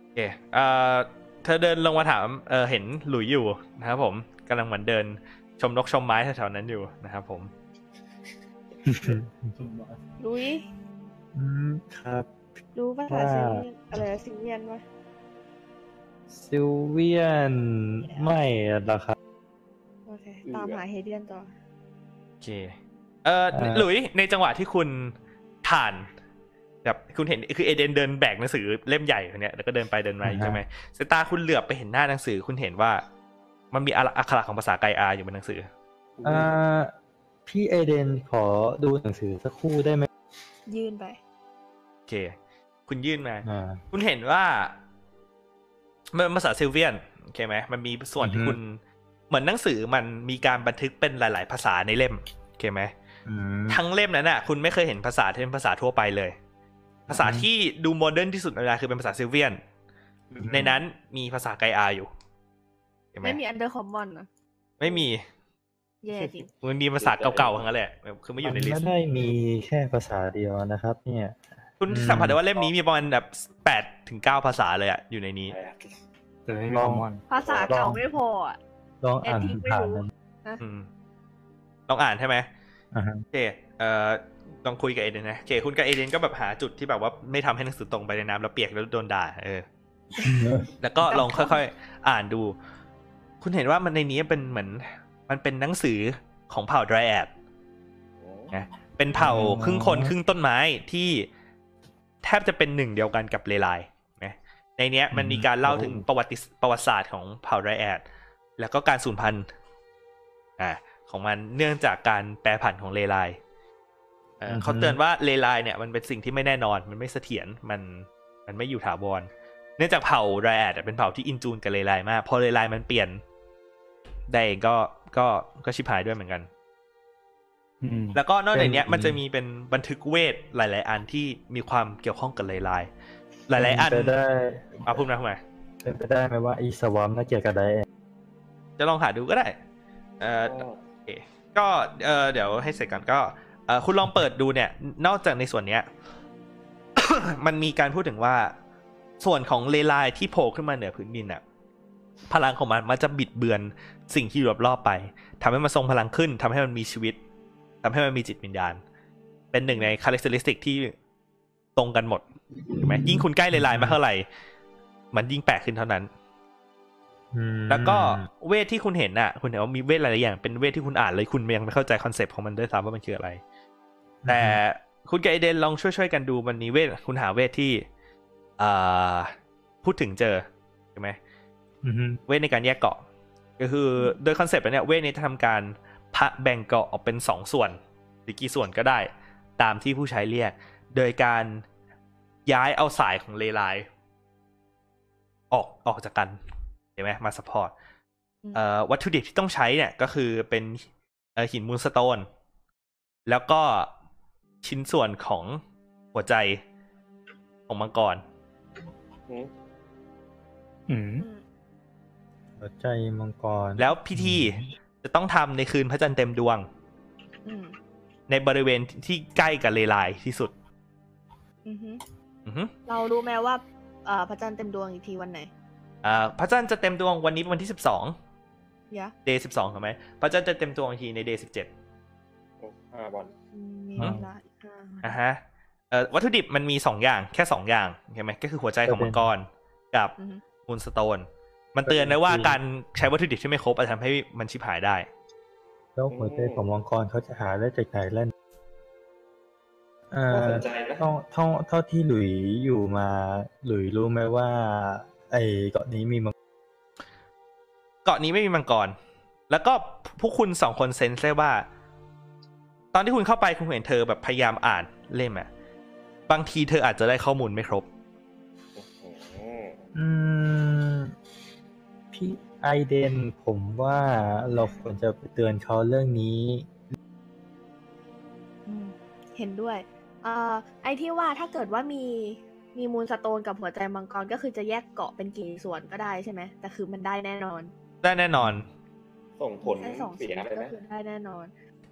โอเคเอ่อ เธอเดินลงมาถามเออเห็นหลุยอยู่นะครับผมกำลังเหมือนเดินชมนกชมไม้แถวๆนั้นอยู่นะครับผม ลุย อืมครับ รู้ภาษา ว่า ซิลเวียนอะไรนะซิลเวียนวะ ซิลเวียนไม่หรอกครับ โอเคตามหาเฮเดียนต่อ โอเค เอ่อ เอ่อ หลุย ในจังหวะที่คุณผ่าน แบบคุณเห็นคือเอเดนเดินแบกหนังสือเล่มใหญ่คนเนี้ยแล้วก็เดินไปเดินมาอยู่ใช่ไหมสายตาคุณเหลือบไปเห็นหน้าหนังสือคุณเห็นว่า มันมีอักขระของภาษาไกอาอยู่บนหนังสือ อ่าพี่เอเดนขอดูหนังสือสักครู่ได้ไหม ยื่นไป โอเค คุณยื่นมา อ่า คุณเห็นว่า มันเป็นภาษาซิลเวียนโอเคไหมมันมีส่วนที่ อือฮึ คุณ เหมือนหนังสือมันมีการบันทึกเป็นหลาย ๆ ภาษาในเล่มโอเคไหม อืม ทั้งเล่มนั้นน่ะคุณไม่เคยเห็นภาษาที่เป็นภาษาทั่วไปเลย ภาษาที่ดูโมเดิร์นที่สุดในเวลาคือเป็นภาษาซิลเวียน อืม ในนั้นมีภาษาไกอาอยู่เห็นไหม ไม่มีอันเดอร์คอมมอนเหรอ ไม่มี แย่จริง มันมีภาษาเก่าๆทั้งนั้นแหละคือไม่อยู่ในลิส มั ต์ ไม่ได้มีแค่ภาษาเดียวนะครับ เนี่ย คุณสัมผัสได้ว่าเล่มนี้มีประมาณแบบแปดถึงเก้าภาษาเลยอะอยู่ในนี้ แต่ไม่ ล ค อ อง มมอน ภาษาเก่าไม่พออ่ะ ลอง แอด อ่าน ทิกไม่ ผ่าน รู้ ๆนะ อืมลองอ่านใช่ไหม อ่าฮะ โอเคเอ่อลองคุยกับเอเดนนะโอเคคุณกับเอเดนก็แบบหาจุดที่แบบว่าไม่ทำให้หนังสือตรงไปในน้ำแล้วเปียกแล้วโดนด่า เออ แล้วก็ลองค่อยๆ อ่านดู คุณเห็นว่ามันในนี้เป็นเหมือน มันเป็นหนังสือของเผ่า Dryad นะเป็นเผ่าครึ่งคนครึ่งต้นไม้ที่แทบจะเป็นหนึ่งเดียวกันกับเลไลนะในเนี้ยมันมีการเล่าถึงประวัติประวัติศาสตร์ของเผ่า Dryad แล้วก็การสูญพันธุ์อ่าของมันเนื่องจากการแปรผันของเลไลเอ่อ อือฮึ เขาเตือนว่าเลไลเนี่ยมันเป็นสิ่งที่ไม่แน่นอน มันไม่เสถียรมันมันไม่อยู่ถาวร เนื่องจากเผ่าไรแอดเป็นเผ่าที่อินจูนกับเลไลมาก พอเลไลมันเปลี่ยนได้เองก็ก็ก็ชิบหายด้วยเหมือนกัน อืม แล้วก็นอกจากเนี้ย เป็น มันจะมีเป็นบันทึกเวทหลาย ๆ อันที่มีความเกี่ยวข้องกับเลไลหลาย ๆ อัน เป็นไปได้ อ่ะพูดมาพูดมา เป็นไปได้ไหมว่าอีสวามน่าเกี่ยวกับไดแอน จะลองหาดูก็ได้ เอ่อ โอเคก็เออเดี๋ยวให้เสร็จก่อนก็เออคุณลองเปิดดูเนี่ย นอกจากในส่วนเนี้ย มันมีการพูดถึงว่า ส่วนของเลไลายที่โผล่ขึ้นมาเหนือพื้นดินอะพลังของมันมันจะบิดเบือนสิ่งที่อยู่รอบๆไปทำให้มันทรงพลังขึ้นทำให้มันมีชีวิตทำให้มันมีจิตวิญญาณ เป็นหนึ่งในคาแรคเตอริสติกที่ตรงกันหมดถูกไหมยิ่งคุณใกล้เลไลายมากเท่าไหร่ มันยิ่งแปลกขึ้นเท่านั้น อืม แล้วก็เวทที่คุณเห็นน่ะ คุณเห็นว่ามีเวทหลายๆอย่างเป็นเวทที่คุณอ่านเลยคุณยังไม่เข้าใจคอนเซปต์ของมันด้วยซ้ำว่ามันคืออะไร แต่คุณกับไอเดนลองช่วยๆกันดูมันมีเวทคุณหาเวทที่อ่าพูดถึงเจอใช่ไหม อือฮึ เวทในการแยกเกาะ ก็คือโดยคอนเซปต์แล้วเนี่ยเวทนี้จะทำการพะแบ่งเกาะออกเป็นสองส่วนหรือกี่ส่วนก็ได้ ตามที่ผู้ใช้เรียก โดยการย้ายเอาสายของเลไลน์ออกออกจากกันเห็นไหมมาสปอร์ต อืม เอ่อวัตถุดิบที่ต้องใช้เนี่ยก็คือเป็นเอ่อหินมูลสโตน แล้วก็ชิ้นส่วนของหัวใจของมังกร อืม อืม หัวใจมังกร แล้วพิธี อืม จะต้องทำในคืนพระจันทร์เต็มดวง อืม ในบริเวณที่ใกล้กับเลไลน์ที่สุด อือฮึ อือฮึ เรารู้ไหมว่าเอ่อพระจันทร์เต็มดวงอีกทีวันไหน อ่าพระจันทร์จะเต็มดวงวันนี้เป็นวันที่สิบสอง เดี๋ยะ เดย์สิบสองถูกไหมพระจันทร์จะเต็มดวงอีกทีในเดย์สิบเจ็ด ห้าบอล มี อ่า ละอ่า อ่ะฮะเอ่อวัตถุดิบมันมีสองอย่างแค่สองอย่างใช่ไหมก็คือหัวใจของมังกรกับ อือฮึ มูลสโตน มันเตือนนะว่าการใช้วัตถุดิบที่ไม่ครบอาจจะทำให้มันชิบหายได้ แล้วหัวใจของมังกรเขาจะหาได้จากไหนแล้วเอ่ น่า อ สนใจนะ เท่าเท่าเท่าที่หลุยอยู่มา หลุยรู้ไหมว่า ไอเกาะนี้มีมัง เกาะนี้ไม่มีมังกร แล้วก็พวกคุณสองคนเซนส์ได้ว่า ตอนที่คุณเข้าไปคุณเห็นเธอแบบพยายามอ่านเล่มอะบางทีเธออาจจะได้ข้อมูลไม่ครบ อืมพี่ไอเดนผมว่าเราควรจะไปเตือนเขาเรื่องนี้ อืมเห็นด้วยเอ่อไอที่ว่าถ้าเกิดว่ามีมีมูลสโตนกับหัวใจมังกรก็คือจะแยกเกาะเป็นกี่ส่วนก็ได้ใช่ไหมแต่คือมันได้แน่นอน ได้แน่นอน ส่งผล แค่สอง เสี ชิ้ ย น เลย ก็ นะ คือได้แน่นอน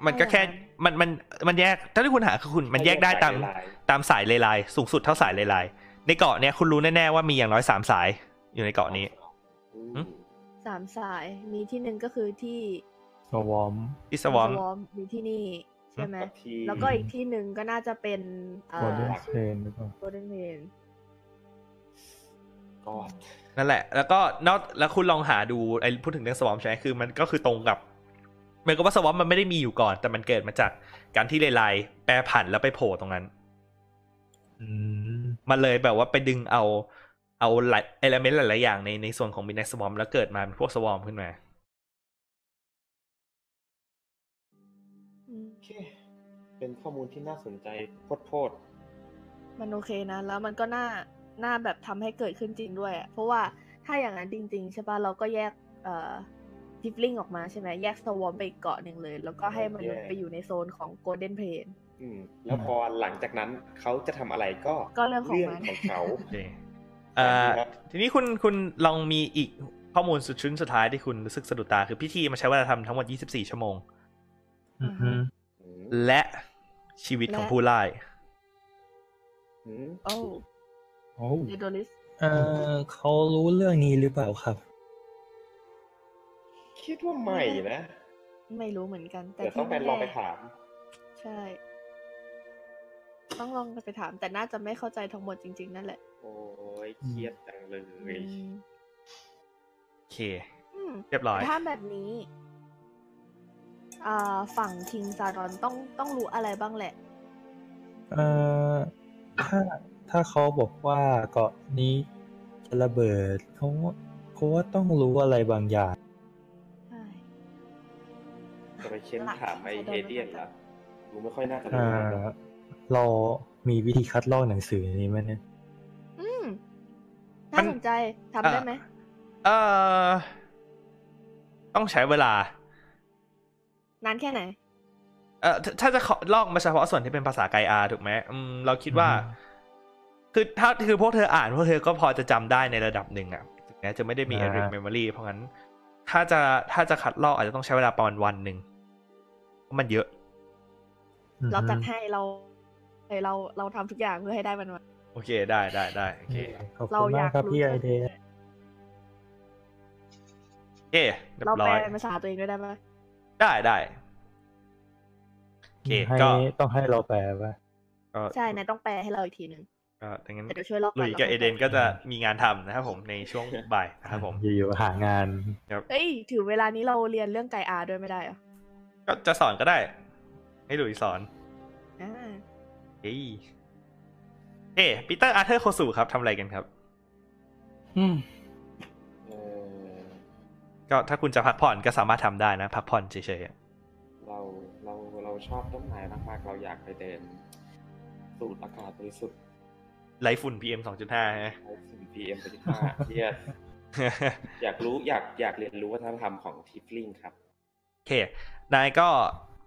มันก็แค่ อะไรนะ มันมันมันแยกถ้าที่คุณหาคือคุณมันแยกได้ตาม ลาย ตามสายเลไลน์สูงสุดเท่าสายเลไลน์ในเกาะเนี้ยคุณรู้แน่ๆว่ามีอย่างน้อยสามสายอยู่ในเกาะนี้ ๆ หึ สามสายมีที่หนึ่งก็คือที่ สวอม อิสวอม สวอมมีที่นี่ใช่ไหม กับที่ แล้วก็อีกที่หนึ่งก็น่าจะเป็นเอ่อ Golden Chain หรือเปล่า Golden Chain ก็ นั่นแหละ แล้วก็นอกแล้วคุณลองหาดูไอ้พูดถึงเรื่องสวอมใช่ไหมคือมันก็คือตรงกับเหมือนกับว่าสวอมมันไม่ได้มีอยู่ก่อน แต่มันเกิดมาจากการที่เลายๆแปรผันแล้วไปโผล่ตรงนั้น อืม มันเลยแบบว่าไปดึงเอาเอาหลายเอลเมนต์หลายๆอย่างในในส่วนของมินเนสวอมแล้วเกิดมาเป็นพวกสวอมขึ้นมา อืม โอเค เป็นข้อมูลที่น่าสนใจโคตร มันโอเคนะ แล้วมันก็น่าน่าแบบทำให้เกิดขึ้นจริงด้วยอะเพราะว่าถ้าอย่างนั้นจริง ๆ ใช่ปะเราก็แยกเอ่อทิฟลิงออกมาใช่ไหมแยกสวอมไปอีกเกาะหนึ่งเลย แล้วก็ให้มันไปอยู่ในโซนของโกลเด้นเพน ๆอืม แล้วพอหลังจากนั้นเขาจะทำอะไรก็ ก็เรื่องของมัน ของเขา โอเคเอ่อ ครับ ทีนี้คุณคุณลองมีอีกข้อมูลสุดชุ้นสุดท้ายที่คุณรู้สึกสะดุดตา คือพิธีมาใช้เวลาทำทั้งหมด 24 ชั่วโมง อือฮึ อืม และชีวิตของผู้ไล่าย อืม โอ้ โอ้ เดโดลิส เออเขารู้เรื่องนี้หรือเปล่าครับ คิดว่าใหม่นะ ไม่รู้เหมือนกัน แต่ เดี๋ยว ที่ ต้องไป แน่ๆ ลองไปถาม ใช่ ต้องลองไปถาม แต่น่าจะไม่เข้าใจทั้งหมดจริง ๆ นั่นแหละ โอ้ยเครียดจังเลย โอเค อืม เรียบร้อย ถ้าแบบนี้อ่าฝั่งคิงซารอนต้องต้องรู้อะไรบ้างแหละ เอ่อถ้าถ้าเขาบอกว่าเกาะนี้จะระเบิดเขาเขาว่าต้องรู้อะไรบางอย่าง ใช่ จะไปเค้นถามไอเอเดียนละรู้ไม่ค่อยน่าจะ เอ่ รู้ อเรามีวิธีคัดลอกหนังสือนี้ไหมเนี่ย อืม มั น่าน สนใจทำได้ไหม เอ่อต้องใช้เวลา นานแค่ไหน เอ่อถ้าถ้าจะขอลอกมาเฉพาะส่วนที่เป็นภาษาไกอาถูกไหมอืมเราคิดว่า คือถ้าคือพวกเธออ่านพวกเธอก็พอจะจำได้ในระดับหนึ่งอะถึงแม้จะไม่ได้มี e อริกเมมโมรีเพราะงั้น ถ้าจะถ้าจะคัดลอกอาจจะต้องใช้เวลาประมาณวันหนึ่งเพราะมันเยอะ อือฮึ เราจัดให้เราเอ้ยเราเราทำทุกอย่างเพื่อให้ได้มันมา โอเคได้ได้ได้โอเค ขอบ เรา คุณมายอาก ก ครับ รู้ พี่ไอ จัง เดีย โอเคเรีย เรา บ แป ร้ ล อย เป็นภาษาตัวเองด้วยได้ไหม ได้ได้ โอเค ให้ ก็ ต้องให้เราแปลป่ะ ก็ ใช่นายต้องแปลให้เราอีกทีหนึ่ง ก็ดังนั้น แต่เดี๋ยวช่วยลอกก่ ลุ อน ย แล้ว กับ ค่ เอ อย เด แปล นก็จะมีงานทำนะครับผมในช่วงบ่ายนะครับผม อยู่ๆหางาน เอ้ยถือเวลานี้เราเรียนเรื่องไก่อาด้วยไม่ได้เหรอ ก็จะสอนก็ได้ ให้ลุยสอน อ่า เอ้ยเอ๊ปีเตอร์อาร์เธอร์โคสูครับทำอะไรกันครับ อืม เออ ก็ถ้าคุณจะพักผ่อนก็สามารถทำได้นะ พักผ่อนเฉยๆอะ เราเราเราชอบต้นไม้มากๆเราอยากไปเดินสูดอากาศบริสุทธิ์ ไลฝุ่นพีเอ็มสองจุดห้าฮะ ไอสิ่งพีเอ็มปฏิภาคเนี่ยอยากรู้อยากอยากเรียนรู้วัฒนธรรมของทิฟลิงครับ โอเค นายก็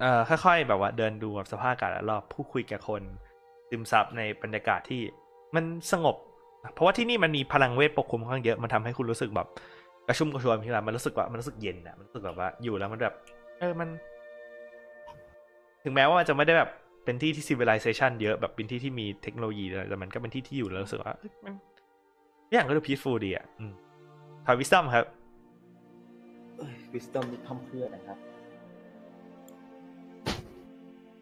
เอ่อค่อยๆ แบบว่าเดินดูแบบสภาพอากาศรอบๆผู้คุยกับคนซึมซับในบรรยากาศที่มันสงบ เพราะว่าที่นี่มันมีพลังเวทปกคลุมค่อนข้างเยอะ มันทำให้คุณรู้สึกแบบกระชุ่มกระชวยทีละมันรู้สึกว่ามันรู้สึกเย็นอะมันรู้สึกแบบว่าอยู่แล้วมันแบบ เออมัน ถึงแม้ว่ามันจะไม่ได้แบบเป็นที่ที่ civilization เยอะแบบเป็นที่ที่มีเทคโนโลยีอะไรแต่มันก็เป็นที่ที่อยู่แล้วรู้สึกว่าเอ้ยมันทุกอย่างก็ดู peaceful ดีอะอืมทอยวิสตัมครับ วิสตอมที่ทำเพื่ออะไรครับ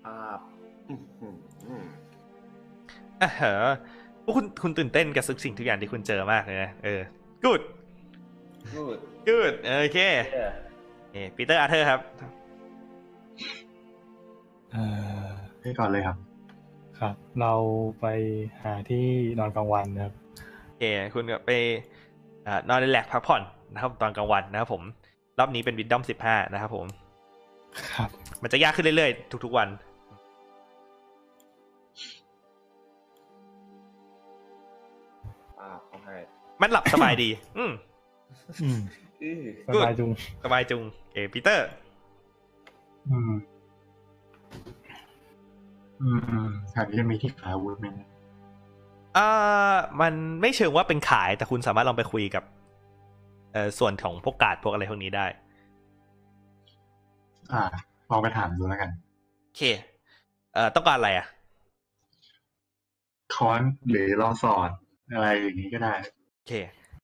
อ่าอื้อหือ อ่าฮะพวกคุณคุณตื่นเต้นกับทุกสิ่งทุกอย่างที่คุณเจอมากเลยนะ เออ good พูด good เออโอเคเอปีเตอร์อาร์เธอร์ครับ เอ่อ ให้ก่อนเลยครับ ครับ เราไปหาที่นอนกลางวันนะครับ โอเค คุณก็ไปอ่านอนแลกพักผ่อนนะครับตอนกลางวันนะครับผม รอบนี้เป็นวินดอมสิบห้านะครับผม ครับ มันจะยากขึ้นเรื่อยๆ ทุกๆวัน อ่าเขาให้ มันหลับสบายดี อืม อืม อื้อ สบายจุง สบายจุง เอปีเตอร์ อืม อืมแถวนี้จะมีที่ขายอาวุธไหมเนี่ย อ่ามันไม่เชิงว่าเป็นขายแต่คุณสามารถลองไปคุยกับเอ่อส่วนของพวกกาดพวกอะไรพวกนี้ได้ อ่าลองไปถามดูแล้วกัน โอเค เอ่อต้องการอะไรอ่ะ ค้อนหรือลองสอดอะไรอย่างนี้ก็ได้ โอเค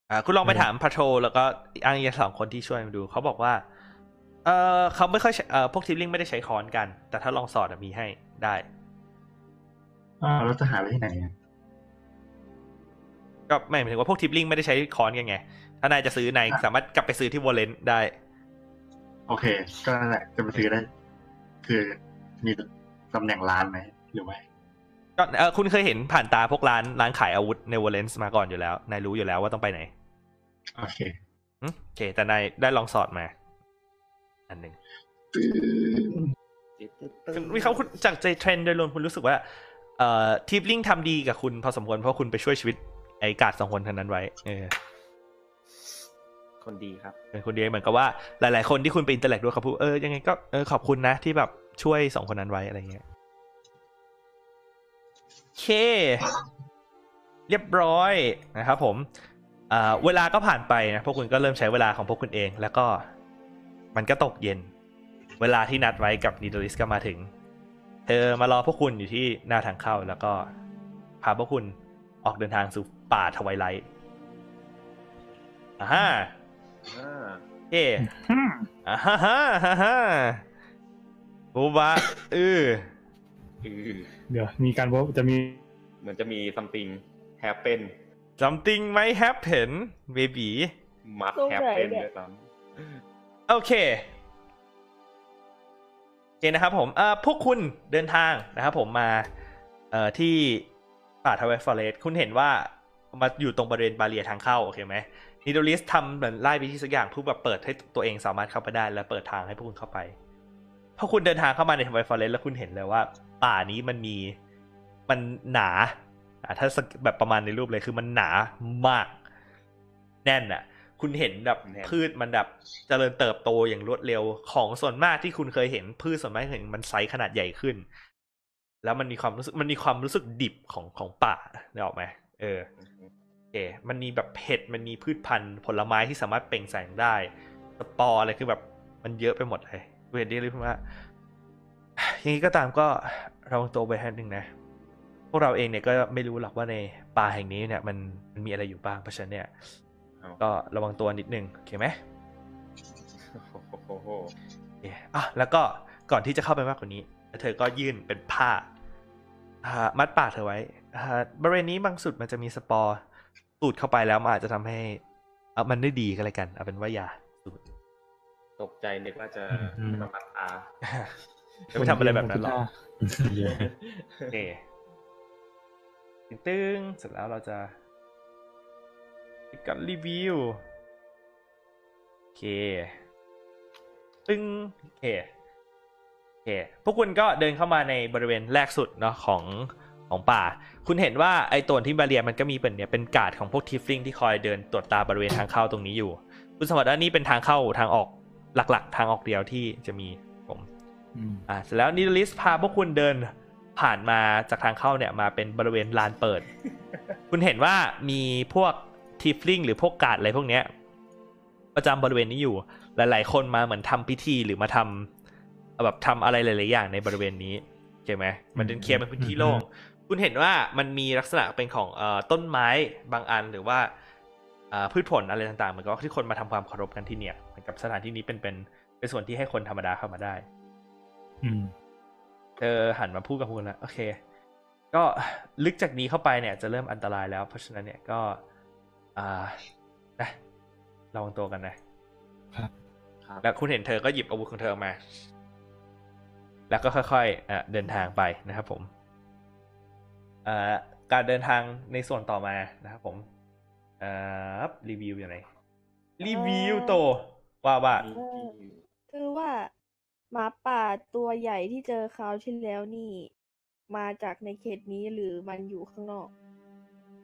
อ่าคุณลองไปถามพาโทแล้วก็อังยาสองคนที่ช่วยมาดูเขาบอกว่า เออเขาไม่ค่อยใช้เออพวกทิปลิงไม่ได้ใช้ค้อนกัน แต่ถ้าลองสอดอะมีให้ได้ อ่าเราจะหาไปที่ไหนอะ ก็ไม่หมายถึงว่าพวกทิปลิงไม่ได้ใช้ค้อนกันไง ถ้านายจะซื้อนายสามารถกลับไปซื้อที่วอลเลนได้ โอเค ก็นั่นแหละจะไปซื้อได้ คือมีตำแหน่งร้านไหมหรือไม่ ก็เออคุณเคยเห็นผ่านตาพวกร้านร้านขายอาวุธในวอลเลนมาก่อนอยู่แล้ว นายรู้อยู่แล้วว่าต้องไปไหน โอเค อืมโอเค แต่นายได้ลองสอดมา อันหนึ่ง ตึ๊ด คุณวิเคราะห์คุณจากใจเทรนด์โดยรวมคุณรู้สึกว่าเอ่อทีฟลิงทำดีกับคุณพอสมควรเพราะคุณไปช่วยชีวิตไอ้กาดสองคนท่านนั้นไว้เออ คนดีครับ เป็นคนเดียวเหมือนกับว่าหลาย ๆ คนที่คุณไปอินเตอร์แลกด้วยเขาพูดเออยังไงก็เออขอบคุณนะที่แบบช่วยสองคนนั้นไว้อะไรเงี้ยโอเค เรียบร้อยนะครับผมเอ่อเวลาก็ผ่านไปนะพวกคุณก็เริ่มใช้เวลาของพวกคุณเอง แล้วก็มันก็ตกเย็น เวลาที่นัดไว้กับนิโดริสก็มาถึง เธอมารอพวกคุณอยู่ที่หน้าทางเข้าแล้วก็พาพวกคุณออกเดินทางสู่ป่าทไวายไลท์อ่าฮะ อ่า เอ๊อ่าฮะฮะฮะฮะบูบะเออ อือ เดี๋ยวมีการว่าจะมี เหมือนจะมี something happen something might happen baby must ตรงไหน happen เนี่ย ด้วยซ้ โอเค โอเคนะครับผมเอ่อพวกคุณเดินทางนะครับผมมาเอ่อที่ป่าทาวเวอร์ฟอเรสคุณเห็นว่ามาอยู่ตรงบริเวณบาเรียทางเข้าโอเคไหมนิโดลิสทำเหมือนไล่ไปที่สักอย่างเพื่อแบบเปิดให้ตัวเองสามารถเข้าไปได้และเปิดทางให้พวกคุณเข้าไปพอคุณเดินทางเข้ามาในทาวเวอร์ฟอเรสแล้วคุณเห็นเลยว่า ป่านี้มันมีมันหนาอ่ะถ้าสักแบบประมาณในรูปเลยคือมันหนามาก แน่นอ่ะ คุณเห็นแบบพืชมันแบบเจริญเติบโตอย่างรวดเร็วของส่วนมากที่คุณเคยเห็นพืชส่วนมากที่เห็นมันไซส์ขนาดใหญ่ขึ้น แล้วมันมีความรู้สึกมันมีความรู้สึกดิบของของป่าเนี่ยออกไหมเออ ำ โอเคมันมีแบบเห็ดมันมีพืชพันธุ์ผลไม้ที่สามารถเปล่งแสงได้สปอร์อะไรคือแบบมันเยอะไปหมดเลยเวดดี้เลยพูดว่า อย่างนี้ก็ตามก็ระวังตัวไปแค่นึงนะ พวกเราเองเนี่ยก็ไม่รู้หรอกว่าในป่าแห่งนี้เนี่ยมันมันมีอะไรอยู่บ้างเพราะฉะนั้นเนี่ย ก็ระวังตัวนิดนึงโอเคไหม โอ้โห โอเคอ่ะแล้วก็ก่อนที่จะเข้าไปมากกว่านี้ เธอก็ยื่นเป็นผ้าอ่ามัดปากเธอไว้อ่าบริเวณนี้บางสุดมันจะมีสปอร์สูดเข้าไปแล้วมันอาจจะทำให้เอามันได้ดีก็เลยกันเอาเป็นว่าอยาสู ด ตกใจนึกว่าจะ อืม มาปัดตา จะไม่ทำอะไรแบบนั้นหรอก โอเคตึ้งๆเสร็จแล้วเราจะไปกันรีวิว โอเค ตึ้งโอเค โอเค พวกคุณก็เดินเข้ามาในบริเวณแรกสุดเนาะของของป่า คุณเห็นว่าไอ้ตัวที่บาเรียมันก็มีเป็นเนี่ยเป็นการ์ดของพวกทิฟลิงที่คอยเดินตรวจตาบริเวณทางเข้าตรงนี้อยู่ คุณสมบัติว่านี่เป็นทางเข้าทางออกหลักๆ ทางออกเดียวที่จะมีผม อ่ะเสร็จแล้วนิโดลิสพาพวกคุณเดินผ่านมาจากทางเข้าเนี่ยมาเป็นบริเวณลานเปิด คุณเห็นว่ามีพวกทิฟลิงหรือพวกกาดอะไรพวกเนี้ย ประจำบริเวณนี้อยู่ หลาย ๆ คนมาเหมือนทำพิธีหรือมาทำแบบทำอะไรหลาย ๆ อย่างในบริเวณนี้เข้าใจไหมมันเป็นเคลียร์เป็นพื้นที่โล่ง คุณเห็นว่ามันมีลักษณะเป็นของเอ่อต้นไม้บางอันหรือว่าเอ่อพืชผลอะไรต่างๆเหมือนกับที่คนมาทำความเคารพกันที่เนี่ยเหมือนกับสถานที่นี้เป็นเป็นเป็นส่วนที่ให้คนธรรมดาเข้ามาได้ เธอหันมาพูดกับคุณแล้วโอเค ก็ลึกจากนี้เข้าไปเนี่ยจะเริ่มอันตรายแล้ว เพราะฉะนั้นเนี่ยก็อ่านะระวังตัวกันนะครับ แล้วคุณเห็นเธอก็หยิบอาวุธของเธอออกมา แล้วก็ค่อยๆเอ่อเดินทางไปนะครับผมเอ่อการเดินทางในส่วนต่อมานะครับผมเอ่อรีวิวอย่างไรรีวิวโตว่าว่า คือว่าหมาป่าตัวใหญ่ที่เจอคราวที่แล้วนี่ มาจากในเขตนี้หรือมันอยู่ข้างนอก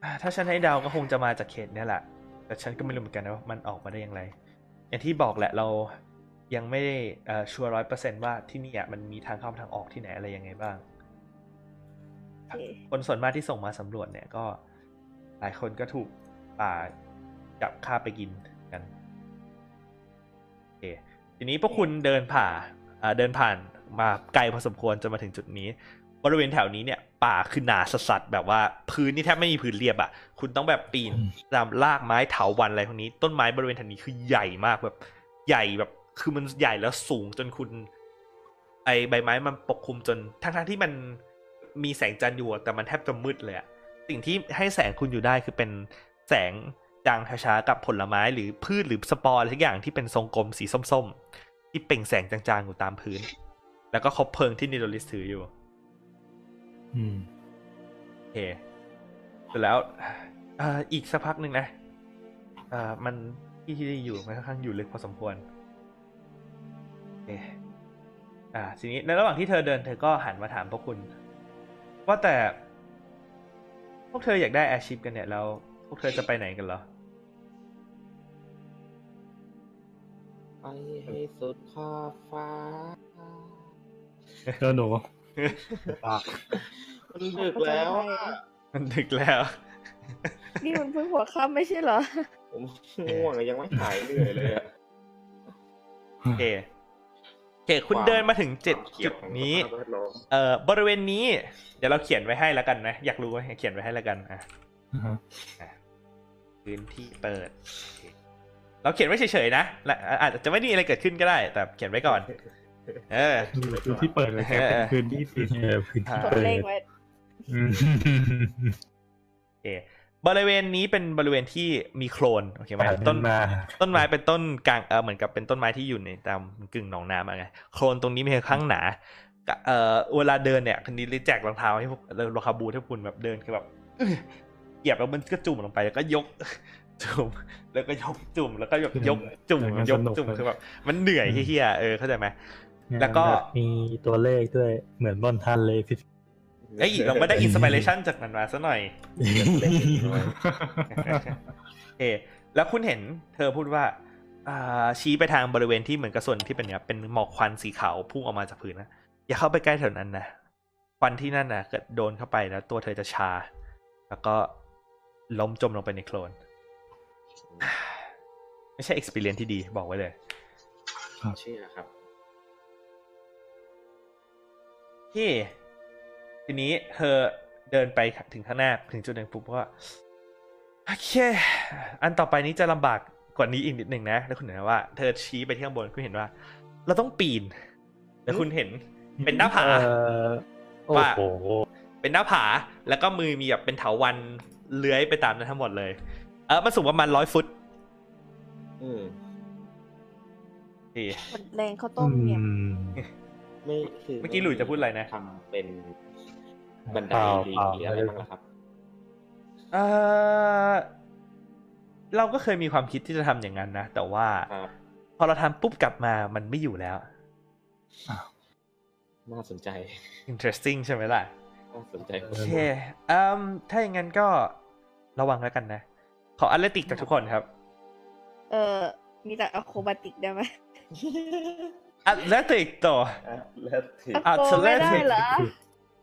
อ่าถ้าฉันให้เดาก็คงจะมาจากเขตเนี่ยแหละ แต่ฉันก็ไม่รู้เหมือนกันนะว่ามันออกมาได้อย่างไร อย่างที่บอกแหละเรายังไม่ได้เอ่อชัวร์ร้อยเปอร์เซนต์ว่าที่นี่อ่ะมันมีทางเข้าทางออกที่ไหนอะไรยังไงบ้าง โอเค คนส่วนมากที่ส่งมาสำรวจเนี่ยก็ หลายคนก็ถูกป่าจับฆ่าไปกินกันโอเคทีนี้พวกคุณเดินผ่าอ่าเดินผ่านมาไกลพอสมควรจนมาถึงจุดนี้ บริเวณแถวนี้เนี่ย ป่าคือหนาสัสๆแบบว่าพื้นนี่แทบไม่มีพื้นเรียบอะ่ะ คุณต้องแบบปีนตามรากไม้เถาวันอะไรพวกนี้ ต้นไม้บริเวณแถวนี้คือใหญ่มากแบบ ใหญ่แบบ คือมันใหญ่แล้วสูงจนคุณ ไอใบไม้มันปกคลุมจนทั้งๆที่มันมีแสงจันทร์อยู่อะแต่มันแทบจะมืดเลยอะสิ่งที่ให้แสงคุณอยู่ได้คือเป็นแสงจางช้าๆกับผลไม้หรือพืชหรือสปอร์อะไรทุกอย่างที่เป็นทรงกลมสีส้มๆ ที่เปล่งแสงจางๆอยู่ตามพื้น แล้วก็คบเพลิงที่นิโดลิสถืออยู่ อืม โอเคเสร็จแล้วเอ่ออีกสักพักหนึ่งนะเอ่อมันที่ที่อยู่มันค่อนข้างอยู่ลึกพอสมควรโอเคอ่าทีนี้ในระหว่างที่เธอเดินเธอก็หันมาถามพวกคุณ ว่าแต่ พวกเธออยากได้แอร์ชิพกันเนี่ยแล้ว พวกเธอจะไปไหนกันเหรอ ไปให้สุดขอบฟ้า เจอหนู มันดึกแล้วอะ มันดึกแล้ว นี่มันเพิ่งหัวค่ำไม่ใช่เหรอ ผมง่วงอะยังไม่หายเหนื่อยเลยอะ โอเคโอเค คุณ ความ เดินมาถึงเจ็ด ความจุเกี่ยดวของ นี้ สภาพแวดล้อม เอ่อบริเวณนี้ เดี๋ยวเราเขียนไว้ให้แล้วกันนะ อยากรู้ไหมเขียนไว้ให้แล้วกันอ่ะอ่ะพื้นที่เปิดโอเคเราเขียนไว้เฉยๆนะและอ่ะอาจจะไม่มีอะไรเกิดขึ้นก็ได้ แต่เขียนไว้ก่อน เออ คืนที่เปิดเลยครับเป็นคืนที่ปิด เออพื้นที่ อ่า กด เปิด เลขไว้ อืม โอเคบริเวณนี้เป็นบริเวณที่มีโคลนโอเคไหม ผ่าน ต้น มา ต้นไม้เป็นต้นกลางเออเหมือนกับเป็นต้นไม้ที่อยู่ในตามกึ่งหนองน้ำอะไรโคลนตรงนี้มีค่อนข้างหนากะเออเวลาเดินเนี่ยคันนี้ริแจกรองเท้าให้พวกเออรองเท้าบูทให้คุณแบบเดินคือแบบอื้อเหยียบแล้วมันก็จุ่มลงไปแล้วก็ยก จุ่มแล้วก็ยกจุ่มแล้วก็ยกยกจุ่ม เออมัน ยก สนุก จุ่ม เลย คือแบบมันเหนื่อย อืม เฮี้ยๆเออเข้าใจไหม งาน แล้วก็ บบมีตัวเลขด้วยเหมือนบอลทันเลยพี่ เอ้ยเราก็ได้อินสปิเรชันจากมันมาซะหน่อย เออแล้วคุณเห็นเธอพูดว่าอ่า ชี้ไปทางบริเวณที่เหมือนกับส่วนที่เป็นเนี่ยเป็นหมอกควันสีขาวพุ่งออกมาจากพื้นนะ อย่าเข้าไปใกล้แถวนั้นนะควันที่นั่นนะเกิดโดนเข้าไปแล้วตัวเธอจะชา แล้วก็ล้มจมลงไปในโคลน ไม่ใช่ experience ที่ดีบอกไว้เลย เชื่อครับ ที่ทีนี้เธอเดินไปถึงข้างหน้าถึงจุดหนึ่งปุ๊บก็โอเค อันต่อไปนี้จะลำบากกว่านี้อีกนิดหนึ่งนะ แล้วคุณเห็นว่าเธอชี้ไปที่ข้างบนคุณเห็นว่า เราต้องปีน แล้วคุณเห็นเป็นหน้าผา เอ่อโอ้ ว่า โห เป็นหน้าผาแล้วก็มือมีแบบเป็นเถาวันเลื้อยไปตามนั้นทั้งหมดเลย เออมันสูงประมาณร้อยฟุต อืม นี่ กดแรงข้าว อื ต้มเนี่ย ม ไม่คือ เมื่อกี้หลุยส์จะพูดอะไรนะ ทำเป็นบันได เปหรือล่าเปล่า หรืออะไรบ้างล่ะครับ เออเราก็เคยมีความคิดที่จะทำอย่างนั้นนะ แต่ว่า ครับ พอเราทำปุ๊บกลับมามันไม่อยู่แล้ว น่าสนใจ interesting ใช่ไหมล่ะ น่าสนใจ โอเคอืมถ้าอย่างนั้นก็ระวังแล้วกันนะ ขออัลติกจากทุกคนครับ เออ มีแต่อะโครบาติกได้ไหม อัลติกต่อ อ่ะแล้วถึง อะโครไม่ได้เหรอ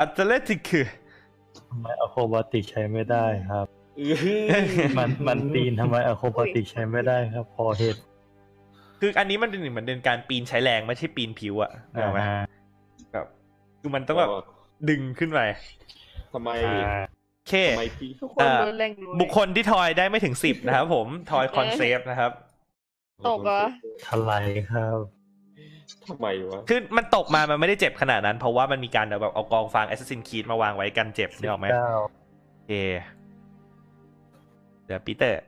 อัลติกคือ ทำไมอะโครบาติกใช้ไม่ได้ครับ มันมันปีนทำไมอะโครบาติกใช้ไม่ได้ครับ พอเหตุ คืออันนี้มันเป็นเหมือนเป็นการปีนใช้แรงไม่ใช่ปีนผิวอะนึกออกไหม อ่า แบบคือมันต้องแบบ อ๋อ ดึงขึ้นไป ทำไม อ่า โอเค ทำไมพี่ ทุกคน อ่า รู้แรงรู้ บุคคลที่ทอยได้ไม่ถึง สิบนะครับผมทอยคอนเซปต์นะครับ ตกเหรอ ทลายครับ ทำไมวะ คือมันตกมามันไม่ได้เจ็บขนาดนั้น เพราะว่ามันมีการแบบเอากองฟางแอสซิสซินคีดมาวางไว้กันเจ็บนึกออกไหม เก้า โอเค เดี๋ยวปีเตอร์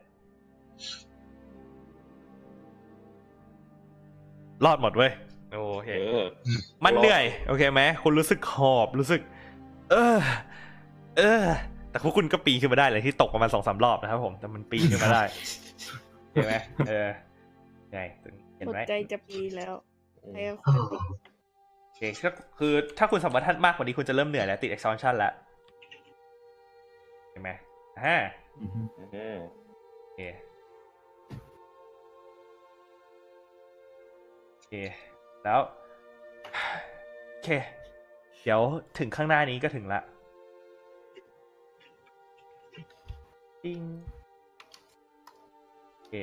รอดหมดเว้ย โอเค เออ มันเหนื่อย โอเคไหมคุณรู้สึกหอบรู้สึก เออ เออ แต่พวกคุณก็ปีนขึ้นมาได้เลยที่ตกประมาณสองสามรอบนะครับผม แต่มันปีนขึ้นมาได้โอเคไหมเออไงเห็น หมด ไหม ใจจะปีแล้วไอ้อะโครบาติก โอเคก็คือถ้าคุณสมบัติมากกว่านี้คุณจะเริ่มเหนื่อยแล้ว ติด exhaustion แล้วเห็นไหมอ่าโอเคโอเค แล้ว โอเค เดี๋ยวถึงข้างหน้านี้ก็ถึงละติงโอเค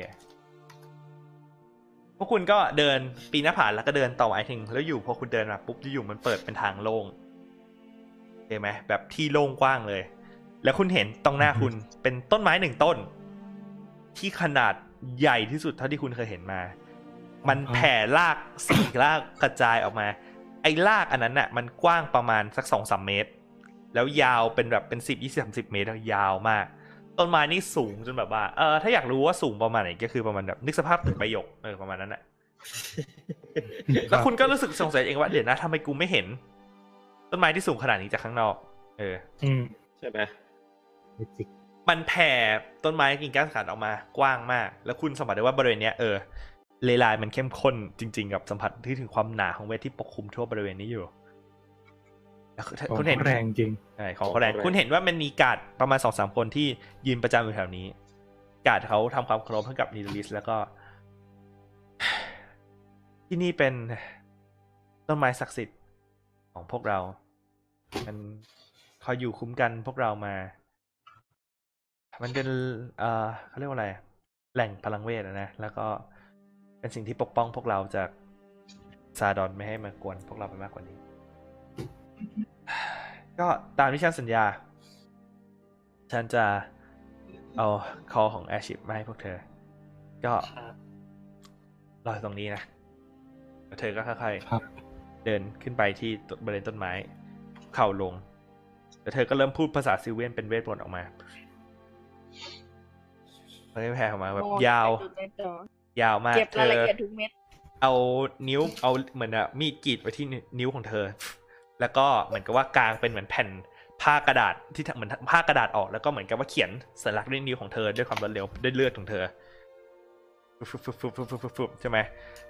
พวกคุณก็เดินปีนหน้าผาแล้วก็เดินต่อไปถึงแล้วอยู่พอคุณเดินมาปุ๊บอยู่ๆมันเปิดเป็นทางโล่งโอเค เข้าไหมแบบที่โล่งกว้างเลย แล้วคุณเห็นตรงหน้าคุณเป็นต้นไม้หนึ่งต้น ที่ขนาดใหญ่ที่สุดเท่าที่คุณเคยเห็นมา มันแผ่รากสี่รากกระจายออกมา ไอ้รากอันนั้นน่ะ มันกว้างประมาณสักสองสามเมตร แล้วยาวเป็นแบบเป็นสิบยี่สิบสามสิบเมตรแล้วยาวมาก ต้นไม้นี่สูงจนแบบว่าเออถ้าอยากรู้ว่าสูงประมาณไหนก็คือประมาณแบบนึกสภาพตึกใบหยกเออประมาณ นั้นแหละแล้วคุณก็รู้สึกสงสัยเองว่าเดี๋ยวนะทำไมกูไม่เห็น ต้นไม้ที่สูงขนาดนี้จากข้างนอก เออ อืม ใช่ไหม จิก มันแผ่ต้นไม้กิ่งก้านสาขาออกมากว้างมาก แล้วคุณสัมผัสได้ว่าบริเวณเนี้ยเออเลไลายมันเข้มข้นจริง ๆ กับสัมผัสที่ถึงความหนาของเวทที่ปกคลุมทั่วบริเวณนี้อยู่แล้วคุณ ของ คุณเห็น แรงจริง ใช่ของเขาแรงคุณเห็นว่ามันมีการ์ดประมาณสองสามคนที่ยืนประจำอยู่แถวนี้ การ์ดเขาทำความเคารพให้กับนิลิสแล้วก็ ที่นี่เป็นต้นไม้ศักดิ์สิทธิ์ของพวกเรา มันคอยอยู่คุ้มกันพวกเรามา มันเป็น เอ่อเขาเรียกว่าอะไร แหล่งพลังเวทอะนะ แล้วก็เป็นสิ่งที่ปกป้องพวกเราจากซาดอนไม่ให้มากวนพวกเราไปมากกว่านี้ ก็ตามที่ฉันสัญญา ฉันจะเอาคอของแอชิพมาให้พวกเธอ ก็รออยู่ตรงนี้นะแล้วเธอก็ค่อย ครับ ๆเดินขึ้นไปที่ต้นบริเวณต้นไม้ เข่าลง แล้วเธอก็เริ่มพูดภาษาซิลเวียนเป็นเวทมนต์ออกมามันไม่แผ่ออกมาแบบ มอง ยาว ไปดูในจอย าวมาก เก็บ เธ ราย อ ละเอียดทุกเม็ด เอานิ้วเอาเหมือนอะมีดกรีดไว้ที่นิ้วของเธอ แล้วก็เหมือนกับว่ากางเป็นเหมือนแผ่นผ้ากระดาษที่ทำเหมือนผ้ากระดาษออกแล้วก็เหมือนกับว่าเขียนสัญลักษณ์ด้วยนิ้วของเธอด้วยความรวดเร็วด้วยเลือดของเธอฟึบฟึบฟึบฟึบฟึบฟึบฟึบใช่ไหม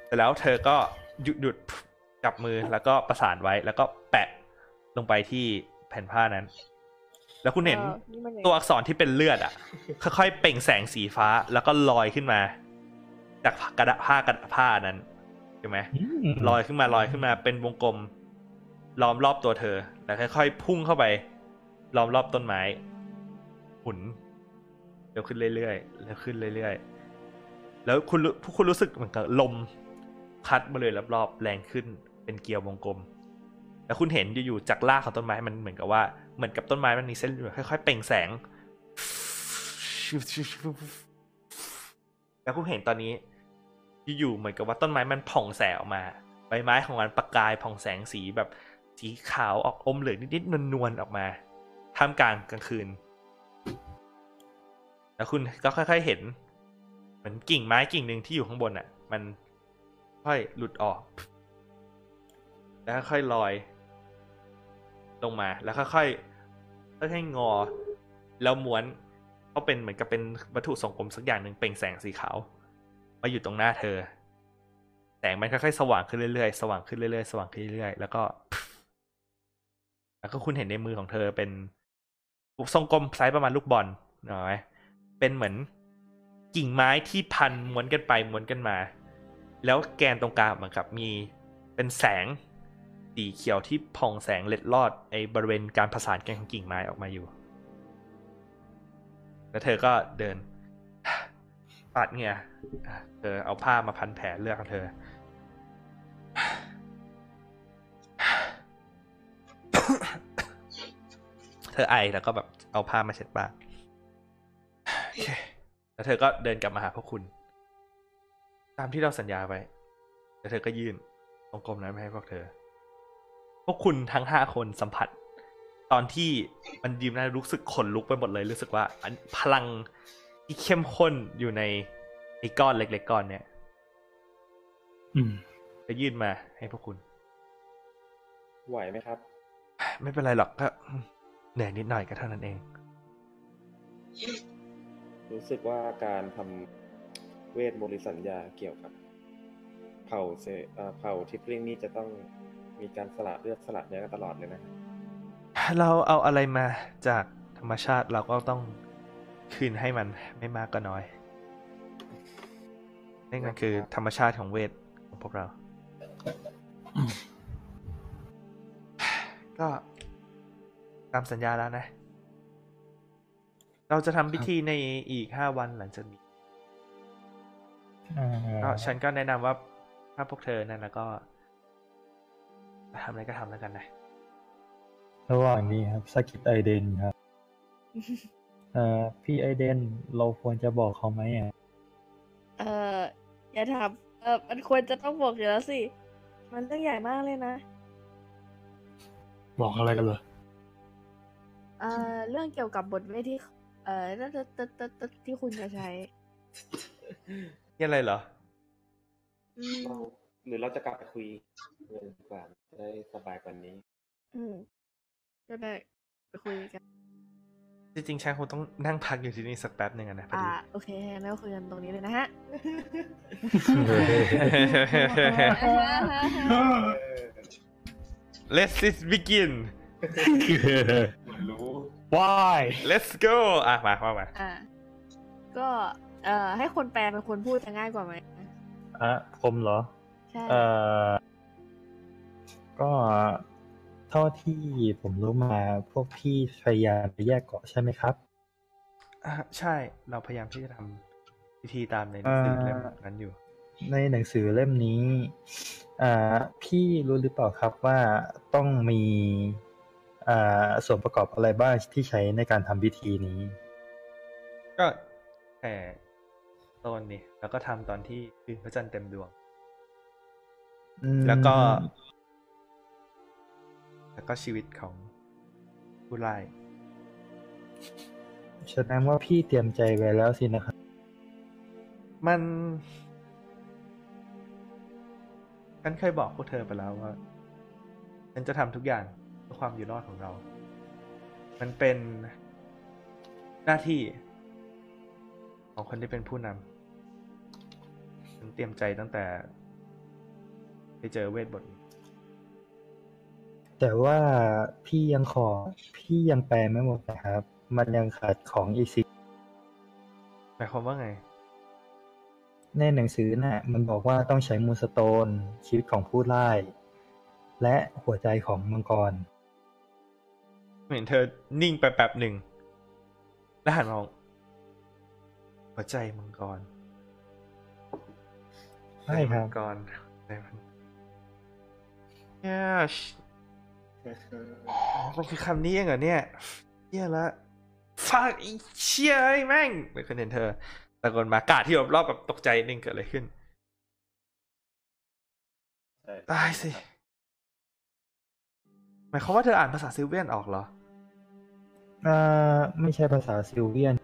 แต่แล้วเธอก็หยุดหยุดจับมือแล้วก็ประสานไว้แล้วก็แปะลงไปที่แผ่นผ้านั้น แล้วคุณเห็น เออนี่มันยังไง ตัวอักษรที่เป็นเลือดอ่ะ ค่อยๆ เปล่งแสงสีฟ้าแล้วก็ลอยขึ้นมา จากกระดาษผ้ากระดาษผ้านั้นใช่ไหม ลอยขึ้นมาลอยขึ้นมาเป็นวงกลมล้อมรอบตัวเธอ แล้วค่อยๆ พุ่งเข้าไปล้อมรอบต้นไม้ หมุนเร็วขึ้นเรื่อยๆเร็วขึ้นเรื่อยๆ แล้วคุณรู้คุณรู้สึกเหมือนกับลมพัดบริเวณรอบๆแรงขึ้นเป็นเกลียววงกลม แล้วคุณเห็นอยู่ๆจากรากของต้นไม้มันเหมือนกับว่าเหมือนกับต้นไม้มันมีเส้นเหลืองค่อยๆ เปล่งแสง แล้วคุณเห็นตอนนี้ อยู่ๆเหมือนกับว่าต้นไม้มันผ่องแสงออกมา ใบไม้ของมันประกายผ่องแสงสีแบบสีขาวออกอมเหลืองนิดๆนวลๆออกมาท่ามกลางกลางคืน แล้วคุณก็ค่อย ๆเห็น เหมือนกิ่งไม้กิ่งหนึ่งที่อยู่ข้างบนอ่ะ มันค่อยหลุดออก แล้วค่อยๆลอย ลงมาแล้วค่อยๆค่อยๆงอ แล้วม้วนก็เป็นเหมือนกับเป็นวัตถุทรงกลมสักอย่างหนึ่งเปล่งแสงสีขาวมาอยู่ตรงหน้าเธอ แสงมันค่อยๆสว่างขึ้นเรื่อยๆสว่างขึ้นเรื่อยๆสว่างขึ้นเรื่อยๆแล้วก็ แล้วก็คุณเห็นในมือของเธอเป็นทรงกลมไซส์ประมาณลูกบอลน้อยเป็นเหมือนกิ่งไม้ที่พันม้วนกันไปม้วนกันมา แล้วแกนตรงกลางเหมือนกับมีเป็นแสงสีเขียวที่ผ่องแสงเล็ดลอดไอ้บริเวณการผสานกันของกิ่งไม้ออกมาอยู่ แล้วเธอก็เดิน ปาดเหงื่ออ่ะเธอเอาผ้ามาพันแผลเลือกของเธอ เธอไอแล้วก็แบบเอาผ้ามาเช็ดปากโอเคแล้วเธอก็เดินกลับมาหาพวกคุณ ตามที่เราสัญญาไว้แล้วเธอก็ยื่นวงกลมนั้นไปให้พวกเธอ พวกคุณทั้งห้าคนสัมผัส ตอนที่มันยืมนั้นรู้สึกขนลุกไปหมดเลยรู้สึกว่าอันพลังที่เข้มข้นอยู่ในไอ้ก้อนเล็กๆก้อนเนี่ย อืม จะยื่นมาให้พวกคุณ ไหวไหมครับ ไม่เป็นไรหรอกก็เหนื่อยนิดหน่อยก็เท่านั้นเอง รู้สึกว่าการทำเวทมนต์หรือสัญญาเกี่ยวกับเผ่าเซเอ่อเผ่าทิปลิงนี่จะต้องมีการสละเลือดสละเนื้อกันตลอดเลยนะ เราเอาอะไรมาจากธรรมชาติเราก็ต้องคืนให้มันไม่มากก็น้อยนี่นก็คือธรรมชาติของเวทของพวกเรา ก็ตามสัญญาแล้วนะ เราจะทำพิธีในอีกห้าวันหลังจากนี้ ก็ฉันก็แนะนำว่าถ้าพวกเธอนั่นแล้วก็ทำอะไรก็ทำแล้วกันนะ ระหว่างนี้ครับสกิดไอเดน ครับ เอ่อพี่ไอเดนเราควรจะบอกเขาไหม อ่ะ เอออย่าถามเออมันควรจะต้องบอกอยู่แล้วสิ มันเรื่องใหญ่มากเลยนะ บอกอะไรกันเหรอ เออเรื่องเกี่ยวกับบทเวทที่ เออตึ๊ดตึ๊ดตึ๊ดตึ๊ดที่คุณจะใช้ นี่อะไรเหรอ อืม เราหรือเราจะกลับไปคุยเงินดีกว่าจะได้สบายกว่านี้ อืมก็ได้ไปคุยกัน จริงๆชายคงต้องนั่งพักอยู่ที่นี่สักแป๊บหนึ่งอะนะพอ อ่า ดี โอเคงั้นเราคุยกันตรงนี้เลยนะฮะ Let's just begin เหมือนรู้ ว้าย Let's go อ่ะมามามา อ่า ก็เอ่อให้คนแปลเป็นคนพูดจะง่ายกว่าไหม อ่ะผมเหรอ ใช่ เอ่อ ก็เท่าที่ผมรู้มาพวกพี่พยายามจะแยกเกาะใช่ไหมครับ อ่ะใช่เราพยายามที่จะทำพิธีตามในหนังสือเล่มนั้นอยู่ ในหนังสือเล่มนี้อ่าพี่รู้หรือเปล่าครับว่าต้องมีอ่าส่วนประกอบอะไรบ้างที่ใช้ในการทำพิธีนี้ ก็แต่ตอนนี้แล้วก็ทำตอนที่คืนพระจันทร์เต็มดวง อืม แล้วก็ แล้วก็ชีวิตของผู้ไล่าย แสดงว่าพี่เตรียมใจไว้แล้วสินะครับ มัน ฉันเคยบอกพวกเธอไปแล้วว่า ฉันจะทำทุกอย่างเพื่อความอยู่รอดของเรา มันเป็นหน้าที่ ของคนที่เป็นผู้นำฉันเตรียมใจตั้งแต่ไปเจอเวทบทนี้ แต่ว่าพี่ยังขอพี่ยังแปลไม่หมดนะครับ มันยังขาดของอีกสิง หมายความว่าไง ในหนังสือน่ะ มันบอกว่าต้องใช้มูลสโตน ชีวิตของผู้ไล่และหัวใจของมังกร เห็นเธอนิ่งไปแป๊บหนึ่ง แล้วหันมามองหัวใจมังกร ใช่ครับ มังกรใจมันเย้ชมันคือคำนี้เองเหรอเนี่ยเยี่ยละฟักอีเชี่ยไอ้ยแม่งเหมือนคนเห็นเธอตะโกนมากาดที่รอบๆแบบตกใจนิ่งเกิดอะไรขึ้น ตายสิ หมายความว่าเธออ่านภาษาซิลเวียนออกเหรอ อ่าไม่ใช่ภาษาซิลเวียน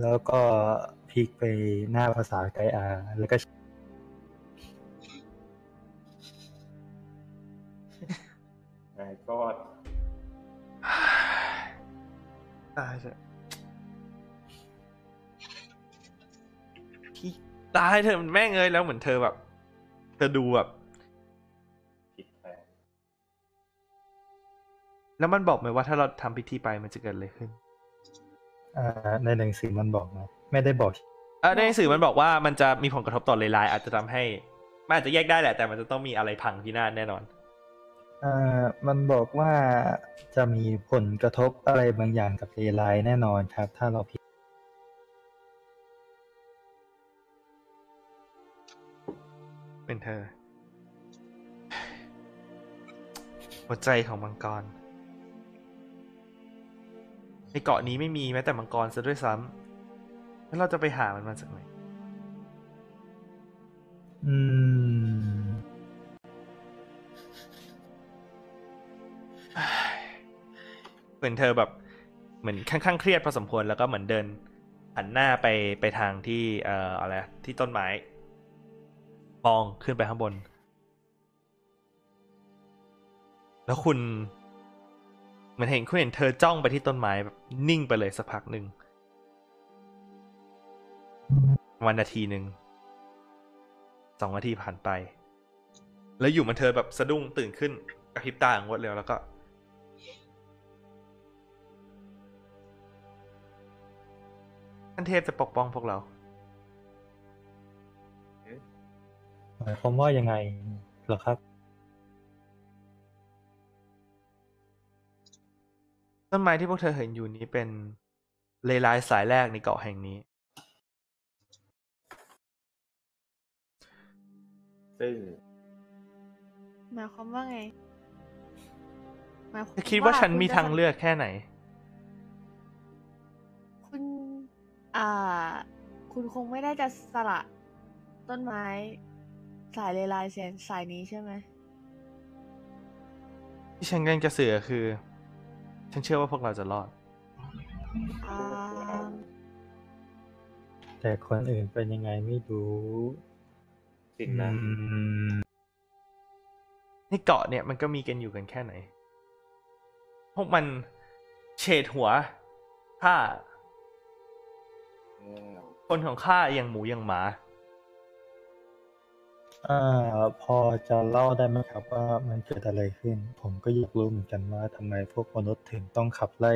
แล้วก็พลิกไปหน้าภาษาไกอา แล้วก็ นายก็ ตายเถอะพี่ตายเถอะมันแม่งเอ้ยแล้วเหมือนเธอแบบ เธอดูแบบ ผิดไป แล้วมันบอกไหมว่าถ้าเราทำพิธีไปมันจะเกิดอะไรขึ้น อ่าในหนังสือมันบอกนะไม่ได้บอก เอ่อในหนังสือมันบอกว่ามันจะมีผลกระทบต่อเลไลน์อาจจะทำให้มันอาจจะแยกได้แหละ แต่มันจะต้องมีอะไรพังพินาศแน่นอน เอ่อมันบอกว่าจะมีผลกระทบอะไรบางอย่างกับเรไลน์แน่นอนครับ ถ้าเราผิด เป็นเธอ หัวใจของมังกร ในเกาะนี้ไม่มีแม้แต่มังกรซะด้วยซ้ำแล้วเราจะไปหามันมาจากไหน อืม เหมือนเธอแบบเหมือนค่อนข้างเครียดพอสมควรแล้วก็เหมือนเดินหันหน้าไปไปทางที่เอ่ออะไรที่ต้นไม้ มองขึ้นไปข้างบน แล้วคุณเหมือนเห็นคุณเห็นเธอจ้องไปที่ต้นไม้แบบนิ่งไปเลยสักพักหนึ่งวันนาทีหนึ่งสองนาทีผ่านไป แล้วอยู่มันเธอแบบสะดุ้งตื่นขึ้นกระพริบตาอย่างรวดเร็วแล้วก็ ท่านเทพจะปกป้องพวกเรา หมายความว่ายังไงเหรอครับ ต้นไม้ที่พวกเธอเห็นอยู่นี้เป็นเลไลายสายแรกในเกาะแห่งนี้ ซึ่ง หมายความว่าไง หมย เธอคิดว่าฉันมีทางเลือกแค่ไหน คุณ อ่า คุณคงไม่ได้จะสละต้นไม้ สายเลไลเซียนสายนี้ใช่ไหม ที่ฉันกำลังจะเสือคือ ฉันเชื่อว่าพวกเราจะรอด อ่า แต่คนอื่นเป็นยังไงไม่รู้ จริงนะ อืม ในเกาะเนี่ยมันก็มีกันอยู่กันแค่ไหน พวกมันเฉดหัวข้าคนของข้าอย่างหมูอย่างหมา อ่าพอจะเล่าได้ไหมครับว่ามันเกิดอะไรขึ้น ผมก็อยากรู้เหมือนกันว่าทำไมพวกมนุษย์ถึงต้องขับไล่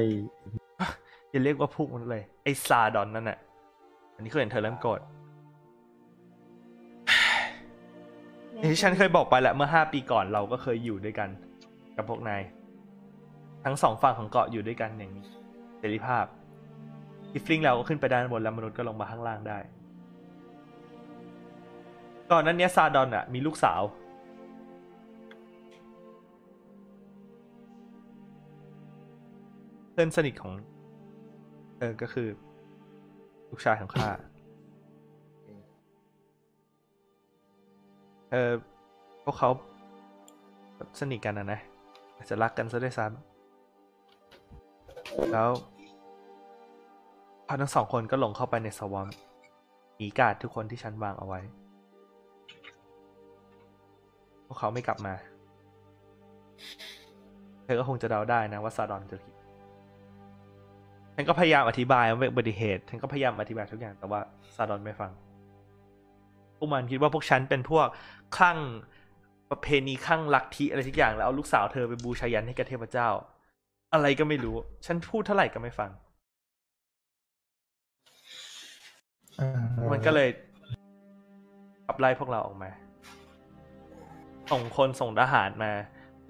อย่าเรียกว่าพวกมันเลย ไอซาดอนนั่นแหละอันนี้คือเห็นเธอเริ่มโกรธอย่างที่ฉันเคยบอกไปแหละเมื่อห้าปีก่อนเราก็เคยอยู่ด้วยกัน กับพวกนาย ทั้งสองฝั่งของเกาะอยู่ด้วยกันอย่างมีเสรีภาพอิฟลิงเราก็ขึ้นไปด้านบนแล้วมนุษย์ก็ลงมาข้างล่างได้ ก่อนนั้นเนี้ยซาดอนอ่ะ มีลูกสาว เพื่อนสนิทของ เออก็คือ ลูกชายของข้า เออพวกเขาแบบสนิทกันนะนะอาจจะรักกันซะด้วยซ้ำแล้วเขาทั้งสองคนก็หลงเข้าไปในสวอมหนีกาดทุกคนที่ฉันวางเอาไว้ พวกเขาไม่กลับมา เธอก็คงจะเดาได้นะว่าซาดอนจะคิด ฉันก็พยายามอธิบายว่าเป็นอุบัติเหตุ ฉันก็พยายามอธิบายทุกอย่างแต่ว่าซาดอนไม่ฟัง พวกมันคิดว่าพวกฉันเป็นพวกคลั่งประเพณีคลั่งลัทธิอะไรทุกอย่างแล้วเอาลูกสาวเธอไปบูชายันให้กับเทพเจ้า อะไรก็ไม่รู้ ฉันพูดเท่าไหร่ก็ไม่ฟัง อ่า มันก็เลยขับไล่พวกเราออกมา ส่งคนส่งทหารมา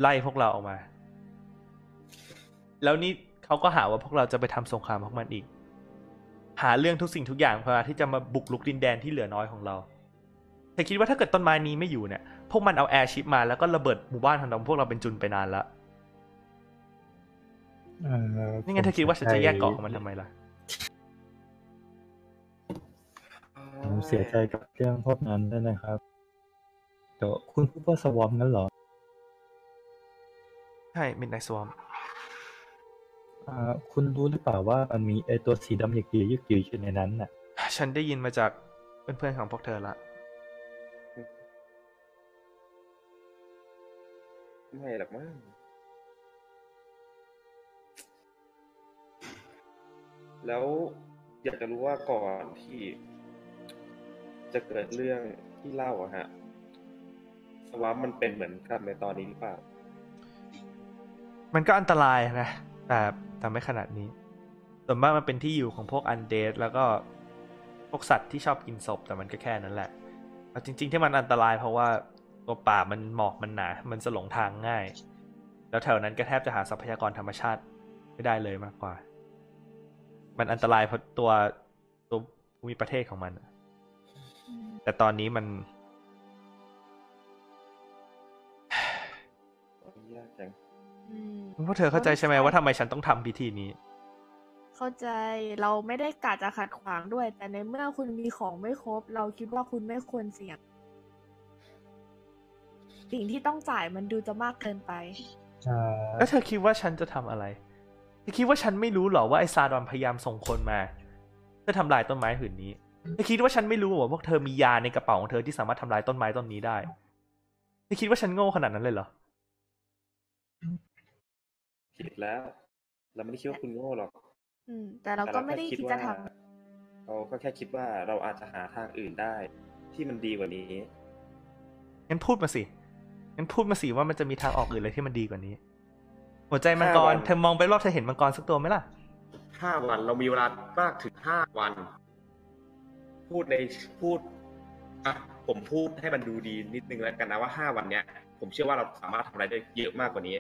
ไล่พวกเราออกมา แล้วนี่เขาก็หาว่าพวกเราจะไปทำสงครามพวกมันอีก หาเรื่องทุกสิ่งทุกอย่างเพื่อที่จะมาบุกลุกดินแดนที่เหลือน้อยของเราแต่คิดว่าถ้าเกิดต้นไม้นี้ไม่อยู่เนี่ย พวกมันเอาแอร์ชิปมาแล้วก็ระเบิดหมู่บ้านของเราพวกเราเป็นจุนไปนานละ อ่า นี่ไงเธอคิดว่าฉันจะแยกเกาะของมันทำไมล่ะ ผมเสียใจกับเรื่องพวกนั้นด้วยนะครับเดี๋ยวคุณพูดว่าสวอมงั้นเหรอ ใช่มิดไนสวอม อ่าคุณรู้หรือเปล่าว่ามันมีไอตัวสีดำหยิกหยิกหยิกหยิกอยู่ในนั้นน่ะ ฉันได้ยินมาจากเพื่อนๆของพวกเธอละ ไม่หรอกมั้งแล้วอยากจะรู้ว่าก่อนที่ จะเกิดเรื่องที่เล่าอะฮะ สวาปมันเป็นเหมือนกับในตอนนี้หรือเปล่า มันก็อันตรายนะ แต่แต่ไม่ขนาดนี้ ส่วนมากมันเป็นที่อยู่ของพวกอันเดสแล้วก็พวกสัตว์ที่ชอบกินศพแต่มันก็แค่นั้นแหละแต่จริง ๆ ที่มันอันตรายเพราะว่าตัวป่ามันหมอกมันหนา มันจะหลงทางง่าย แล้วแถวนั้นก็แทบจะหาทรัพยากรธรรมชาติไม่ได้เลยมากกว่า มันอันตรายเพราะตัวตัวภูมิประเทศของมันอะแต่ตอนนี้มัน ยากจัง อืม พวกเธอเข้าใจใช่ไหมว่าทำไมฉันต้องทำพิธีนี้ เข้าใจเราไม่ได้กะจะขัดขวางด้วย แต่ในเมื่อคุณมีของไม่ครบ เราคิดว่าคุณไม่ควรเสี่ยง สิ่งที่ต้องจ่ายมันดูจะมากเกินไป อ่า แล้วเธอคิดว่าฉันจะทำอะไร เธอคิดว่าฉันไม่รู้เหรอว่าไอซาดอนพยายามส่งคนมาเพื่อทำลายต้นไม้ผืนนี้ เธอคิดว่าฉันไม่รู้เหรอว่าพวกเธอมียาในกระเป๋าของเธอที่สามารถทำลายต้นไม้ต้นนี้ได้ เธอคิดว่าฉันโง่ขนาดนั้นเลยเหรอ ผิดแล้ว เราไม่ได้คิดว่าคุณโง่หรอก อืม แต่เราก็ไม่ได้ แต่ คิด แ จะท เราก็แค่คิดว่าเราอาจจะหาทางอื่นได้ ที่มันดีกว่านี้ งั้นพูดมาสิ งั้นพูดมาสิว่ามันจะมีทางออกอื่นอะไรที่มันดีกว่านี้ หัวใจมังกร เธอมองไปรอบเธอเห็นมังกรสักตัวไหมล่ะ ห้าวันเรามีเวลามากถึงห้าวัน พูดในพูดอ่ะผมพูดให้มันดูดีนิดนึงแล้วกันนะว่าห้าวันเนี้ย ผมเชื่อว่าเราสามารถทำอะไรได้เยอะมากกว่านี้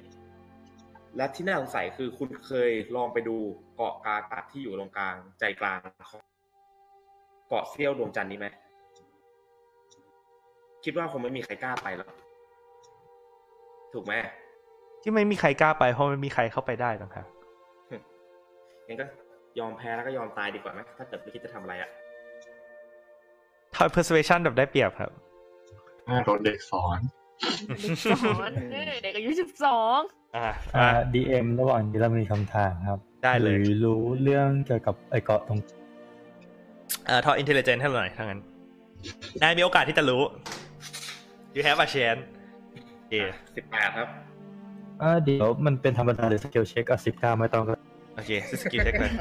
และที่น่าสงสัยคือคุณเคยลองไปดูเกาะกาตะที่อยู่ตรงกลางใจกลางของเกาะเซี่ยวดวงจันทร์นี้ไหมคิดว่าคงไม่มีใครกล้าไปหรอกถูกไหม ที่ไม่มีใครกล้าไปเพราะไม่มีใครเข้าไปได้ต่างหาก งั้นก็ยอมแพ้แล้วก็ยอมตายดีกว่าไหมถ้าเกิดไม่คิดจะทำอะไรอ่ะ ทอย persuasion แบบได้เปรียบครับ โดนเด็กสอน เด็กสอนเออเด็กอายุสิบสอง อ่า อ่า DM ระหว่างนี้เรามีคำถามครับ ได้เลย หรือรู้เรื่องเกี่ยวกับไอเกาะตรง อ่าทอย intelligence ให้เราหน่อยถ้างั้นนายมีโอกาสที่จะรู้ you have a chance โอเค สิบแปดครับ อ่าเดี๋ยวมันเป็นธรรมดาหรือสเกลเช็คอ่ะสิบเก้าไม่ต้องก็ โอเคสกิลเช็คเลย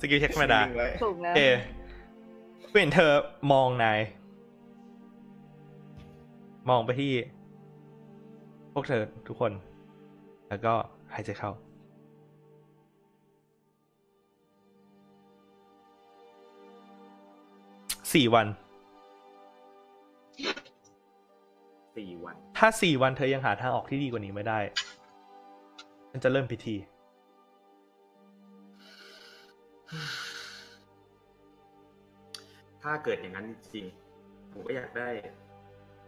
สกิลเช็คธรรมดา ถูกแล้ว เอเห็นเธอมองนาย มองไปที่ พวกเธอทุกคน แล้วก็หายใจเข้า สี่วัน สี่วัน ถ้าสี่วันเธอยังหาทางออกที่ดีกว่านี้ไม่ได้ ฉันจะเริ่มพิธี ถ้าเกิดอย่างนั้นจริงๆผมก็อยากได้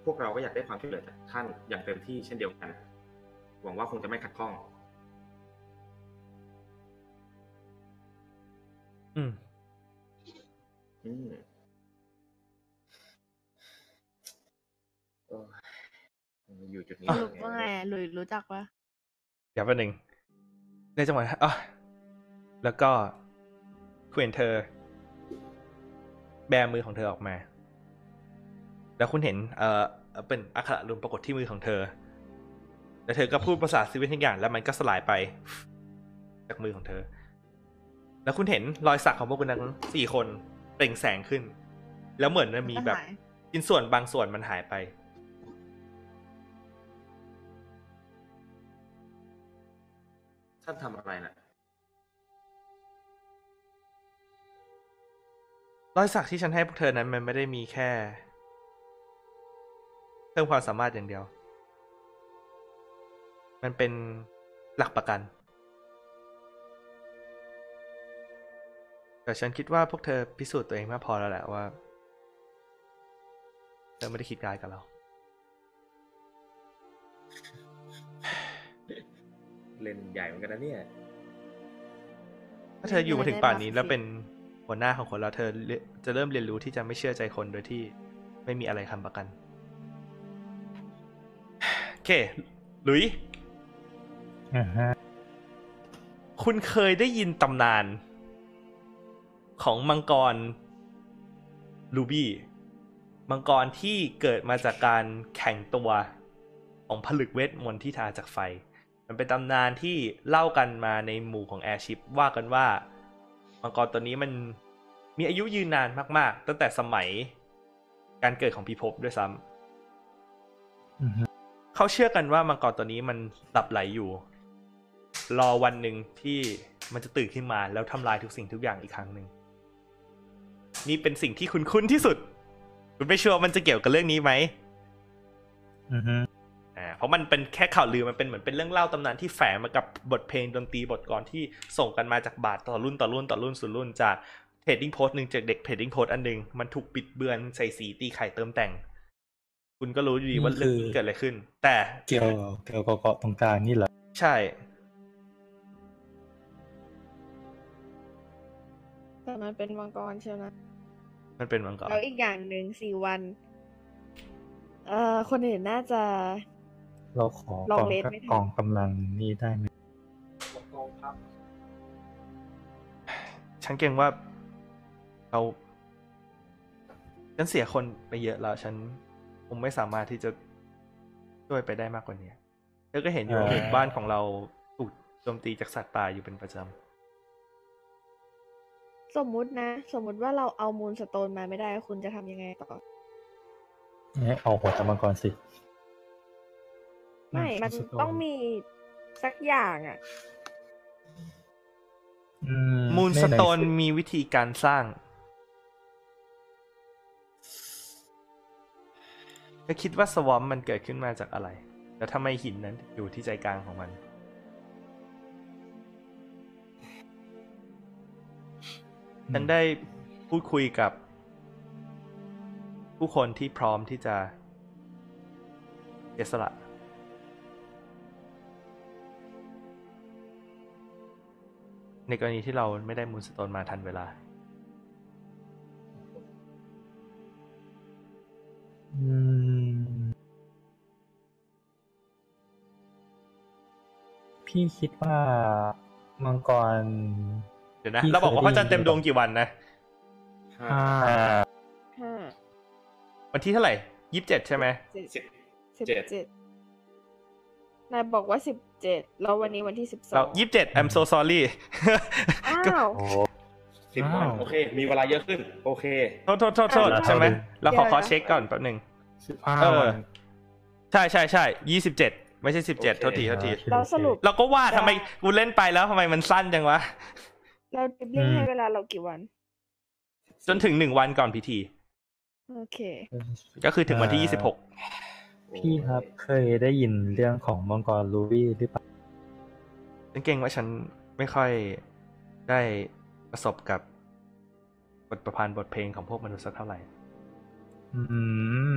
พวกเราก็อยากได้ความช่วยเหลือจากท่านอย่างเต็มที่เช่นเดียวกัน หวังว่าคงจะไม่ขัดข้อง อืม อืมโอ้ยอยู่จุดนี้ สรุ ได้ ป ไง ว่าไง เนี่ย หลุยรู้จักปะ เดี๋ยวแป๊บหนึ่งในจังหวะนั้น อ๋อแล้วก็คุณเห็นเธอ แบมือของเธอออกมา แล้วคุณเห็น เออเป็นอักขระลุมปรากฏที่มือของเธอ แล้วเธอก็พูดภาษาซีเวนทุกอย่าง แล้วมันก็สลายไป จากมือของเธอ แล้วคุณเห็นรอยสักของพวกคุณทั้งสี่คนเปล่งแสงขึ้น แล้วเหมือนมันมีแบบ หาย ชิ้นส่วนบางส่วนมันหายไป ท่านทำอะไรน่ะ รอยสักที่ฉันให้พวกเธอนั้นมันไม่ได้มีแค่ เพิ่มความสามารถอย่างเดียว มันเป็นหลักประกัน แต่ฉันคิดว่าพวกเธอพิสูจน์ตัวเองมากพอแล้วแหละว่า เธอไม่ได้คิดร้ายกับเรา เล่นใหญ่เหมือนกันนะเนี่ย ถ้าเธออยู่มาถึงป่านนี้แล้วเป็นหัวหน้าของคนแล้วเธอเรียจะเริ่มเรียนรู้ที่จะไม่เชื่อใจคนโดยที่ไม่มีอะไรค้ำประกัน โอเค หลุย อ่าฮะ คุณเคยได้ยินตำนาน ของมังกรลูบี้ มังกรที่เกิดมาจากการแข่งตัวของผลึกเวทมนต์ที่ทาจากไฟ มันเป็นตำนานที่เล่ากันมาในหมู่ของแอร์ชิพว่ากันว่า มังกรตัวนี้มันมีอายุยืนนานมาก ๆ ตั้งแต่สมัยการเกิดของพิภพด้วยซ้ำ อือฮึ เขาเชื่อกันว่ามังกรตัวนี้มันหลับไหลอยู่ รอวันหนึ่งที่มันจะตื่นขึ้นมาแล้วทำลายทุกสิ่งทุกอย่างอีกครั้งหนึ่งนี่เป็นสิ่งที่คุณคุ้นที่สุด คุณไม่เชื่อว่ามันจะเกี่ยวกับเรื่องนี้ไหม อือฮึ อ่าเพราะมันเป็นแค่ข่าวลือมันเป็นเหมือนเป็นเรื่องเล่าตำนานที่แฝงมากับบทเพลงดนตรีบทกลอนที่ส่งกันมาจากบาทต่อรุ่นต่อรุ่นต่อรุ่นสู่รุ่นจากเทรดดิ้งโพสต์หนึ่งจากเด็กเทรดดิ้งโพสต์อันหนึ่งมันถูกปิดเบือนใส่สีตีไข่เติมแต่ง คุณก็รู้อยู่ดีว่าเรื่องนี้เกิดอะไรขึ้น แต่ เกี่ยวเกี่ยวกับเกาะตรงกลางนี่เหรอ ใช่ แต่มันเป็นมังกรเชียวนะ มันเป็นมังกร แล้วอีกอย่างหนึ่งสี่วัน เอ่อ คนอื่นน่าจะ เราขอ ลอก ง อง เลสไม่ทัน กองกำลังนี้ได้ไหม ฉันเกรงว่าเราฉันเสียคนไปเยอะแล้ว ฉันคงไม่สามารถที่จะช่วยไปได้มากกว่านี้เธอก็เห็นอยู่ว่าหมู่บ้านของเราถูกโจมตีจากสัตว์ป่าอยู่เป็นประจ สมมุตินะ สมมุติว่าเราเอามูลสโตนมาไม่ได้คุณจะทำยังไงต่อ เนี่ยเอาหัวตะมังกรสิ ไม่ มัน สโตน ต้องมีสักอย่างอะ อื ำมูลสโตนมีวิธีการสร้างเธอคิดว่าสวอมมันเกิดขึ้นมาจากอะไร แล้วทำไมหินนั้นอยู่ที่ใจกลางของมัน ฉันได้พูดคุยกับ ผู้คนที่พร้อมที่จะเสียสละ ในกรณีที่เราไม่ได้มูลสโตนมาทันเวลา อืม พี่คิดว่ามังกร เดี๋ยวนะ ที่ เราบอกว่า เค พ ยระได้ยินจันทร์เต็มดวงกี่วันนะ ห้า อ่า ห้า วันที่เท่าไหร่ยี่สิบเจ็ดใช่ไหม เจ็ด สิบ สิบ เจ็ด เจ็ดนายบอกว่าสิบเจ็ดแล้ววันนี้วันที่สิบสอ เรา ง ยี่สิบเจ็ด I'm so sorry อ้าว โอ้ สิบวัน อ้าว โอเค มีเวลาเยอะขึ้น โอเค โทษโทษโทษโทษ เดี๋ยวนะ ใช่ไหมเราขอ เดี๋ยวนะ ขอเช็คก่อนแป๊บหนึ่ง สิบห้า เออ วัน ใช่ใช่ใช่ยี่สิบเจ็ดไม่ใช่สิบเจ็ด โอโทษเคทีโทษที เราสรุป เราก็ว่าทำไมกูเล่นไปแล้วทำไมมันสั้นจังวะ เราดิบลิ่ง อืม ให้เวลาเรากี่วัน จนถึงหนึ่งวันก่อนพิธี โอเค ก็คือถึงวันที่ยี่สิบหก พี่ครับเคยได้ยินเรื่องของมังกรลูบี้หรือเปล่า ฉันเก่งว่าฉันไม่ค่อยได้ประสบกับบทประพันธ์บทเพลงของพวกมนุษย์สักเท่าไหร่ อื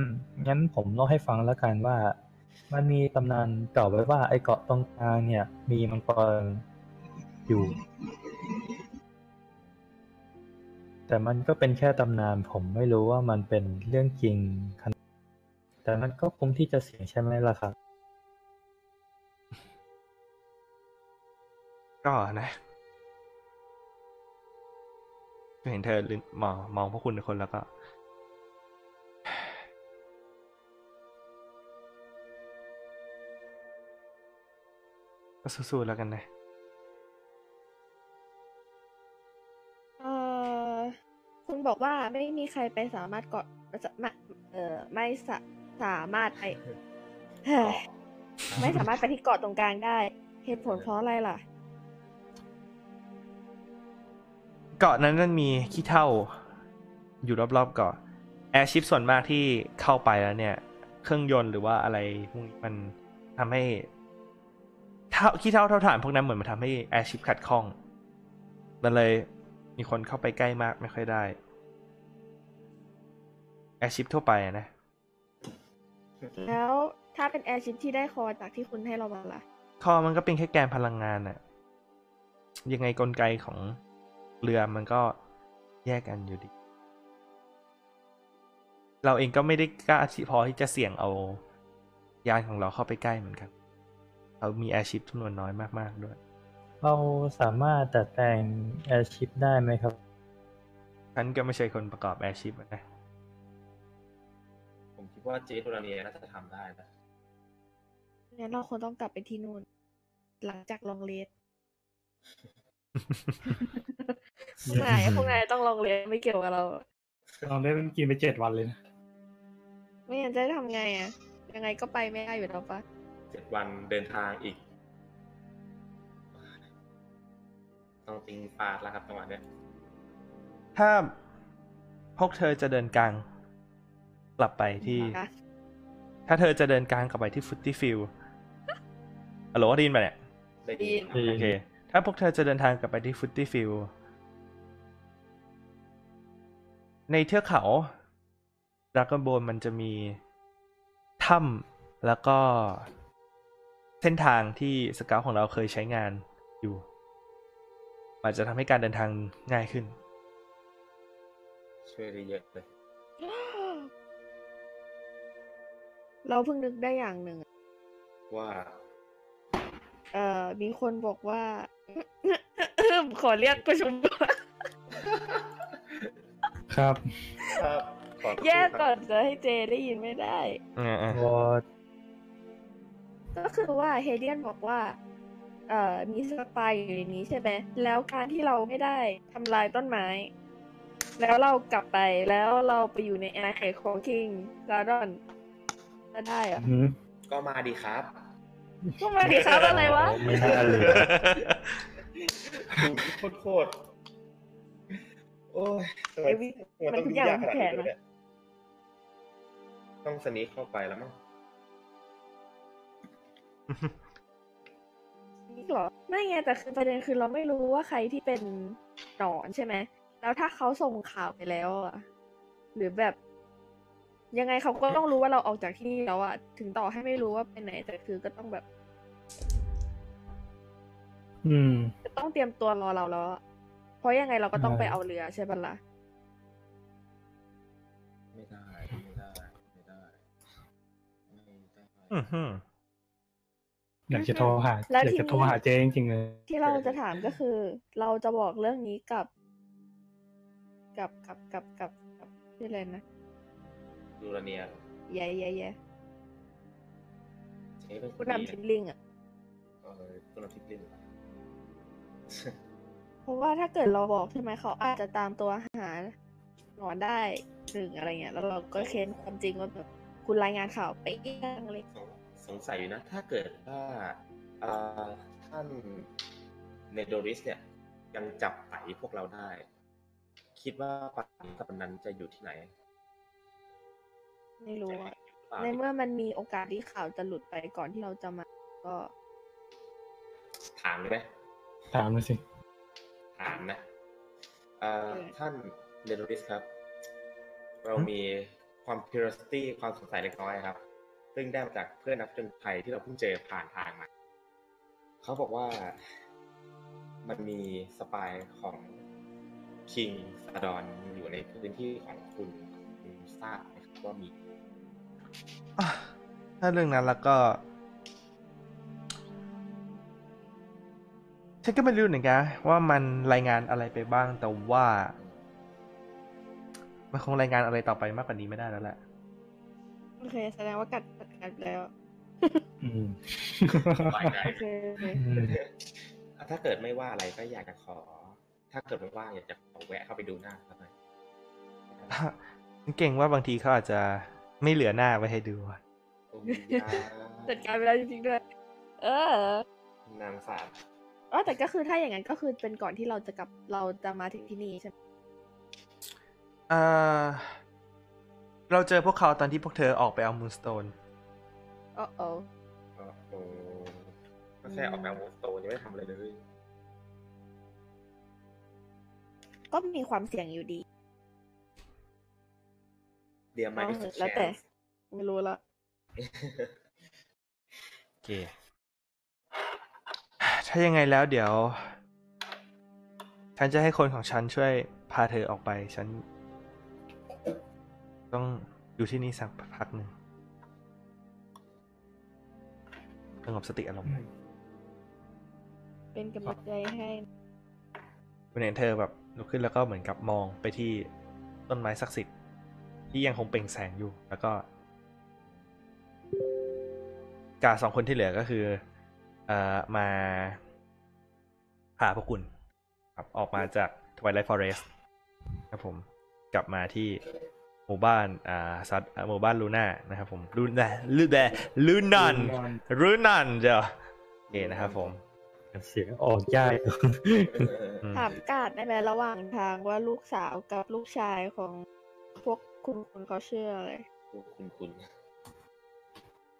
มงั้นผมเล่าให้ฟังแล้วกันว่า มันมีตำนานเกล่าวไว้ว่าไอ้เกาะตรงกลางเนี่ย มีมังกรอยู่ แต่มันก็เป็นแค่ตำนานผมไม่รู้ว่ามันเป็นเรื่องจริงขนาดแต่มันก็คุ้มที่จะเสี่ยงใช่ไหมล่ะครับ ก็นะเห็นเธอลืมมองมองพวกคุณทุกคนแล้วก็ ก็สู้ๆแล้วกันนะ เอ่อ คุณบอกว่าไม่มีใครไปสามารถเกาะจะมาเอ่อ ไม่สะสามารถไปเฮ้ยไม่สามารถไปที่เกาะตรงกลางได้ เหตุผลเพราะอะไรล่ะ เกาะนั้นมันมีขี้เถ้าอยู่รอบๆเกาะแอร์ชิพส่วนมากที่เข้าไปแล้วเนี่ย เครื่องยนต์หรือว่าอะไรพวกนี้มันทำให้เท่าขี้เถ้าเท่าฐานพวกนั้นเหมือนมันทำให้แอร์ชิพขัดข้อง มันเลยมีคนเข้าไปใกล้มากไม่ค่อยได้แอร์ชิพทั่วไปอะนะ แล้วถ้าเป็นแอร์ชิปที่ได้คอจากที่คุณให้เรามาล่ะ คอมันก็เป็นแค่แกนพลังงานอะยังไงกลไกของเรือมันก็แยกกันอยู่ดี เราเองก็ไม่ได้กล้าที่พอที่จะเสี่ยงเอายานของเราเข้าไปใกล้เหมือนกัน เรามีแอร์ชิพจำนวนน้อยมาก ๆ ด้วย เราสามารถดัดแปลงแอร์ชิพได้ไหมครับ ฉันก็ไม่ใช่คนประกอบแอร์ชิพนะ ผมคิดว่าเจตุราเนียน่าจะทำได้นะ งั้นเราควรต้องกลับไปที่นู่น หลังจากลองเล สพวกนายพวกนายต้องลองเลสไม่เกี่ยวกับเรา เราได้กินไปเจ็ดวันเลยนะ ไม่งั้นจะทำไงอะยังไงก็ไปไม่ได้อยู่แล้วปะ เจ็ดวันเดินทางอีก ต้องติงฟาดแล้วครับจังหวะเนี้ย ถ้าพวกเธอจะเดินกลางกลับไปที่ ค่ะ ถ้าเธอจะเดินกลางกลับไปที่ฟุตตี้ฟิลฮัลโหลได้ยินปะเนี่ย ได้ดีครับ โอเค ถ้าพวกเธอจะเดินทางกลับไปที่ฟุตตี้ฟิลในเทือกเขาดรากอนโบนมันจะมีถ้ำแล้วก็เส้นทางที่สเกาของเราเคยใช้งานอยู่มันจะทำให้การเดินทางง่ายขึ้น ช่วยได้เยอะเลย เราเพิ่งนึกได้อย่างหนึ่งอะ ว่า เอ่อ มีคนบอกว่า ขอเรียกประชุมก่อน ครับ ครับขอโทษ แย่ ครับ ก่อนจะให้เจได้ยินไม่ได้ อ่าๆ วอด ก็คือว่าเฮเดียนบอกว่า เอ่อ มีสปายอยู่ในนี้ใช่ไหม แล้วการที่เราไม่ได้ทำลายต้นไม้ แล้วเรากลับไปแล้วเราไปอยู่ในอาณาเขตของคิงลาดอนจะได้เหรอะ ก็มาดีครับ ก็มาดิครับอะไร วะ ไม่น่าเลย โคตรโคตรโอ้ยทำไม เอ้ยวิ มันต้อง มันทุก ยุ่ง อย่าง ยากขนาดนี้เลยมันแผนนะ เนี่ยต้องสนิทเข้าไปแล้วมั้ง นี่หรอไม่ไงแต่คือประเด็นคือเราไม่รู้ว่าใครที่เป็นหนอนใช่ไหม แล้วถ้าเขาส่งข่าวไปแล้วอะหรือแบบ ยังไงเขาก็ต้องรู้ว่าเราออกจากที่นี่แล้วอะถึงต่อให้ไม่รู้ว่าเป็นไหนแต่คือก็ต้องแบบ อืม จะต้องเตรียมตัวรอเราแล้วอะเพราะยังไงเราก็ต้อง ใช่ ไปเอาเรือใช่ปะล่ะ ไม่ได้ไม่ได้ไม่ได้ไม่ได้ อื้อหือ อยากจะโทรหา แล้ว อยาก ทีนี้ จะโทรหาเจ๊จริงๆเลย ที่เราจะถามก็คือ เราจะบอกเรื่องนี้กับ กับกับกับกับกับชื่ออะไรนะ ดูแลเนีย แย่แย่แย่ เจ๊เป็นค ผู้ นดี นำทิปลิงอะ เออคุณนำทิพย์ลิน เพราะว่าถ้าเกิดเราบอกใช่ไหมเขาอาจจะตามตัวหาหนอนได้หนึ่งอะไรเงี้ยแล้วเราก็เค้นความจริงว่าแบบคุณรายงานข่าวไปเองอะไร สงสงสัยอยู่นะ ถ้าเกิดว่าเอ่อท่านเนโดริสเนี่ย ยังจับไตพวกเราได้ คิดว่าปัจจุบันนั้นจะอยู่ที่ไหน ไม่รู้อะ เปล่า ในเมื่อมันมีโอกาสที่ข่าวจะหลุดไปก่อนที่เราจะมา ก็ ถามเลยไหม ถามเลยสิ ถามนะเอ่อท่านเดนริสครับ เรามีความ curiosity ความสงสัยเล็กน้อยครับ ซึ่งได้มาจากเพื่อนนักจนภัยที่เราเพิ่งเจอผ่านทางมา เขาบอกว่ามันมีสปายของคิงซาดอนอยู่ในพื้นที่ของคุณคุณทราบไหมครับว่ามี อ่ะถ้าเรื่องนั้นแล้วก็ ฉันก็ไม่รู้เหมือนกันว่ามันรายงานอะไรไปบ้างแต่ว่า มันคงรายงานอะไรต่อไปมากกว่านี้ไม่ได้แล้วแหละ โอเค แสดงว่ากัดกัดกันไปแล้ว อืม โอเคโอเค อืม ถ้าเกิดไม่ว่าอะไรก็อยากจะขอ ถ้าเกิดไม่ว่างอยากจะขอแวะเข้าไปดูหน้าเขาหน่อย ฉันเก่งว่าบางทีเขาอาจจะไม่เหลือหน้าไว้ให้ดูอะ โอ้ยยา จัดการไปแล้วจริงๆด้วย เออ นางสาบ เออแต่ก็คือถ้าอย่างนั้นก็คือเป็นก่อนที่เราจะกลับเราจะมาถึงที่นี่ใช่ไหม เอ่อเราเจอพวกเขาตอนที่พวกเธอออกไปเอามูนสโตน โอ้โอ้ โอ้โหก็แค่ออกแบบโมสโตยังไม่ทำอะไรเลย ก็มีความเสี่ยงอยู่ดี เดียมไม่ เอาเถอะแล้วแต่ ไม่รู้ละ โอเค ถ้ายังไงแล้วเดี๋ยว ฉันจะให้คนของฉันช่วยพาเธอออกไป ฉัน ต้องอยู่ที่นี่สักพักหนึ่งสงบสติอารมณ์ เป็นกำลังใจให้ คุณเห็นเธอแบบลุกขึ้นแล้วก็เหมือนกับมองไปที่ต้นไม้ศักดิ์สิทธิ์ที่ยังคงเปล่งแสงอยู่ แล้วก็กาสองคนที่เหลือก็คือ เอ่อมาหาพวกคุณครับออกมาจาก Twilight Forest ครับผมกลับมาที่หมู่บ้านอ่าซัดอ่าหมู่บ้านลูน่านะครับผมลูน่าลูแดลูนันลูนันเจ้าโอเคนะครับผม เสียงออกยาก อืม ถามกาดได้ไหมระหว่างทางว่าลูกสาวกับลูกชายของพวกคุณคุณเขาเชื่ออะไร คุณคุณ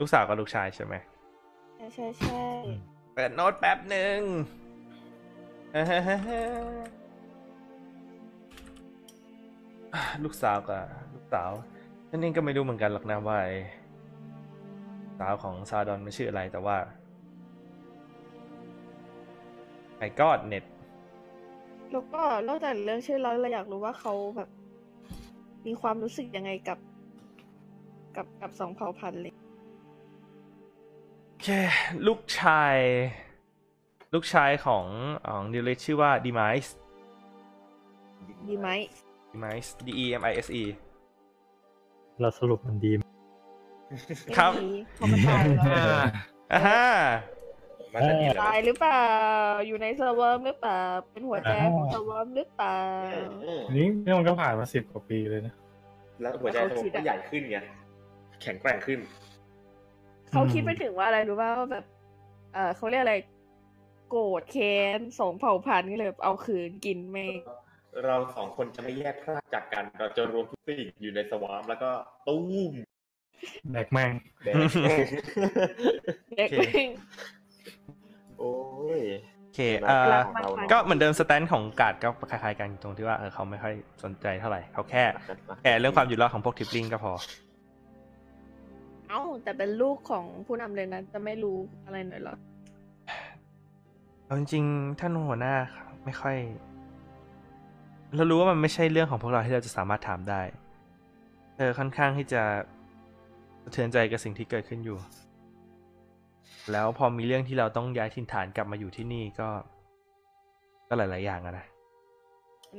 ลูกสาวกับลูกชายใช่ไหม ใช่ใช่ใช่ เปิดโน้ตแป๊บหนึ่ง ลูกสาวกับลูกสาวฉันเองก็ไม่รู้เหมือนกันหรอกนะว่าไอ้สาวของซาดอนมันชื่ออะไรแต่ว่าไอ้กอดเน็ต แล้วก็นอกจากเรื่องชื่อเราเราอยากรู้ว่าเขาแบบ มีความรู้สึกยังไงกับ กับกับสองเผ่าพันธุ์เลย โอเคลูกชาย ลูกชายของของดิเลชื่อว่าดีไมส์ ดีไหม ดีไมส์ D E M I S E เราสรุปมันดีไหม ครับ ไม่มีเขามาตายแล้ว อ่า อ่าฮะ มาจากนี่แหละ ตายหรือเปล่า อยู่ในเซิร์ฟเวอร์หรือเปล่า เป็นหัวใจของเซิร์ฟเวอร์หรือเปล่า อันนี้นี่มันก็ผ่านมาสิบกว่าปีเลยนะ แล้วหัวใจผมก็ใหญ่ขึ้นไงแข็งแกร่งขึ้น เขาคิดไปถึงว่าอะไรรู้ป่าว่าแบบ เออเขาเรียกอะไร โกรธแค้นสองเผ่าพันธุ์ก็เลยแบบเอาคืนกินไม่ง เราสองคนจะไม่แยกพลาดจากกัน เราจะรวมทุกสิ่งอยู่ในสวามแล้วก็ตู้ม แดกแม่ง แดง เด็กไม่ ง โอ้ย โอเคเอ่ รั อ กมากๆ ก็เหมือนเดิมสแตนของการ์ดก็คล้ายๆกันตรงที่ว่าเออเขาไม่ค่อยสนใจเท่าไหร่เขาแค่แค่เรื่องความอยู่รอดของพวกทริปลิงก็พอ เอ้าแต่เป็นลูกของผู้นำเลยนะ จะไม่รู้อะไรหน่อยเหรอ เอาจริงๆท่านหัวหน้าไม่ค่อย เรารู้ว่ามันไม่ใช่เรื่องของพวกเราที่เราจะสามารถถามได้ เธอค่อนข้างที่จะสะเทือนใจกับสิ่งที่เกิดขึ้นอยู่ แล้วพอมีเรื่องที่เราต้องย้ายถิ่นฐานกลับมาอยู่ที่นี่ก็ ก็หลาย ๆ อย่างอะนะ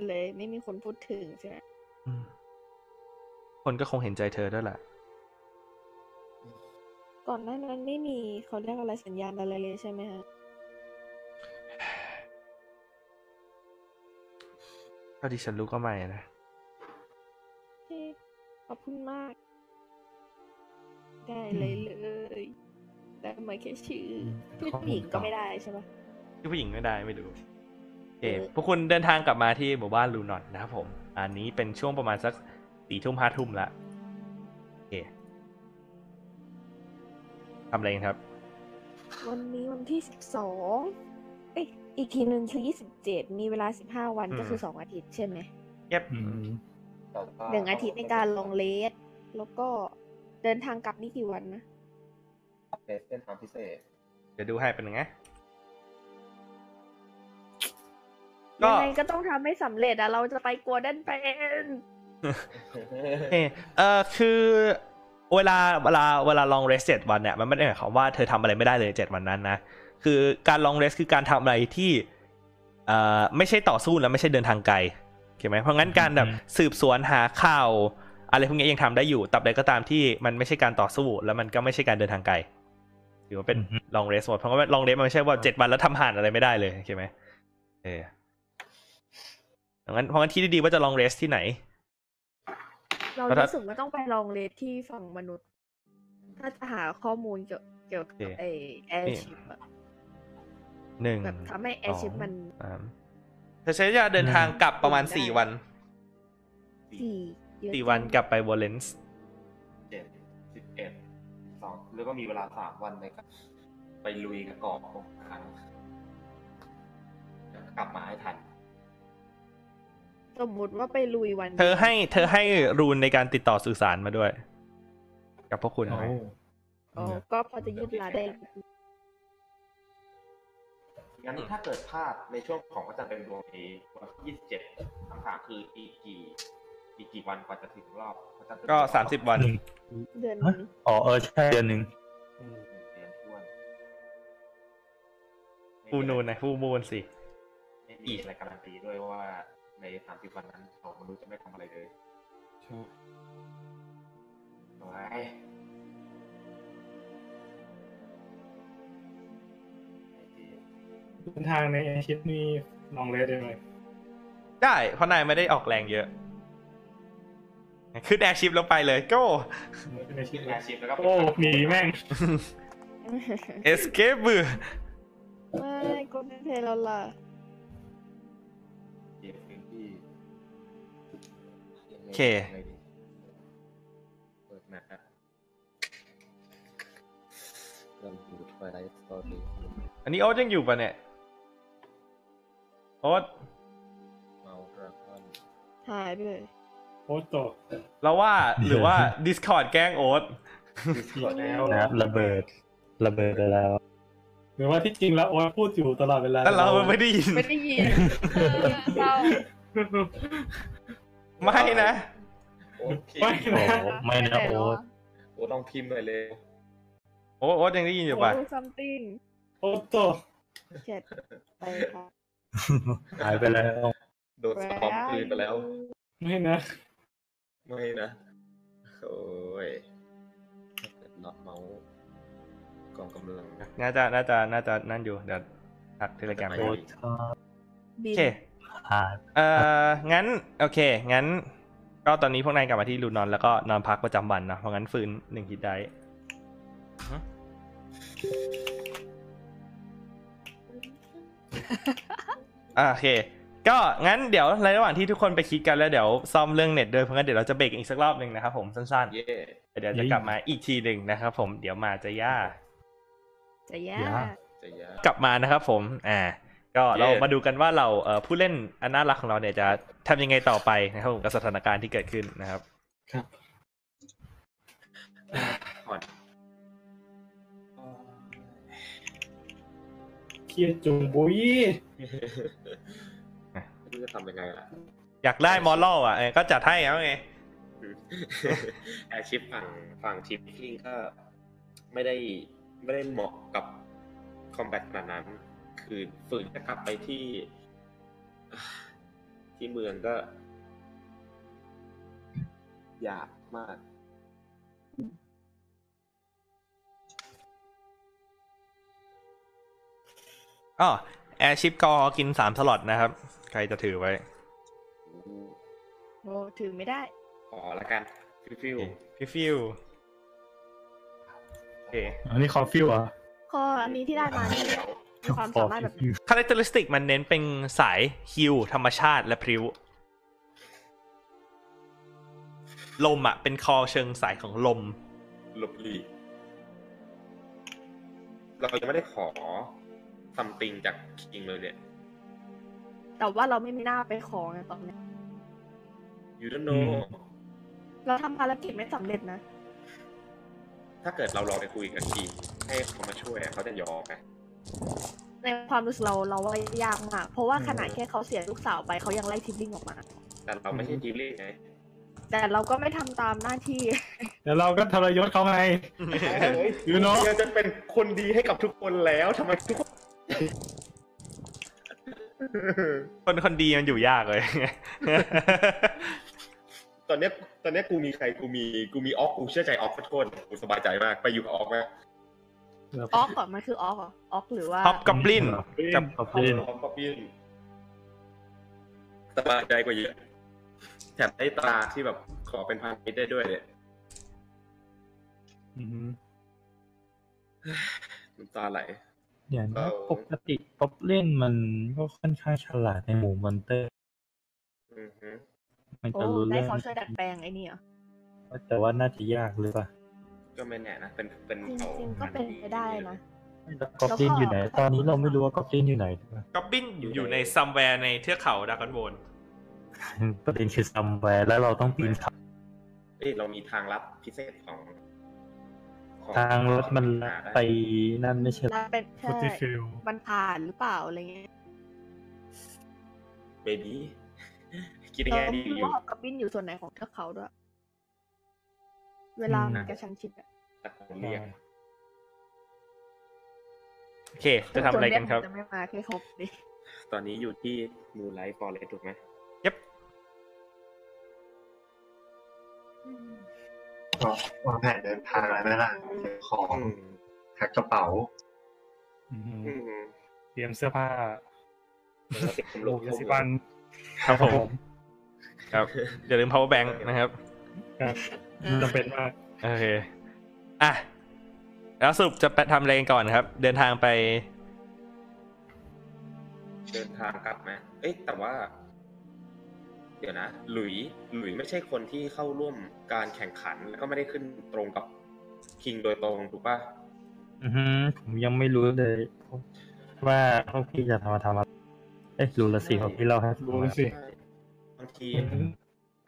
เลยไม่มีคนพูดถึงใช่ไหม อืมคนก็คงเห็นใจเธอด้วยแหละ ก่อนหน้านั้นไม่มีเขาเรียกอะไรสัญญาณอะไรเลยใช่ไหมคะ เท่าที่ฉันรู้ก็ไม่นะ โอเคขอบคุณมาก ได้เลยเลยได้มาแค่ชื่อชื่อผู้หญิงก็ไม่ได้ใช่ปะ ที่ผู้หญิงไม่ได้ไม่รู้โอเค เออ พวกคุณเดินทางกลับมาที่หมู่บ้านลูนอตนะครับผม อันนี้เป็นช่วงประมาณสักสี่ทุ่มห้าทุ่มละโอเคทำอะไรกันครับ วันนี้วันที่สิบสองเอ้ยอีกทีหนึ่งคือยี่สิบเจ็ดมีเวลาสิบห้าวัน อืม ก็คือสองอาทิตย์ใช่ไหม เย็บ อืม แต่ก็ หนึ่งอาทิตย์ในการลงเลสแล้วก็เดินทางกลับนี่กี่วันนะ เลสเป็นทางพิเศษ เดี๋ยวดูให้เป็นยังไง ก็ ยังไงก็ต้องทำให้สำเร็จอะเราจะไปกัวเด้นเป็น เออเออคือเวลาเวลาเวลาลองเรสเจ็ดวันเนี่ยมันไม่ได้หมายความว่าเธอทำอะไรไม่ได้เลยเจ็ดวันนั้นนะคือการลองเรสคือการทำอะไรที่เอ่อไม่ใช่ต่อสู้และไม่ใช่เดินทางไกลเข้าไหมเพราะงั้นการแบบ อืม สืบสวนหาข่าวอะไรพวกเนี้ยยังทำได้อยู่ตับใดก็ตามที่มันไม่ใช่การต่อสู้แล้วมันก็ไม่ใช่การเดินทางไกลถือว่าเป็นลองเรสหมดเพราะว่าลองเรสมันไม่ใช่ว่าเจ็ดวันแล้วทำห่านอะไรไม่ได้เลยเข้าไหมเออเพราะงั้นเพราะงั้นที่ดีๆว่าจะลองเรสที่ไหน เรา แล้วถ้า รู้สึกว่าต้องไปลองเลสที่ฝั่งมนุษย์ ถ้าจะหาข้อมูลเกี่ยวเกี่ยวกับ โอเค ไอแอร์ชิปอะ หนึ่ง แบบทำให้แอร์ชิปมัน สามเธอใช้ระยะเดินทางกลับประมาณสี่วัน สี่เดือ สี่วันกลับไปวอลเลนซ์ เจ็ดสิบเอ็ดสองแล้วก็มีเวลาสามวันในการไปลุยกับเกาะของครั้งแล้วกลับมาให้ทัน สมมติว่าไปลุยวัน เธอให้เธอให้รูนในการติดต่อสื่อสารมาด้วย กับพวกคุณ โอ้ อ๋อก็พอจะยืดเวลาได้ งั้นถ้าเกิดพลาดในช่วงของพระจันทร์เต็มดวงนี้วันที่ยี่สิบเจ็ดคำถามคืออีกกี่อีกกี่วันกว่าจะถึงรอบพระจันทร์เต็ดวง ก็สามสิบวัน เดือน ฮะ อ๋อเออใช่เดือนหนึ่ง อืมเดือนท้วน ฟูนูนนะฟูมูนสิ ไม่มีอะไรการันตีด้วยว่าในสามสิบวันนั้นเรามนุษย์จะไม่ทำอะไรเลยโอ้ยไอ้เหี้ย เดินทางในเอชิปนี่ลองเลสได้ไหม ได้ เพราะนายไม่ได้ออกแรงเยอะ ขึ้นแอร์ชิปลงไปเลย go ในชิปขึ้เลนอาย ชีพแล้วก็ โอ้หนีแม่ง escape บือ ไม่ก็ไม่เพลเราล่ะ เก็บพื้นที่เปิดแมปอะเริ่มดูทวายไลท์สตอรี่ อันนี้โอ๊ตยังอยู่ปะเนี่ย โอ๊ต เมาดราก้อน หายไปเลย โอ้ตก เราว่าหรือว่า Discord แกล้งโอ๊ต อีกแล้ว นะระเบิด ระเบิดไปแล้ว หรือว่าที่จริงแล้วโอ้ยพูดอยู่ตลอดเวลา แต่เราไม่ได้ยิน ไม่ได้ยินเออเรา ไม่นะ โอ๊ตพิม ไม่ พ์ โอ้ นะ โหไม่นะโอ๊ต โอ๊ตลองพิมพ์หน่อยเลย โอ๊ตโอ๊ตยังได้ยินอยู่ปะ โอ้ something โอ้ตก แชทไปค่ะ หายไปแล้ว โดนสปอมคืนไปแล้ว ไม่นะ ไม่นะ โอ้ยถ้าเกิดล็อกเมาส์กองกำลังนะ น่าจะน่าจะน่าจะนั่นอยู่เดี๋ยวทักเทเลกรามไป โอ๊ โ ตก็ บิ อน เค หาย เอ่องั้นโอเค งั้น ก็ตอนนี้พวกนายกลับมาที่รูนอนแล้วก็นอนพักประจำวันนะเพราะงั้นฟื้นหนึ่งฮิตได้ อ่าโอเค ก็งั้นเดี๋ยวในระหว่างที่ทุกคนไปคิดกันแล้วเดี๋ยวซ่อมเรื่องเน็ตด้วยเพราะงั้นเดี๋ยวเราจะเบรกอีกสักรอบหนึ่งนะครับผมสั้น เย่ ๆเดี๋ยวจะกลับมาอีกทีหนึ่งนะครับผมเดี๋ยวมาจะย่า จะแย่ อย่า จะยาก ลับมานะครับผม อ่า ก็เรามาดูกันว่าเราเอ่อผู้เล่นอันน่ารักของเราเนี่ยจะทำยังไงต่อไปนะครับผมกับสถานการณ์ที่เกิดขึ้นนะครับ ผ่อน โอเค ชียจุงบุย ไม่รู้จะทำยังไงล่ะ อยากได้มอลล์อ่ะเออก็จัดให้เอาไง แอร์ชิปฝั่งฝั่งทีมคิงก็ไม่ได้ไม่ได้เหมาะกับคอมแบทขนาดนั้น คือฝืนจะกลับไปที่ ที่เมืองก็ ยากมาก อ๋อแอร์ชิปกอกินสามสล็อตนะครับ ใครจะถือไว้ โอ้ถือไม่ได้ ขอละกัน ฟิวฟิว พี่ฟิวโอเค อันนี้คอฟิวเหรอ่ะ ข้ออันนี้ที่ได้มานี่มีความสามารถแบบไหน คาแรคเตอริสติกมันเน้นเป็นสายฮิวธรรมชาติและพริ้ว ลมอ่ะ เป็นคอเชิงสายของลม หลบหลีกเรายังไม่ได้ขอซัมติงจากคิงเลยเนี่ย แต่ว่าเราไม่มีหน้าไปของตอนนี้ you don't know อืม เราทำภารกิจไม่สำเร็จนะ ถ้าเกิดเราลองไปคุยกับคิงให้เขามาช่วยอะเขาจะยอมไหม ในความรู้สึกเราเราว่ายากมาก เพราะว่าขนาดแค่เขาเสียลูกสาวไปเขายังไล่ทิปปิ้งออกมา แต่เราไม่ใช่ทีมเล่น ไง แต่เราก็ไม่ทำตามหน้าที่ เดี๋ยวเราก็ทรยศเขาไง You know เดี๋ยวจะเป็นคนดีให้กับทุกคนแล้วทำไมทุกคน คนคนดีมันอยู่ยากเลย ตอนเนี้ยตอนเนี้ยกูมีใครกูมีกูมีออกกูเชื่อใจออกขอโทษกูสบายใจมากไปอยู่กับออกมาก ออกก่อนมันคือออกเหรอออกหรือว่า ท็อปกับลินกับ คอฟิน ออกก็ปิ้นสบายใจกว่าเยอะแถมได้ตราที่แบบขอเป็นพันมิตรได้ด้วยเนี่ย อือหือ น้ำตาไหล เดี๋ยว เอ่ นะ อ ปกติป๊อปเล่นมันก็ค่อนข้างฉลาดในหมู่มอนเตอร์ อือฮึ มัน โอ้ จะรู้ ได้ เรื่อง เขาช่วยดัดแปลงไอ้นี่เหรอ แต่ว่าน่าจะยากหรือเปล่า ก็ไม่แน่นะเป็นเป็น จ เขา ริงๆก็เป็นไปได้นะ กอบลินอยู่ไหน ตอนนี้เราไม่รู้ว่ากอบลินอยู่ไหนด้วย กับลินอยู่ในซัมแวร์ในเทือกเขาดากอนโบน ประเด็นคือซัมแวร์แล้วเราต้องปีนเขา เอ้ยเรามีทางลับพิเศษของของ ทางรถมัน หาด้ ไปนั่นไม่ใช่ เราเป็น ฟู ใช่ ติฟิล มันผ่านหรือเปล่าอะไรเงี้ย เบบี้ คิดยัง เรา ไงดีอไม่รู้ ยู่ ว่าออกกับบินอยู่ส่วนไหนของเทือกเขาด้วย เวลามันกระชันชิดอะ ตะโกนเรียก โอเค จะทำอะไรกันครับ จนเยมัจะไม่มาแค่ครบดิ ตอนนี้อยู่ที่มูไลท์ฟอร์เรสถูกไหม ก็วางแผนเดินทางอะไรไม่ได้เก็บของแพ็คกระเป๋า อือหือ อืม เตรียมเสื้อผ้า แล้วก็ติดลมล โล ม ยาสีฟัน ครับผม ครับ อย่าลืม power bank นะครับ ครับจำเป็นมาก โอเค อ่ะ แล้วสรุปจะไปทำอะไรกันก่อนครับ เดินทางไป เดินทางกลับไหมเอ้ยแต่ว่า เดี๋ยวนะ หลุย หลุยไม่ใช่คนที่เข้าร่วมการแข่งขัน แล้วก็ไม่ได้ขึ้นตรงกับคิงโดยตรงถูกป่ะ อือฮึผมยังไม่รู้เลย ว่าพวกพี่จะทำมาทำอะไรเอ๊ะรู้และสิ ใช่ ของพี่เราให้ รู้สิ ใช่บางที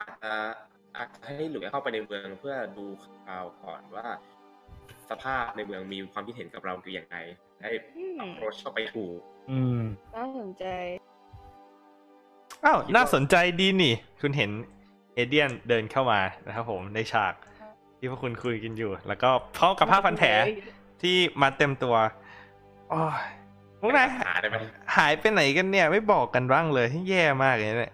อาจจะอาจจะให้หลุยเข้าไปในเมืองเพื่อดูข่าวก่อนว่า สภาพในเมืองมีความคิดเห็นกับเราคืออย่างไรให้ อืม รถเข้าไปถูก อืม น่าสนใจ อ้าว น่าสนใจดีนี่ คุณเห็นเอเดียนเดินเข้ามานะครับผมในฉากที่พวกคุณคุยกันอยู่ แล้วก็พร้อมกับผ้าพันแผลที่มาเต็มตัวโอ้ยพวกนาย หาได้ไหม หายไปไหนกันเนี่ย ไม่บอกกันบ้างเลย แย่มากเลยเนี่ย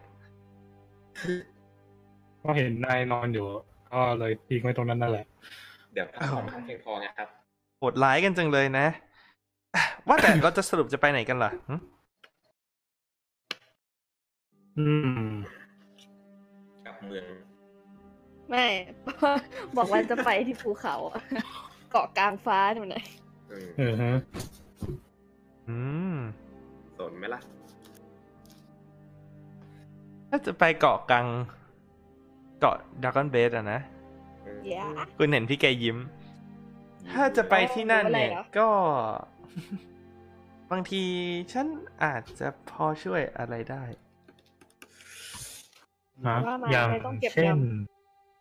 ก็เห็นนายนอนอยู่ ก็เลยทิ้งไว้ตรงนั้นนั่นแหละ เดี๋ยวถ้าของมันเพียงพอไงครับ โหดร้ายกันจังเลยนะ อ่ะว่า แต่ เราจะสรุปจะไปไหนกันล่ะหึ อืม กับเมือง ไม่ บอกว่าจะไปที่ภูเขาอะ เกาะกลางฟ้าหนูหน่อย อืม เออฮะ อืม สนไหมล่ะ ถ้าจะไปเกาะกลางเกาะดากอนเบสอะนะ เดี๋ยวอะ คุณเห็นพี่แกยิ้ม ถ้าจะไปที่นั่นเนี่ย รู้อะไรเหรอ ก็ บางทีฉันอาจจะพอช่วยอะไรได้ นะ ว่ามา อย่าง ไม่ต้องเก็บยำ เช่น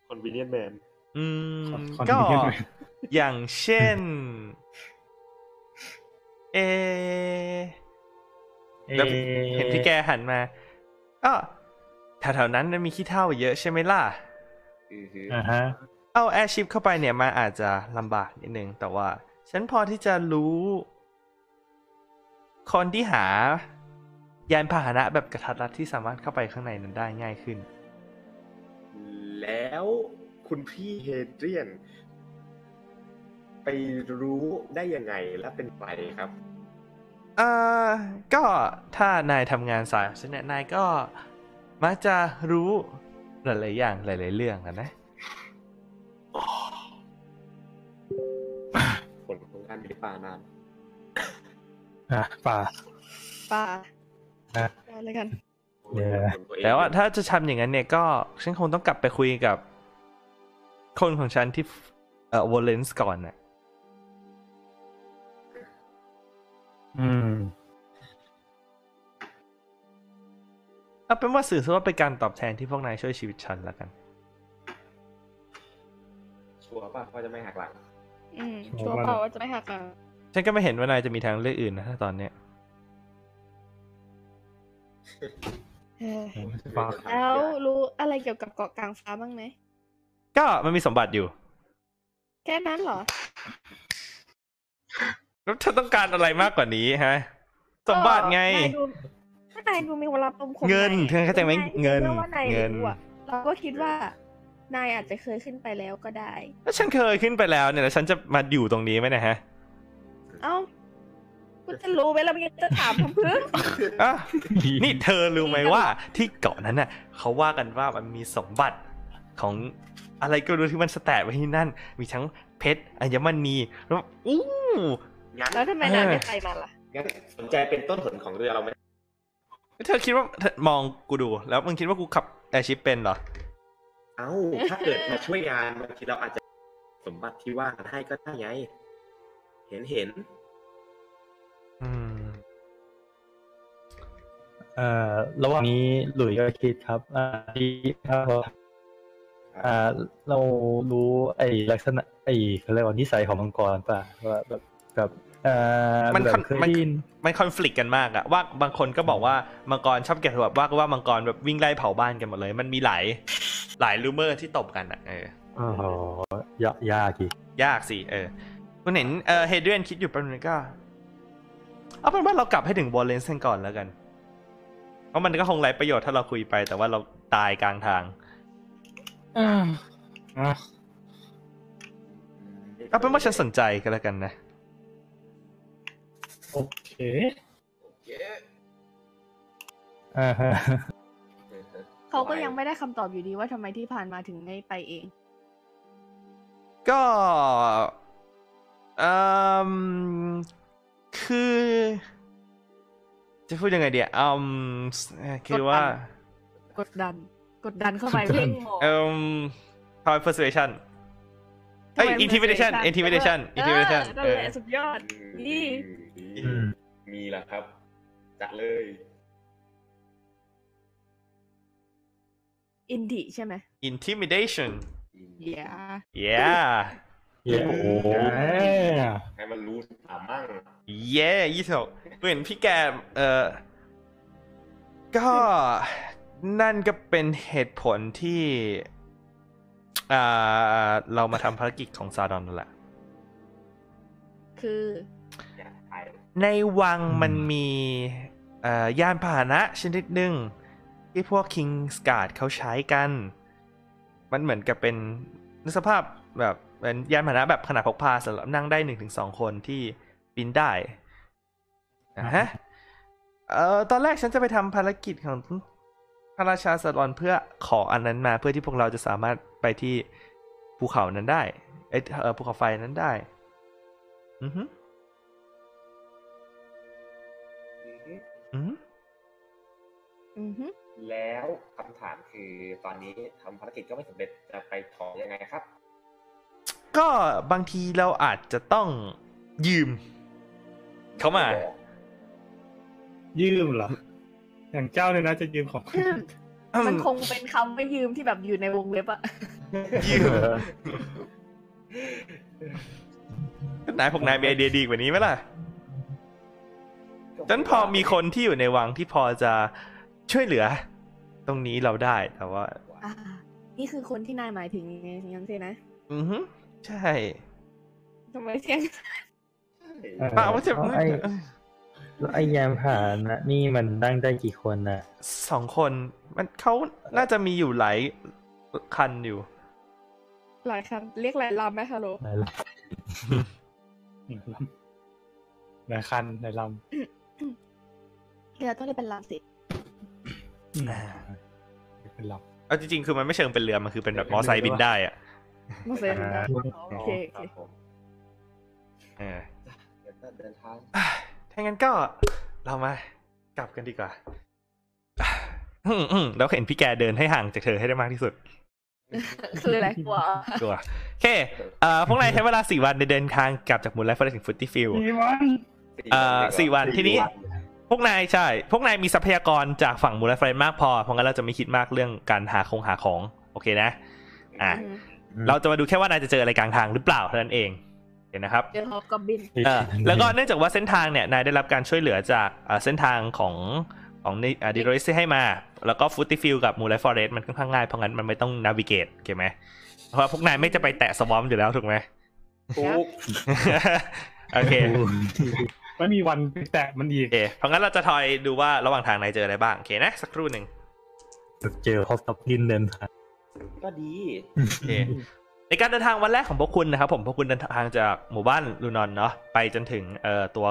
คอนวิเนียนแมน อืม ขอ ก็ ขอนิด หน่อย อย่างเช่น เอ แล้วเห็นพี่แกหันมาก็แถวๆนั้นมันมีขี้เท่าเยอะใช่ไหมล่ะ อือฮึ อ่าฮะ เอาแอร์ชิพเข้าไปเนี่ยมาอาจจะลำบากนิดนึง แต่ว่า ฉันพอที่จะรู้ คนที่หายานพาหนะแบบกระทัดรัดที่สามารถเข้าไปข้างในนั้นได้ง่ายขึ้น แล้วคุณพี่เฮเดรียน ไปรู้ได้ยังไงและเป็นไปครับ เอ่อก็ถ้านายทำงานสายฉันเนี่ยนายก็มักจะรู้หลายๆอย่างหลายๆเรื่องนะนะ ผลของการมีปานาน อ่ะป่า ป่า ฮะ ได้แล้วกัน เดี๋ยวนะ แต่ว่าถ้าจะทำอย่างนั้นเนี่ยก็ฉันคงต้องกลับไปคุยกับ คนของฉันที่เอ่อวอลเลนส์ก่อนน่ะ อืม เอาเป็นว่าสื่อซะว่าเป็นการตอบแทนที่พวกนายช่วยชีวิตฉันแล้วกัน ชัวร์ป่ะว่าจะไม่หักหลัง อืม ผม ชัวร์ ว่า เปล่าว่าจะไม่หักหลัง ฉันก็ไม่เห็นว่านายจะมีทางเลือกอื่นนะถ้าตอนเนี้ย เออ ป่า แล้วรู้อะไรเกี่ยวกับเกาะกลางฟ้าบ้างไหม ก็มันมีสมบัติอยู่ แค่นั้นเหรอ แล้วเธอต้องการอะไรมากกว่านี้ฮะ สมบัติไง นายดูถ้านายดูมีเวลาปมของ เงิน าย เธอเข้าใจไหม ย เงิน ชื่อว่านาย เงิน รู้อะเราก็คิดว่านายอาจจะเคยขึ้นไปแล้วก็ได้ แล้วฉันเคยขึ้นไปแล้วเนี่ยแล้วฉันจะมาอยู่ตรงนี้ไหมเนะฮะ เอ้ากูจะรู้ไหมล่ะมึงจะถามทำเพื่อ อ่ะนี่เธอรู้ไหมว่าที่เกาะนั้นน่ะเขาว่ากันว่ามันมีสมบัติของอะไรก็ไม่รู้ที่มันสแตทไว้ที่นั่น มีทั้งเพชรอัญมณีแล้วอู้ งั้น แล้วทำไมนาย เออ ไม่ไปมันล่ะ งั้นสนใจเป็นต้นผลของเรือเราไหม เธอคิดว่าเธอมองกูดูแล้วมึงคิดว่ากูขับแอร์ชิปเป็นเหรอ เอ้า ถ้าเกิดมาช่วยงานบางทีเราอาจจะสมบัติที่ว่างให้ก็ได้ไง เห็นเห็น อืม เอ่อระหว่างนี้หลุยส์ก็คิดครับอ่าที่ถ้าเราอ่าเรารู้ไอ้ลักษณะไอ้เขาเรียกว่านิสัยของมังกรป่ะว่าแบบแบบเอ่อ มัน แบบ ค่อน เคย มัน ได้ยิน มันคอน FLICT กันมากอะว่าบางคนก็บอกว่ามังกรชอบเก็บแบบว่าก็ว่ามังกรแบบวิ่งไล่เผาบ้านกันหมดเลย มันมีหลายหลายรูเมอร์ที่ตบกันอะเออ โอ้โหยากยากอีก ยากสิ เออ คุณเห็นเออเฮเดรียนคิดอยู่แป๊บนึงก็ เอาเป็นว่าเรากลับให้ถึงวอลเลนซ์กันก่อนแล้วกัน เพราะมันก็คงไร้ประโยชน์ถ้าเราคุยไป แต่ว่าเราตายกลางทาง อ่าอ่ะ เอาเป็นว่าฉันสนใจกันแล้วกันนะ โอเค อ่าฮะ เขาก็ยังไม่ได้คำตอบอยู่ดีว่าทำไมที่ผ่านมาถึงไม่ไปเอง ก็เอ่มคือ จะพูดยังไงเดียอืมคือว่า กดดัน กดดันเข้าไปเพ่งมอง เอ่ม power persuasion เอ้ย ทำไมมัน intimidation persuasion intimidation intimidation เออนั่ เอน อ แหละสุดยอด นี่ อืม มีแหละครับ จัดเลย อินดีใช่ไหม intimidation เดี๋ยว yeah เย้โอ้โห ให้มันรู้ถามมั่ง yeah ยี่สิบหกเหมือนพี่แกเออก็นั่นก็เป็นเหตุผลที่อ่าเรามาทำภารกิจของซาดอนนั่นแหละ คือ อยากถ่าย ในวังมันมีเอ่อยานพาหนะชนิดหนึ่งที่พวกคิงสการ์ดเขาใช้กัน มันเหมือนกับเป็นนึกสภาพแบบเป็นยานพาหนะแบบขนาดพกพาสำหรับนั่งได้หนึ่งถึงสองคนที่บินได้นะฮะเอ่อตอนแรกฉันจะไปทำภารกิจของพระราชาสลอนเพื่อขออันนั้นมาเพื่อที่พวกเราจะสามารถไปที่ภูเขานั้นได้เอยเอ่อภูเขาไฟนั้นได้ อือฮึอือฮึ อือฮึ แล้วคำถามคือตอนนี้ทำภารกิจก็ไม่สำเร็จจะไปขอยังไงครับ ก็บางทีเราอาจจะต้องยืม เขามา ยืมเหรอ อย่างเจ้าเนี่ยนะจะยืมของ มั มันคงเป็นคำไม่ยืมที่แบบอยู่ในวงเล็บอะ ยืมนายพวกนายมีไอเดียดีกว่านี้ไหมล่ะ ก็ ดังนั้นพอมีคนที่อยู่ในวังที่พอจะช่วยเหลือ ตรงนี้เราได้แต่ว่า อ่า นี่คือคนที่นายหมายถึงงั้นใช่นะ อือฮึใช่ ทำไมเสียง เออ ป่าวว่าจะ ไอ้ แล้วไอ้ยามผ่านนะนี่มันนั่งได้กี่คนนะ สองคนมันเขาน่าจะมีอยู่หลายคันอยู่ หลายครั้งเรียกหลายลำไหมฮัลโหล หล ายลำ หลายคันหลายล เรือต้องเรียกเป็นลำสิ ำอืมเป็นลำ เอาจริงๆ คือมันไม่เชิงเป็นเรือ มันคือเป็นแบบมอไซค์บินได้อะ ไมาเซ็นนะโอเคคโอเครับ ผม เออ เดี๋ยวก็เดินทาง ถ้างั้นก็เรามากลับกันดีกว่าอืมอืมแล้วเห็นพี่แกเดินให้ห่างจากเธอให้ได้มากที่ สุด คืออะไรกลัว กลัวโอเคเอ่อพวกนายใช้เวลาสี่วันในเดินทางกลับจากมูลไลฟ์ไปถึงฟุตตี้ฟิล นี่มัน เอ่อสี่วันทีนี้ พวกนายใช่ พวกนายมีทรัพยากรจากฝั่งมูลไฟรนมากพอ เพราะงั้นเราจะไม่คิดมากเรื่องการหาคงหาของ โอเคนะ อ่ะ อืม เราจะมาดูแค่ว่านายจะเจออะไรกลางทางหรือเปล่าเท่านั้นเองเห็นนะครับ เจอฮอบกับบิน เออแล้วก็เนื่องจากว่าเส้นทางเนี่ยนายได้รับการช่วยเหลือจากเอ่อเส้นทางของของในดิโรสที่ให้มา แล้วก็ฟุตติฟิลกับมูลไลฟอเรสมันค่อนข้างง่ายเพราะงั้นมันไม่ต้องนาวิเกตเข้าไหมเพราะว่าพวกนายไม่จะไปแตะสวอมอยู่แล้วถูกไหม ปุ๊บ โอเค ไม่มีวันไปแตะมันอีก โอเค เพราะงั้นเราจะทอยดูว่าระหว่างทางนายเจออะไรบ้าง โอเคนะ สักครู่หนึ่ง เจอฮอกกับกินเดินผ่าน ก็ดี โอเค ในการเดินทางวันแรกของพวกคุณนะครับผม พวกคุณเดินทางจากหมู่บ้านลูนอนเนาะ ไปจนถึงเอ่อตัว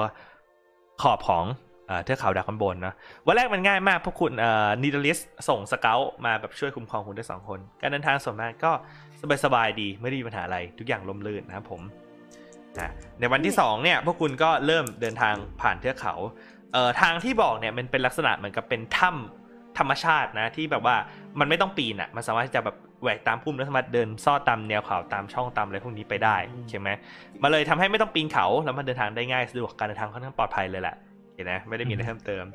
ขอบของเอ่อเทือกเขาดาคอนโบนเนาะ วันแรกมันง่ายมาก พวกคุณเอ่อนิดลิสส่งสเกลมาแบบช่วยคุ้มครองคุณทั้งสองคน การเดินทางส่วนมากก็สบายๆดี ไม่ได้มีปัญหาอะไร ทุกอย่างลมลื่นนะครับผมอ่ะในวันที่สองเนี่ย พวกคุณก็เริ่มเดินทางผ่านเทือกเขา เอ่อทางที่บอกเนี่ยมันเป็นลักษณะเหมือนกับเป็นถ้ำธรรมชาตินะที่แบบว่ามันไม่ต้องปีนอะ่ะมันสามารถที่จะแบบแหวกตามพุ่มแล้วสามารถเดินซอดตามแนวเขาตามช่องตามอะไรพวกนี้ไปได้ อืม ใช่ไหมมาเลยทำให้ไม่ต้องปีนเขาแล้วมันเดินทางได้ง่ายสะดวกการเดินทางค่อนข้างปลอดภัยเลยแหละโอเห็นนะไม่ได้มีอะไรเพิ่มเติม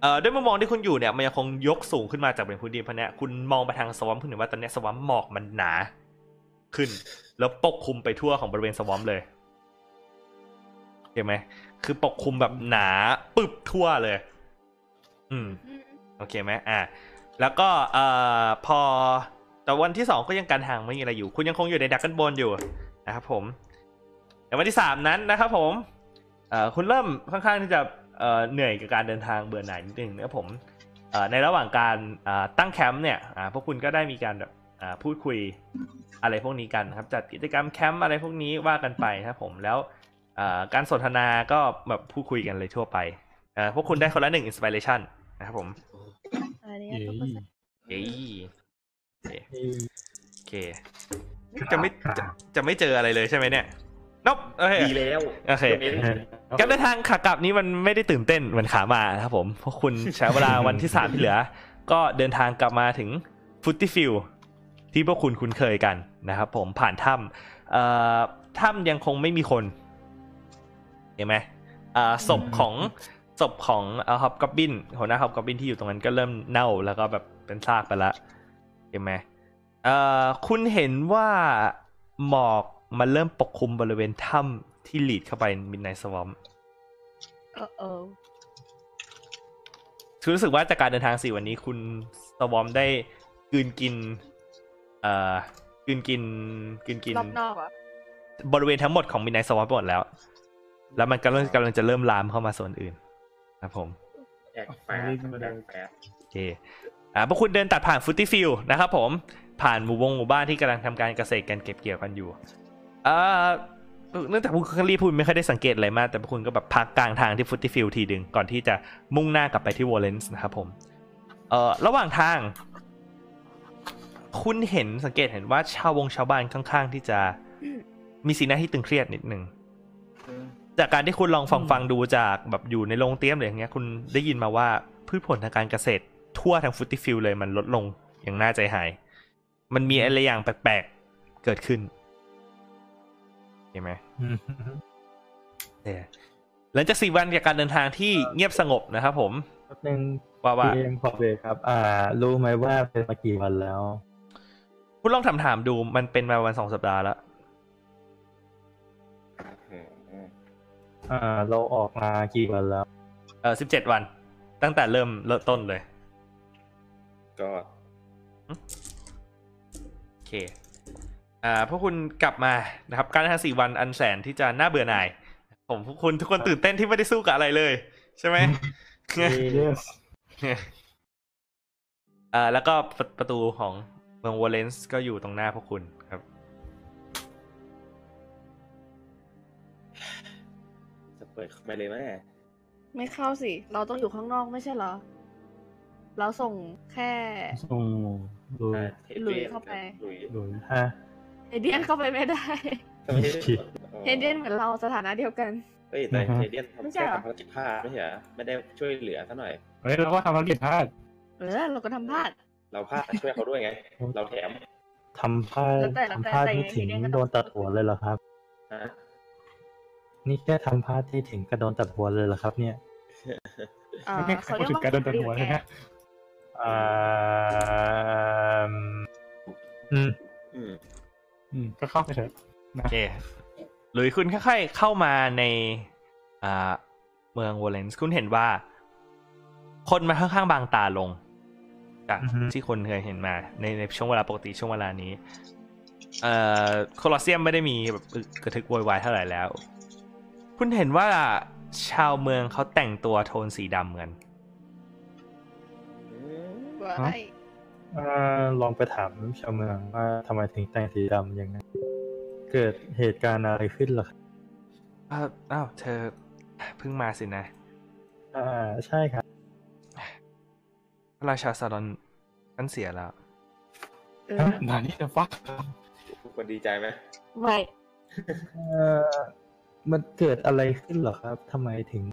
เอ่อด้วยมุมมองที่คุณอยู่เนี่ยมันยังคงยกสูงขึ้นมาจากบริเวณพื้นดินเพราะเนี่ยคุณมองไปทางสวอมคุณเห็นว่าตอนเนี้ยสวอมหมอกมันหนาขึ้น แล้วปกคลุมไปทั่วของบริเวณสวอมเลยเห็นไหม คือปกคลุมแบบหนาปึบทั่วเลย อืม โอเคไหมอ่ะแล้วก็เอ่อพอแต่วันที่สองก็ยังการห่างไม่มีอะไรอยู่ คุณยังคงอยู่ในดักกันบนอยู่นะครับผม แต่วันที่สามนั้นนะครับผมเอ่อคุณเริ่มค่อนข้างที่จะเอ่อเหนื่อยกับการเดินทางเบื่อหน่ายนิดนึงนะครับผมเอ่อในระหว่างการอ่าตั้งแคมป์เนี่ยอ่าพวกคุณก็ได้มีการแบบอ่าพูดคุยอะไรพวกนี้กันนะครับ จัดกิจกรรมแคมป์อะไรพวกนี้ว่ากันไปนะครับผมแล้ว เอ่อการสนทนาก็แบบพูดคุยกันเลยทั่วไปเอ่อพวกคุณได้คนละหนึ่งอินสปิเรชันนะครับผม อะไรเนี่ย เอ้ย ทุกคนใส่ เอ้ยโอเค จะไม่จะจะไม่เจออะไรเลยใช่ไหมเนี่ยนบโอเค ดีแล้ว โอเค ดี๋ยวนี้ การเดินทางขากลับนี้มันไม่ได้ตื่นเต้นเหมือนขามานะครับผมเพราะคุณใช้เวลา วันที่สามที่เหลือ ก็เดินทางกลับมาถึงฟุตติฟิลที่พวกคุณคุ้นเคยกันนะครับผมผ่านถ้ำเอ่อถ้ำยังคงไม่มีคนเห็นไหมเอ่อศพของศพของฮอบกับบินหัวหน้าฮอบกับบินที่อยู่ตรงนั้นก็เริ่มเน่าแล้วก็แบบเป็นซากไปละเห็นไหมเอ่อคุณเห็นว่าหมอกมันเริ่มปกคลุมบริเวณถ้ำที่หลีดเข้าไปมินไนสวอม เออเออ คือรู้สึกว่าจากการเดินทางสี่วันนี้คุณสวอมได้กลืนกิน เอ่อกลืนกินกลืนกิน รอบนอกเหรอ่ะ บริเวณทั้งหมดของมินไนสวอมหมดแล้ว แล้วมันกำลังกำลังจะเริ่มลามเข้ามาส่วนอื่นนะครับผม แอกแปดแอกแปด โอเค อ่า พวกคุณเดินตัดผ่านฟุตตี้ฟิลนะครับผม ผ่านหมู่วงหมู่บ้านที่กำลังทำการเกษตรกันเก็บเกี่ยวกันอยู่ เอ่อ เนื่องจากพวกคุณรีบพูดไม่ค่อยได้สังเกตอะไรมาก แต่พวกคุณก็แบบพักกลางทางที่ฟุตตี้ฟิลทีดึงก่อนที่จะมุ่งหน้ากลับไปที่วอลเลนซ์นะครับผม เอ่อ ระหว่างทาง คุณเห็นสังเกตเห็นว่าชาววงชาวบ้านค่อนข้างที่จะมีสีหน้าที่ตึงเครียดนิดหนึ่ง จากการที่คุณลองฟังฟังดูจากแบบอยู่ในโรงเตี้ยมหรืออย่างเงี้ยคุณได้ยินมาว่าพืชผลทางการเกษตรทั่วทางฟุตติฟิลเลยมันลดลงอย่างน่าใจหาย มันมีอะไรอย่างแปลกๆ เกิดขึ้นเห็นไหม เนี่ยหลังจากสี่วันจากการเดินทางที่เงียบสงบนะครับผม แป๊บนึง ว่าว่า เกมขอบเลยครับ อ่า รู้ไหมว่าเป็นมากี่วันแล้ว คุณลองถามถามๆดูมันเป็นมาวันสองสัปดาห์แล้ว อืม อ่า เราออกมากี่วันแล้ว เออสิบเจ็ดวัน ตั้งแต่เริ่มเริ่มต้นเลย ก็ โอเค อ่า พวกคุณกลับมานะครับ การทำงานสี่วันอันแสนที่จะน่าเบื่อหน่าย ผมพวกคุณทุกคนตื่นเต้นที่ไม่ได้สู้กับอะไรเลย ใช่ไหม เรื่อง เอ่อแล้วก็ประประตูของเมืองวอลเลนซ์ก็อยู่ตรงหน้าพวกคุณครับ จะเปิดเข้าไปเลยไหม ไม่เข้าสิ เราต้องอยู่ข้างนอกไม่ใช่เหรอ เราส่งแค่ ส่งลุย อ่าทป ลุยเข้าไป ลุย ลุยฮะ เฮเดียนเข้าไปไม่ได้ เฮเดียนเหมือนเราสถานะเดียวกัน เฮ้ยแต่ อือฮะ เฮเดียน ไม่ ทำ ใช่ แค่ เหรอ ทำภารกิจพลาดไม่ใช่เหรอไม่ได้ช่วยเหลือซะหน่อย เฮ้ยเราก็ทำธุรกิจพลาด เออเราก็ทำพลาด เราพลาดช่วยเขาด้วยไง เราแถม ทำพลาด แล้วแต่แล้วแต่ ทำพลาด แต่ ไม่ถึง ยังไงก็ต้อง โดนตัดหัวเลยเหรอครับ ฮะ นี่แค่ทำพลาดที่ถึงกระโดนตัดหัวเลยเหรอครับ เนี่ย เอ่อเขา พู เรี ด ยถึงกว่า การโดนตัดหัวเลยนะ อ่าอืม อืม อืมก็เข้าไปเถอะ โอเคหรือคุณค่อยๆเข้ามาในอ่าเมืองวอลเลนซ์คุณเห็นว่า คนมาค่อนข้างบางตาลงจาก อือฮึ ที่คนเคยเห็นมาในในช่วงเวลาปกติช่วงเวลานี้ เอ่อโคลอสเซียมไม่ได้มีแบบอึกกระทึกโวยวายเท่าไหร่แล้ว คุณเห็นว่าชาวเมืองเขาแต่งตัวโทนสีดำเหมือน ว่าไอ้ อ่าลองไปถามชาวเมืองว่าทำไมถึงแต่งสีดำอย่างนั้น เกิดเหตุการณ์อะไรขึ้นเหรอครับ อ้าวอ้าวเธอเพิ่งมาสินะ อ่าใช่ครับ พระราชาซาดอนท่านเสียแล้ว เออ นานี่จะฟัก ทุกคนดีใจไหม ไม่ เอ่อมันเกิดอะไรขึ้นเหรอครับทำไมถึง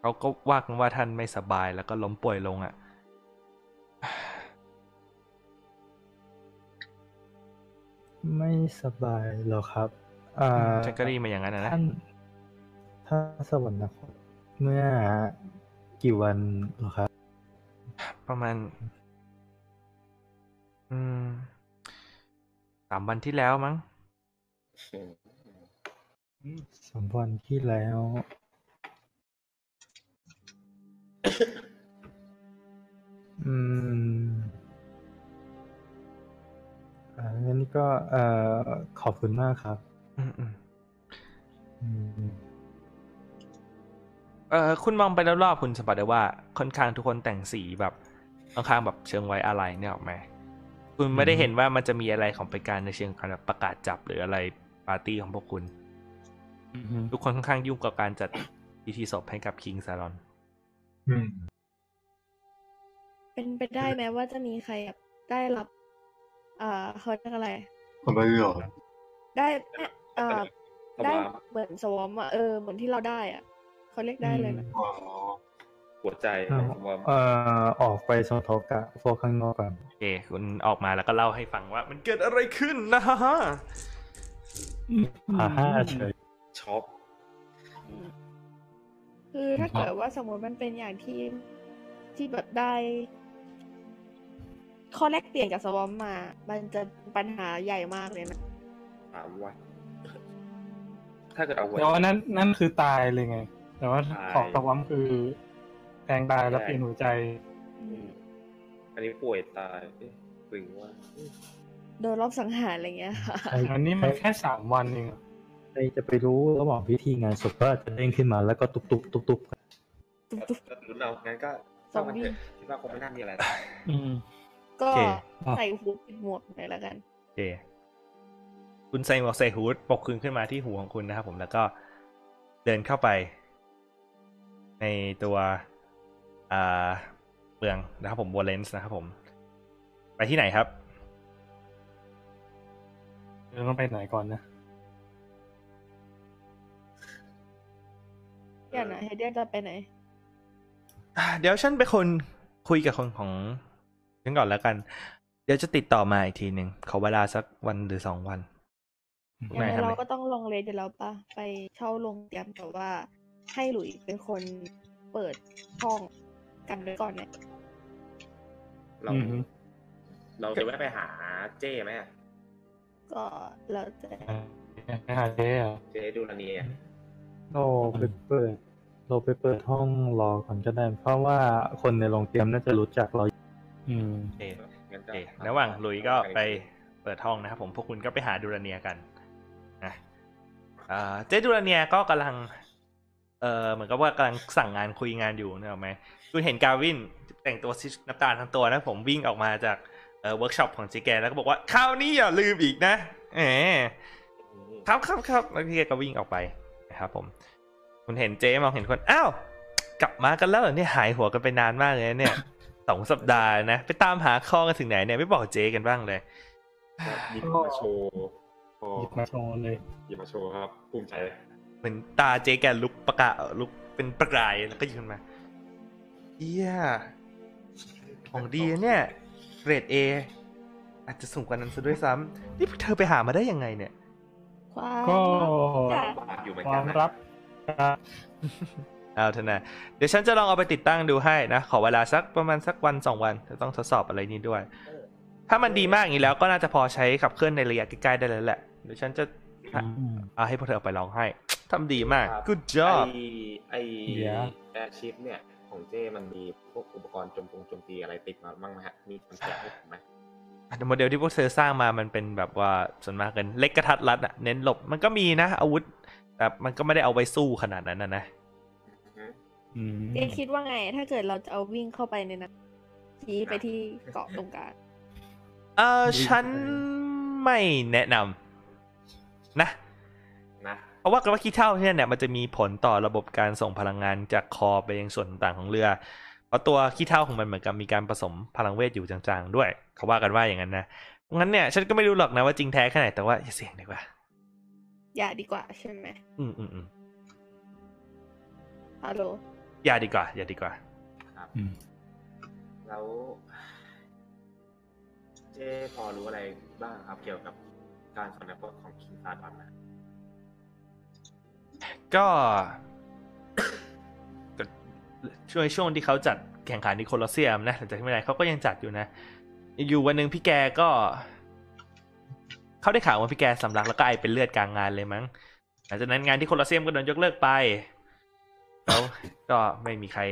เขาก็ว่ากันว่าท่านไม่สบายแล้วก็ล้มป่วยลงอะ่ะ ไม่สบายเหรอครับ อ่า ฉันก็ได้ยินมาอย่างนั้นนะนะ ท่านท่านสวรรคตเมื่อกี่วันเหรอครับ ประมาณ อืมสามวันที่แล้วมั้ง อืม สามวันที่แล้ว อืมอ่างั้นก็เอ่อขอบคุณมากครับ อืมอืม อืม เออคุณมองไปรอบๆคุณสัมผัสได้ว่า ค่อนข้างทุกคนแต่งสีแบบค่อนข้างแบบเชิงไว้อะไรเนี่ยออกไหมคุณไม่ได้ อืม เห็นว่ามันจะมีอะไรของไปการในเชิงการแบบประกาศจับหรืออะไรปาร์ตี้ของพวกคุณ ทุกคนค่อนข้างยุ่งกับการจัดพิธีศพให้กับคิงซารอน อืม เป็นไปได้ไหมว่าจะมีใครแบบได้รับ เอ่อเขาเรียกอะไร ผลประโยชน์ ได้เอ่อ เข้า ได้ มา เหมือนสวอมอ่ะเออเหมือนที่เราได้อ่ะเขาเรียกได้เลยนะ อ๋อ หัวใจ อ่า ว่า เอ่อออกไปสมทบกับพวกข้างนอกก่อน โอเคคุณออกมาแล้วก็เล่าให้ฟังว่า มันเกิดอะไรขึ้นนะฮะ อ่าฮะเฉย ช็อป อืมคือถ้าเกิดว่าสมมติมันเป็นอย่างที่ที่แบบได้ข้อแลกเปลี่ยนกับสวอมมา มันจะปัญหาใหญ่มากเลยนะ สาม วันถ้าเกิดเอาหัว แต่ว่านั้นนั่นคือตายเลยไง แต่ว่า ตาย ของตะวัมคือแทงตายแล้วเปลี่ยนหัวใจ อื อื ม มอันนี้ป่วยตายเอ๊ะหรือว่า โดนรอบสังหารอะไรอย่างเงี้ย ค่ะ ใช่ อันนี้มันแค่สามวันเองอะ ใครจะไปรู้ระหว่างพิธีงานศพก็อาจจะเด้งขึ้นมาแล้วก็ตุบตุบตุบตุบ ตุ๊บตุ๊บ ลุ้นเอางั้นก็ สอง เข้ามา วิ่ง เถอะคิดว่าคงไม่น่ามีอะไรนะ อืม ก็ใส่หูปิดหมวกหน่อยแล้วกัน โอเคคุณใส่หมวกใส่ฮูดปกคลุมขึ้นมาที่หูของคุณนะครับผมแล้วก็เดินเข้าไป ในตัวอ่าเมืองนะครับผมวอลเลนซ์นะครับผม ไปที่ไหนครับ เดี๋ยวต้องไปไหนก่อนนะ อย่างนะเฮเดียนจะไปไหน อ่ะเดี๋ยวฉันไปคนคุยกับคนของฉันก่อนแล้วกัน เดี๋ยวจะติดต่อมาอีกทีหนึ่งขอเวลาสักวันหรือสองวัน ยังไง ทำ เรา เลย ก็ต้องลองเลนอยู่แล้วปะไปเช่าโรงแรมแต่ว่าให้หลุยเป็นคนเปิดห้องกันไว้ก่อนเนี่ย เรา อือฮึ เราจะแวะไปหาเจ้ไหมอะ ก็แล้วแต่ ไปหาเจ๊อะ เจ้ดูลาเนีย โอ้ไปเปิด เราไปเปิดห้องรอก่อนก็ได้ เพราะว่าคนในโรงเตรียมน่าจะรู้จักเรา อืม โอเค งั้น โอ ก็ เคระหว่างลุยก็ไปเปิดห้องนะครับผมพวกคุณก็ไปหาดูรเนียกันนะอ่าเจ๊ดูรเนียก็กำลัง เออเหมือนกับว่ากำลังสั่งงานคุยงานอยู่นะหรอกไหมคุณเห็นกาวินแต่งตัวซีน้ำตาลทั้งตัวนะผมวิ่งออกมาจากเอ่อเวิร์กช็อปของจีแกนแล้วก็บอกว่าคราวนี้อย่าลืมอีกนะแหม อืม ครับครับครับแล้วพี่แกก็วิ่งออกไปนะครับผมคุณเห็นเจ๊มองเห็นคนอ้าวกลับมากันแล้วเหรอเนี่ยหายหัวกันไปนานมากเลยนะเนี่ย สองสัปดาห์นะ ไปตามหาข้อกันถึงไหนเนี่ยไม่บอกเจ๊กันบ้างเลย หยิบมาโชว์โอ้ หยิบมาโชว์เลย หยิบมาโชว์ครับ ภูมิใจ เหมือนตาเจ๊แกลุกประกาลุกเป็นประกายแล้วก็ยืนมาเอี้ยของดีนะเนี่ยเกรดเออาจจะสูงกว่านั้นซะด้วยซ้ำนี่เธอไปหามาได้ยังไงเนี่ย ความ ก็ รัก บาดอยู่เหมือน ค กั วาน ม นะ รับ เอาเถอะนะเดี๋ยวฉันจะลองเอาไปติดตั้งดูให้นะ ขอเวลาสักประมาณสักวันสองวันจะต้องทดสอบอะไรนี้ด้วย เออ ถ้ามันดีมากอย่างนี้แล้วก็น่าจะพอใช้ขับเคลื่อนในระยะใกล้ๆได้แล้วแหละเดี๋ยวฉันจะเอาให้พวกเธอเอาไปลองให้ทำดีมาก ครับ good ไอ job ไอ เดี๋ยว แอร์ชิปเนี่ย ของเจมันมีพวกอุปกรณ์โจมตงโจมตีอะไรติดมาบ้างไหมฮะ มีคนแจกให้ผมไหม โมเดลที่พวกเธอสร้างมามันเป็นแบบว่าส่วนมากเป็นเล็กกระทัดรัดอะเน้นหลบมันก็มีนะ อาวุธแต่มันก็ไม่ได้เอาไว้สู้ขนาดนั้นนะนะ อืม อืม เจ๊คิดว่าไง ถ้าเกิดเราจะเอาวิ่งเข้าไปในนั้นชี้ไปที่เกาะตรงกลาง เออฉันไม่แนะนำนะ นะ เพราะว่ากระบะขี้เท่าเนี่ยเนี่ยมันจะมีผลต่อระบบการส่งพลังงานจากคอไปยังส่วนต่างของเรือ เพราะตัวขี้เท่าของมันเหมือนกับมีการผสมพลังเวทอยู่จางๆ ด้วย เขาว่ากันว่าอย่างนั้นนะงั้นเนี่ยฉันก็ไม่รู้หรอกนะว่าจริงแท้แค่ไหนแต่ว่าอย่าเสี่ยงดีกว่า อย่าดีกว่าใช่ไหม อืมอืมอืม ฮัลโหล อย่าดีกว่า อย่าดีกว่า ครับ อืม แล้ว เจพอรู้อะไรบ้างครับ เกี่ยวกับการสนับสนุนของคิงซาดอนนะ ก็ ก็ช่วงช่วงที่เขาจัดแข่งขันที่โคลอสเซียมนะหลังจากที่ไม่ได้เขาก็ยังจัดอยู่นะ อยู่วันหนึ่งพี่แกก็ เขาได้ข่าวว่าพี่แกสำลักแล้วก็ไอเป็นเลือดกลางงานเลยมั้งหลังจากนั้นงานที่โคลอสเซียมก็โดนยกเลิกไปแล้ว ก็ไม่มีใคร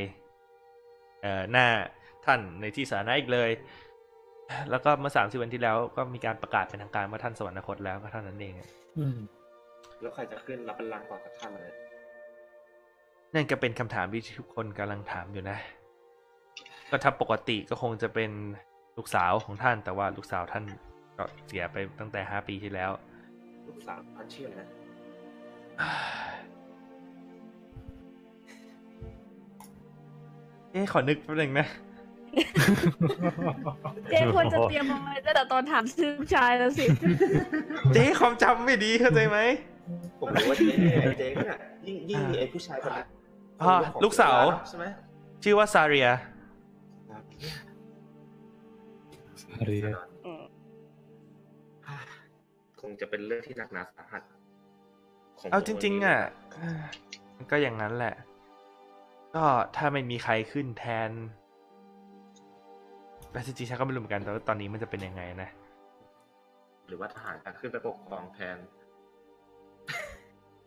เอ่อหน้าท่านในที่สาธารณะอีกเลย แล้วก็เมื่อสามสิบวันที่แล้วก็มีการประกาศเป็นทางการว่าท่านสวรรคตแล้วก็เท่านั้นเอง แล้วใครจะขึ้นรับบัลลังก์ก่อนกับท่านเลย นั่นก็เป็นคำถามที่ทุกคนกำลังถามอยู่นะ ก็ถ้าปกติก็คงจะเป็นลูกสาวของท่าน แต่ว่าลูกสาวท่านก็เสียไปตั้งแต่ห้าปีที่แล้ว ลูกสาวท่านชื่ออะไรนะ เอ๊ะขอนึกแป๊บหนึงนะ เจ๊ควรจะเตรียมเอาไว้ตั้งแต่ตอนถามชื่อลูกชายแล้ว สิ เจ๊ความจำไม่ดีเข้าใจไหม ผมรู้ว่าเจไอเจเนี่ยยิ่งยิ่งมีไอผู้ชายคนนั้น อ่า คนลูเรื่องของกสาว ใช่ไหม ชื่อว่าซาเรีย ครับ เรียก อืม คงจะเป็นเรื่องที่หนักหนาสาหัสของ เอาจริง ๆ อ่ะ มันก็อย่างนั้นแหละ ก็ถ้าไม่มีใครขึ้นแทนแต่จริงๆฉันก็ไม่รู้เหมือนกันแต่ว่าตอนนี้มันจะเป็นยังไงนะ หรือว่าทหารจะขึ้นไปปกครองแทน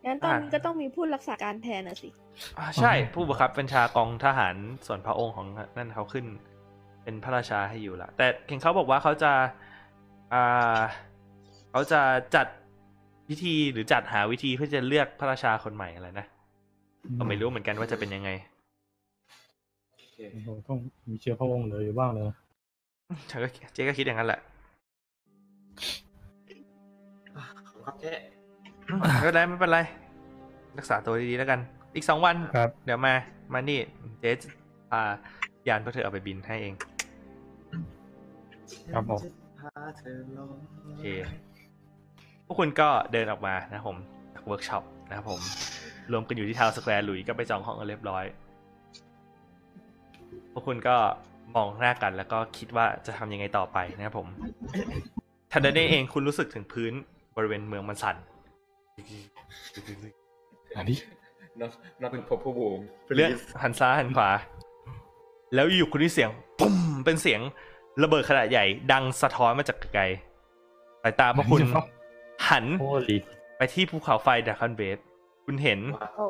งั้นตอนนี้ก็ต้องมีผู้รักษาการแทนนะสิ อ่าใช่ผู้บังคับบัญชากองทหารส่วนพระองค์ของนั่นเขาขึ้น เป็นพระราชาให้อยู่ละแต่เห็นเขาบอกว่าเขาจะอ่าเขาจะจัดวิธีหรือจัดหาวิธีเพื่อจะเลือกพระราชาคนใหม่อะไรนะก็ไม่รู้เหมือนกันว่าจะเป็นยังไง โอเค เราต้องมีเชื้อพระวงศ์เหลืออยู่บ้างเลย ฉันก็เจ๊ก็คิดอย่างนั้นแหละ อ่ะ ขอบคุณครับเจ๊ ก็ได้ไม่เป็นไร รักษาตัวดีๆแล้วกัน อีกสองวัน ครับ เดี๋ยวมามานี่เจ๊พายานพวกเธอเอาไปบินให้เอง ครับผม ฉันจะพาเธอลง โอเคพวกคุณก็เดินออกมานะครับผมจากเวิร์กช็อปนะครับผม รวมกันอยู่ที่ทาวน์สแควร์หลุยส์ก็ไปจองห้องกันเรียบร้อย พวกคุณก็มองหน้ากันแล้วก็คิดว่าจะทำยังไงต่อไปนะครับผม ทันใดนั้นเองคุณรู้สึกถึงพื้นบริเวณเมืองมันสั่น อันนี้ นอกนอกเป็นพบผู้บูม เลือกหันซ้ายหันขวา แล้วอยู่คุณได้เสียงปุ๊มเป็นเสียงระเบิดขนาดใหญ่ ดังสะท้อนมาจากไกลๆสายตาพวกคุณหัน โอ้ลี ไปที่ภูเขาไฟดาคันเบสคุณเห็น โอ้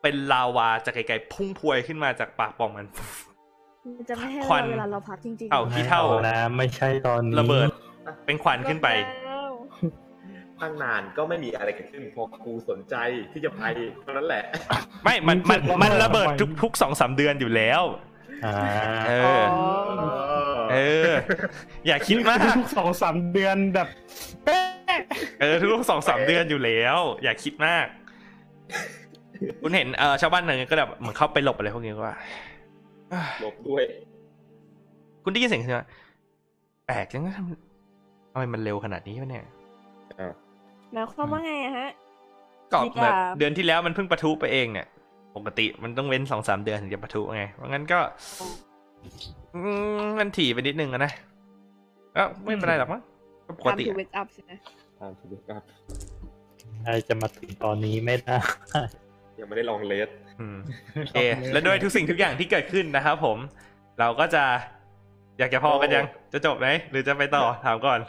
ไป เป็นลาวาจากไกลๆพุ่งพวยขึ้นมาจากปากปล่องมัน มันจะไม่ให้ ควั เรา น เวลาเราพักจริงๆ เอา หร ขี้ท่ ไม่อนะไม่ใช่ตอนนี้ ระเบิด เป็นควันขึ้นไป แล้ว ตั้งนานก็ไม่มีอะไรเกิดขึ้นพอกูสนใจที่จะไปเท่านั้นแหละ ไม่มันมัน มัน มันระเบิด มัน ทุกทุกสองสามเดือนอยู่แล้ว อ่า เอ อ๋ อ อ เออ อย่าคิดม าก ทุก สองสามเดือนแบบเป๊ะ เออทุกสองสามเดือนอยู่แล้ว อย่าคิดมาก คุณเห็นเออชาวบ้านหนึ่งก็แบบเหมือนเข้าไปหลบอะไรพวกนี้ก็ว่าเอ้ย หลบด้วย คุณได้ยินเสียงใช่ไหมแปลกจังนะทำไมมันเร็วขนาดนี้วะเนี่ย หมายความว่าไงอะฮะ ก็ คิด แบ ว่า บเดือนที่แล้วมันเพิ่งปะทุไปเองเนี่ย ปกติมันต้องเว้นสองสามเดือนถึงจะปะทุไงเพราะงั้นก็อืมมันถี่ไปนิดนึงอะนะก็ไม่เป็นไรหรอกมั้งก็ปกติ ทำถูกเวกอัพใช่ไหม ตามถูกครับ ใครจะมาถึงตอนนี้ไม่ได้ ยังไม่ได้ลองเลส อืม โอเคและด้วยทุกสิ่งทุกอย่างที่เกิดขึ้นนะครับผม เราก็จะอยากจะพอกันยัง จะจบไหมหรือจะไปต่อถามก่อน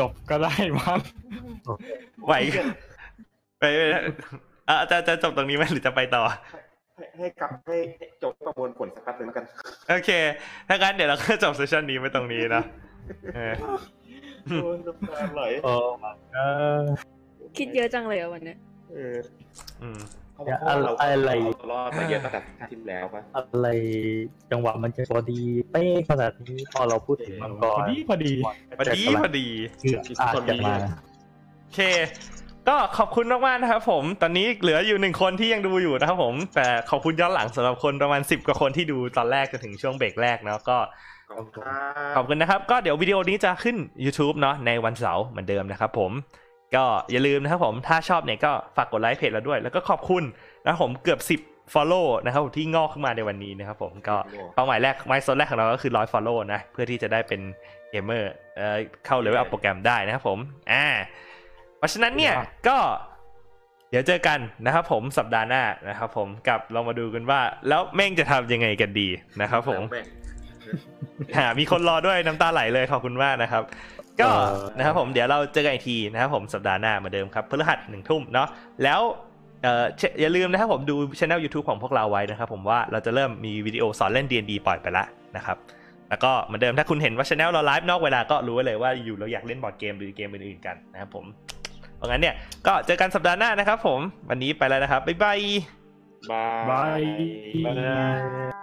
จบก็ได้มั้ง ไหวไปไปเอ่อจะจะจบตรงนี้ไหมหรือจะไปต่อ ให้ให้กลับให้ให้จบประมวลผลสักแป๊บหนึ่งแล้วกัน โอเคถ้างั้นเดี๋ยวเราก็จบเซสชันนี้ไปตรงนี้นะเออ โอ้ยน้ำตาไหล โอ้ my god คิดเยอะจังเลยอะวันเนี้ย เออ อืม เขาบอกว่าเรา อะไร เรารอดมาเยอะตั้งแต่ที่แล้วปะ อะไรจังหวะมันจะพอดี เป๊ะขนาดนี้พอเราพูดถึงมังก พอ ร ดีพอดี พอดีพอดี เกือบอาจจะมา โอเค ก็ขอบคุณมากๆนะครับผม ตอนนี้เหลืออยู่หนึ่งคนที่ยังดูอยู่นะครับผม แต่ขอบคุณย้อนหลังสำหรับคนประมาณ 10 กว่าคนที่ดูตอนแรกจนถึงช่วงเบรกแรกเนาะก็ ขอบคุณ ขอบคุณนะครับ ก็เดี๋ยววิดีโอนี้จะขึ้น YouTube เนาะในวันเสาร์เหมือนเดิมนะครับผม ก็อย่าลืมนะครับผมถ้าชอบเนี่ยก็ฝากกดไลค์เพจเราด้วย แล้วก็ขอบคุณนะครับผมเกือบ 10 Follow นะครับผมที่งอกขึ้นมาในวันนี้นะครับผมก็ เป้าหมายแรกไมล์โซนแรกของเราก็คือร้อยฟอลโล่นะ เพื่อที่จะได้เป็นเกมเมอร์เอ่อเข้าเลเวลอัพโปรแกรมได้นะครับผมอ่าเพราะฉะนั้นเนี่ยก็เดี๋ยวเจอกันนะครับผมสัปดาห์หน้านะครับผมกับเรามาดูกันว่า แล้วแม่งจะทำยังไงกันดีนะครับผม แม่ง อ่ามีคนรอด้วยน้ำตาไหลเลยขอบคุณมากนะครับ ก็ เอ่อ นะครับผมเดี๋ยวเราเจอกันอีกทีนะครับผมสัปดาห์หน้าเหมือนเดิมครับพฤหัสหนึ่งทุ่มเนาะแล้วเอ่อเชอย่าลืมนะครับผมดูช anel YouTube ของพวกเราไว้นะครับผมว่าเราจะเริ่มมีวิดีโอสอนเล่น D&D ปล่อยไปละนะครับ แล้วก็เหมือนเดิมถ้าคุณเห็นว่าช anel เราไลฟ์นอกเวลาก็รู้ไว้เลยว่าอยู่เราอยากเล่นบอร์ดเกมหรือเกมอื่นๆกันนะครับผมเพราะงั้นเนี่ยก็เจอกันสัปดาห์หน้านะครับผมวันนี้ไปแล้วนะครับบ๊ายบาย บาย บาย อ่า